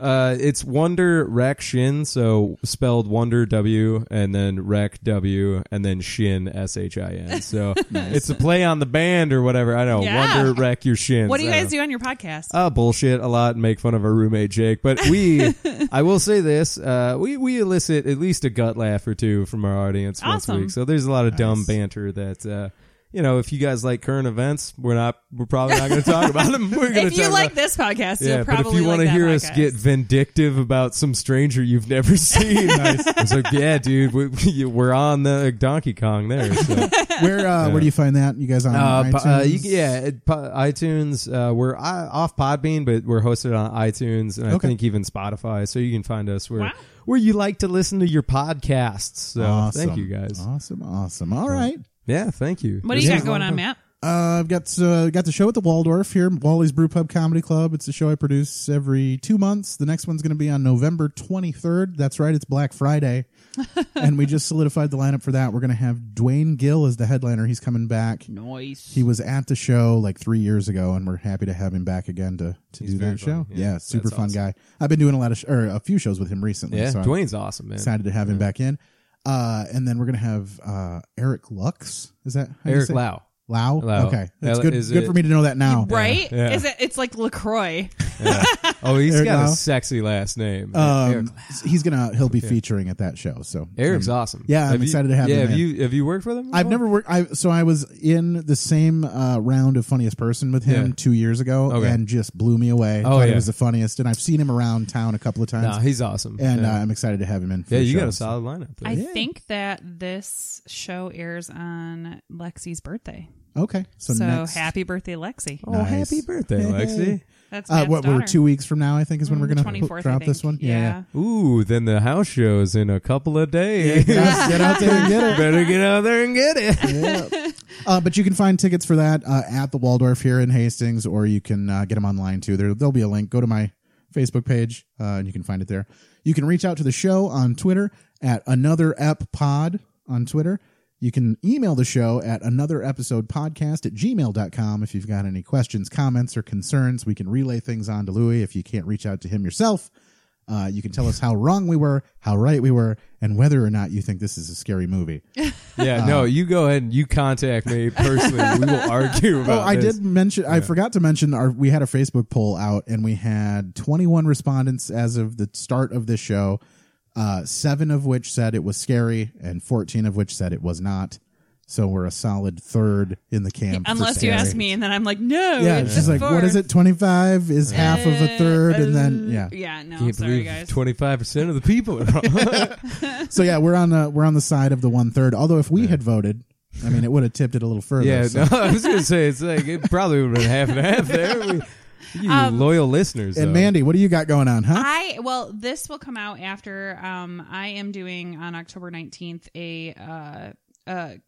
Speaker 5: uh, it's Wonder Rack Shin, so spelled Wonder W and then Rack W and then Shin S H I N. So it's a play on the band or whatever. I know
Speaker 2: Yeah.
Speaker 5: Wonder Rack Your Shins.
Speaker 2: what do you
Speaker 5: I don't
Speaker 2: guys do on your podcast?
Speaker 5: uh, bullshit a lot and make fun of our roommate Jake. But we, I will say this, uh, we we elicit at least a gut laugh or two from our audience once a
Speaker 2: Awesome.
Speaker 5: week. So there's a lot of dumb banter that. Uh, you know, if you guys like current events, we're not. We're probably not going to talk about them. We're gonna
Speaker 2: if you
Speaker 5: talk
Speaker 2: like
Speaker 5: about,
Speaker 2: this podcast,
Speaker 5: yeah,
Speaker 2: you'll
Speaker 5: but
Speaker 2: probably
Speaker 5: if you
Speaker 2: want
Speaker 5: wanna
Speaker 2: to
Speaker 5: hear us get vindictive about some stranger you've never seen, I was like, yeah, dude, we, we're on the Donkey Kong there. So.
Speaker 1: Where uh, where do you find that? You guys on
Speaker 5: Uh, po- uh,
Speaker 1: iTunes?
Speaker 5: you, yeah, it, po- iTunes. Uh, we're uh, off Podbean, but we're hosted on iTunes and I
Speaker 1: Okay.
Speaker 5: think even Spotify. So you can find us where
Speaker 2: Wow.
Speaker 5: where you like to listen to your podcasts. So
Speaker 1: Awesome.
Speaker 5: thank you guys.
Speaker 1: Awesome, awesome. All right.
Speaker 5: Yeah, thank you.
Speaker 2: What do you
Speaker 5: This
Speaker 2: got
Speaker 5: is a
Speaker 2: going
Speaker 5: lot
Speaker 2: on,
Speaker 5: of
Speaker 2: Matt?
Speaker 1: Uh, I've got uh, got the show at the Waldorf here, Wally's Brew Pub Comedy Club. It's a show I produce every two months. The next one's going to be on November 23rd. That's right, it's Black Friday, and we just solidified the lineup for that. We're going to have Dwayne Gill as the headliner. He's coming back.
Speaker 2: Noise.
Speaker 1: He was at the show like three years ago, and we're happy to have him back again to to do
Speaker 5: very
Speaker 1: that show.
Speaker 5: funny.
Speaker 1: Yeah,
Speaker 5: Yeah,
Speaker 1: super
Speaker 5: that's
Speaker 1: fun
Speaker 5: awesome.
Speaker 1: guy. I've been doing a lot of sh- or a few shows with him recently.
Speaker 5: Yeah,
Speaker 1: so I'm-
Speaker 5: Dwayne's awesome, man.
Speaker 1: excited to have him back in. Uh, and then we're gonna have uh, Eric Lux. Is that how you
Speaker 5: Eric
Speaker 1: say-
Speaker 5: Lau.
Speaker 1: Lau?
Speaker 5: Lau.
Speaker 1: Okay, that's
Speaker 5: L-
Speaker 1: good.
Speaker 5: is
Speaker 1: Good
Speaker 5: it-
Speaker 1: for me to know that now.
Speaker 2: Right?
Speaker 5: Oh, Yeah.
Speaker 2: Is it? It's like Lacroix.
Speaker 5: Oh, he's
Speaker 1: Eric
Speaker 5: got
Speaker 1: Lau.
Speaker 5: a sexy last name. Eric-
Speaker 1: Um, he's gonna he'll be featuring at that show. So
Speaker 5: Eric's
Speaker 1: um,
Speaker 5: awesome.
Speaker 1: yeah, I'm
Speaker 5: Have you-
Speaker 1: excited to have
Speaker 5: yeah,
Speaker 1: him
Speaker 5: Have
Speaker 1: in.
Speaker 5: you have you worked with him?
Speaker 1: I've
Speaker 5: before?
Speaker 1: never worked. I so I was in the same uh, round of funniest person with him
Speaker 5: Yeah.
Speaker 1: two years ago,
Speaker 5: Okay.
Speaker 1: and just blew me away.
Speaker 5: Oh,
Speaker 1: Thought he
Speaker 5: yeah.
Speaker 1: was the funniest, and I've seen him around town a couple of times,
Speaker 5: Nah, he's awesome.
Speaker 1: and
Speaker 5: yeah,
Speaker 1: uh, I'm excited to have him in. For
Speaker 5: yeah
Speaker 1: the
Speaker 5: you got
Speaker 1: show,
Speaker 5: a
Speaker 1: so.
Speaker 5: solid lineup. there.
Speaker 2: I think that this show airs on Lexi's birthday.
Speaker 1: Okay, so,
Speaker 2: So,
Speaker 1: next,
Speaker 2: happy birthday, Lexi.
Speaker 5: Oh,
Speaker 1: Nice.
Speaker 5: happy birthday, Lexi!
Speaker 2: That's
Speaker 1: Uh,
Speaker 2: Matt's
Speaker 1: what we're
Speaker 2: daughter.
Speaker 1: two weeks from now, I think, is when
Speaker 2: Mm,
Speaker 1: we're
Speaker 2: the
Speaker 1: gonna
Speaker 2: 24th, I
Speaker 1: drop this
Speaker 2: think.
Speaker 1: one.
Speaker 2: Yeah.
Speaker 5: Ooh, then the house show's in a couple of days.
Speaker 1: Guys, get out there and get it.
Speaker 5: Better get out there and get it.
Speaker 1: Uh, but you can find tickets for that uh, at the Waldorf here in Hastings, or you can uh, get them online too. There, there'll be a link. Go to my Facebook page, uh, and you can find it there. You can reach out to the show on Twitter at another ep pod on Twitter. You can email the show at another episode podcast at gmail.com if you've got any questions, comments, or concerns. We can relay things on to Louie if you can't reach out to him yourself. Uh, you can tell us how wrong we were, how right we were, and whether or not you think this is a scary movie.
Speaker 5: Yeah, no, you go ahead and you contact me personally. we will argue
Speaker 1: Oh,
Speaker 5: about
Speaker 1: I
Speaker 5: this.
Speaker 1: did mention. I forgot to mention. Our we had a Facebook poll out, and we had 21 respondents as of the start of this show. Uh, seven of which said it was scary, and 14 of which said it was not. So we're a solid third in the camp. for
Speaker 2: Unless you
Speaker 1: scary.
Speaker 2: ask me, and then I'm like, no.
Speaker 1: Yeah,
Speaker 2: it's
Speaker 1: she's
Speaker 2: the
Speaker 1: like, what is
Speaker 2: fourth."
Speaker 1: it? 25 is half of
Speaker 2: Uh,
Speaker 1: a third, and then yeah.
Speaker 2: Yeah, no,
Speaker 5: Can't
Speaker 2: sorry, guys.
Speaker 5: believe twenty five percent of the people are wrong.
Speaker 1: So yeah, we're on the we're on the side of the one third. Although if we had voted, I mean, it would have tipped it a little further.
Speaker 5: yeah,
Speaker 1: so-
Speaker 5: no, I was gonna say it's like it probably would have been half and half there. We, you
Speaker 2: Um,
Speaker 5: loyal listeners,
Speaker 1: And
Speaker 5: though.
Speaker 1: Mandy, what do you got going on, huh?
Speaker 2: I well, this will come out after. Um, I am doing on October nineteenth a uh uh.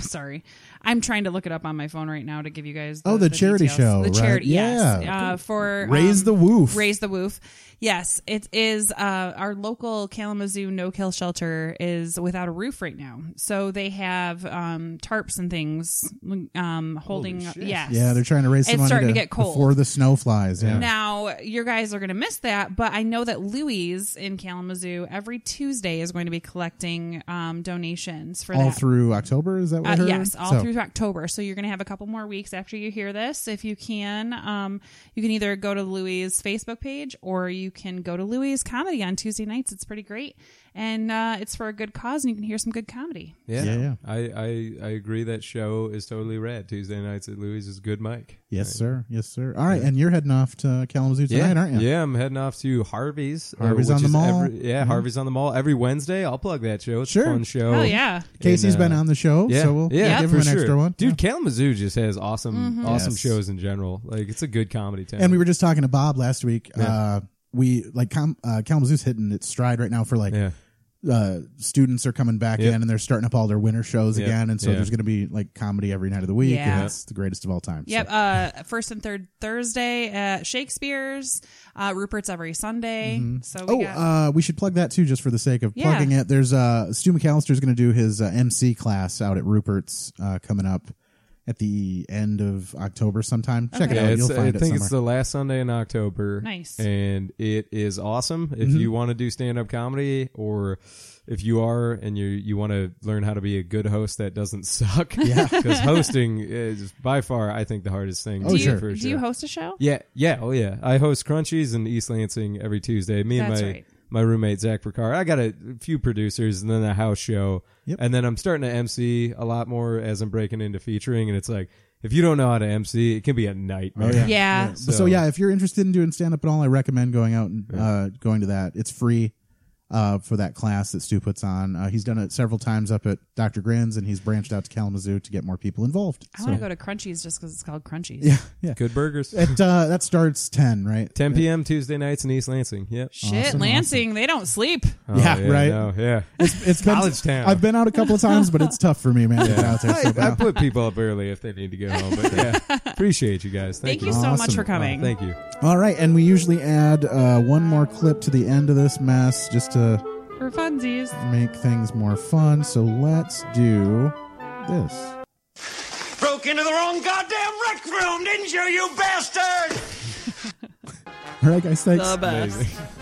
Speaker 2: Sorry, I'm trying to look it up on my phone right now to give you guys. The,
Speaker 1: Oh, the charity show,
Speaker 2: details. the
Speaker 1: right?
Speaker 2: charity, yes,
Speaker 1: Yeah.
Speaker 2: uh, for um,
Speaker 1: Raise the woof.
Speaker 2: raise the woof. Yes, it is. Uh, our local Kalamazoo No Kill Shelter is without a roof right now, so they have um tarps and things um holding. Yes,
Speaker 1: Yeah, they're trying to raise some
Speaker 2: It's
Speaker 1: money
Speaker 2: starting to get cold.
Speaker 1: before the snow flies. Yeah.
Speaker 2: Now, your guys are going to miss that, but I know that Louie's in Kalamazoo every Tuesday is going to be collecting um, donations for
Speaker 1: all
Speaker 2: that.
Speaker 1: through October. Is that what I
Speaker 2: Uh,
Speaker 1: heard?
Speaker 2: yes, all
Speaker 1: So,
Speaker 2: through October. So you're going to have a couple more weeks after you hear this. If you can, um, you can either go to Louie's Facebook page or you can go to Louie's comedy on Tuesday nights. It's pretty great, and uh, it's for a good cause, and you can hear some good comedy.
Speaker 5: yeah,
Speaker 1: Yeah, yeah.
Speaker 5: I, I I agree that show is totally rad. Tuesday nights at Louis is good, Mike.
Speaker 1: Yes, sir. Yes, sir. All right, and you're heading off to Kalamazoo tonight, aren't you?
Speaker 5: Yeah, I'm heading off to Harvey's. uh,
Speaker 1: Harvey's
Speaker 5: which
Speaker 1: on the
Speaker 5: is
Speaker 1: Mall. Mm-hmm.
Speaker 5: every- yeah, Harvey's on the mall every Wednesday. I'll plug that show. It's
Speaker 1: Sure.
Speaker 5: a fun show.
Speaker 2: Oh yeah,
Speaker 1: Casey's
Speaker 5: And, uh,
Speaker 1: been on the show,
Speaker 5: Yeah,
Speaker 1: so we'll
Speaker 5: yeah,
Speaker 1: give
Speaker 5: for
Speaker 1: him an
Speaker 5: sure.
Speaker 1: extra one.
Speaker 5: Dude,
Speaker 1: Yeah.
Speaker 5: Kalamazoo just has awesome,
Speaker 2: Mm-hmm.
Speaker 5: awesome
Speaker 1: Yes.
Speaker 5: shows in general. Like it's a good comedy town.
Speaker 1: And we were just talking to Bob last week.
Speaker 5: Yeah.
Speaker 1: Uh, we like Kam- uh, Kalamazoo's hitting its stride right now for like
Speaker 5: yeah,
Speaker 1: uh, students are coming back
Speaker 5: Yep.
Speaker 1: in and they're starting up all their winter shows
Speaker 5: Yep.
Speaker 1: again, and so
Speaker 5: Yeah.
Speaker 1: there's going to be like comedy every night of the week.
Speaker 2: Yeah.
Speaker 1: and it's the greatest of all time. so.
Speaker 2: Yep. Uh, first and third Thursday at Shakespeare's. Uh, Rupert's every Sunday. So we
Speaker 1: Oh,
Speaker 2: got,
Speaker 1: uh, we should plug that too, just for the sake of
Speaker 2: Yeah.
Speaker 1: plugging it. There's uh, Stu McAllister's going to do his uh, MC class out at Rupert's uh, coming up at the end of October sometime. Check it
Speaker 5: Yeah,
Speaker 1: out;
Speaker 5: it's-
Speaker 1: you'll
Speaker 5: I
Speaker 1: find it
Speaker 5: think
Speaker 1: somewhere.
Speaker 5: it's the last Sunday in October.
Speaker 2: Nice.
Speaker 5: and it is awesome. If
Speaker 1: Mhm.
Speaker 5: you want to do stand up comedy, or if you are and you you want to learn how to be a good host that doesn't suck, yeah, because hosting is by far I think the hardest thing.
Speaker 1: Oh,
Speaker 5: to
Speaker 2: do
Speaker 5: do
Speaker 2: you
Speaker 1: sure.
Speaker 5: for
Speaker 2: do
Speaker 5: sure.
Speaker 2: you host a show?
Speaker 5: Yeah, yeah, oh yeah. I host Crunchies in East Lansing every Tuesday. Me and
Speaker 2: That's
Speaker 5: my
Speaker 2: right.
Speaker 5: my roommate Zach Picard. I got a few producers and then a house show,
Speaker 1: Yep.
Speaker 5: and then I'm starting to MC a lot more as I'm breaking into featuring. And it's like if you don't know how to MC, it can be a nightmare.
Speaker 1: Oh, yeah.
Speaker 2: Yeah.
Speaker 1: so,
Speaker 5: so-
Speaker 1: yeah, if you're interested in doing stand up at all, I recommend going out and uh, going to that. It's free uh, for that class that Stu puts on. Uh, he's done it several times up at Dr. Grin's, and he's branched out to Kalamazoo to get more people involved.
Speaker 2: I want to go to Crunchies just because it's called Crunchies.
Speaker 1: Yeah, yeah.
Speaker 5: Good burgers.
Speaker 1: It, uh, that starts ten, right?
Speaker 5: 10 p.m. Tuesday nights in East Lansing. Yep.
Speaker 2: Shit, Lansing, they don't sleep.
Speaker 5: Oh,
Speaker 1: Yeah, right.
Speaker 5: no, yeah.
Speaker 1: It's been-
Speaker 5: College town.
Speaker 1: I've been out a couple of times, but it's tough for me, man. to get out there. So,
Speaker 5: I, I
Speaker 1: wow.
Speaker 5: put people up early if they need to go home. But yeah, appreciate you guys. Thank,
Speaker 2: Thank you so much
Speaker 1: Awesome.
Speaker 2: for coming.
Speaker 5: Thank you.
Speaker 1: All right, and we usually add uh, one more clip to the end of this mess just to
Speaker 2: For funsies.
Speaker 1: make things more fun. So let's do this.
Speaker 8: Broke into the wrong goddamn rec room, didn't you, you bastard?
Speaker 1: All right, guys, thanks.
Speaker 2: The best.
Speaker 5: Amazing.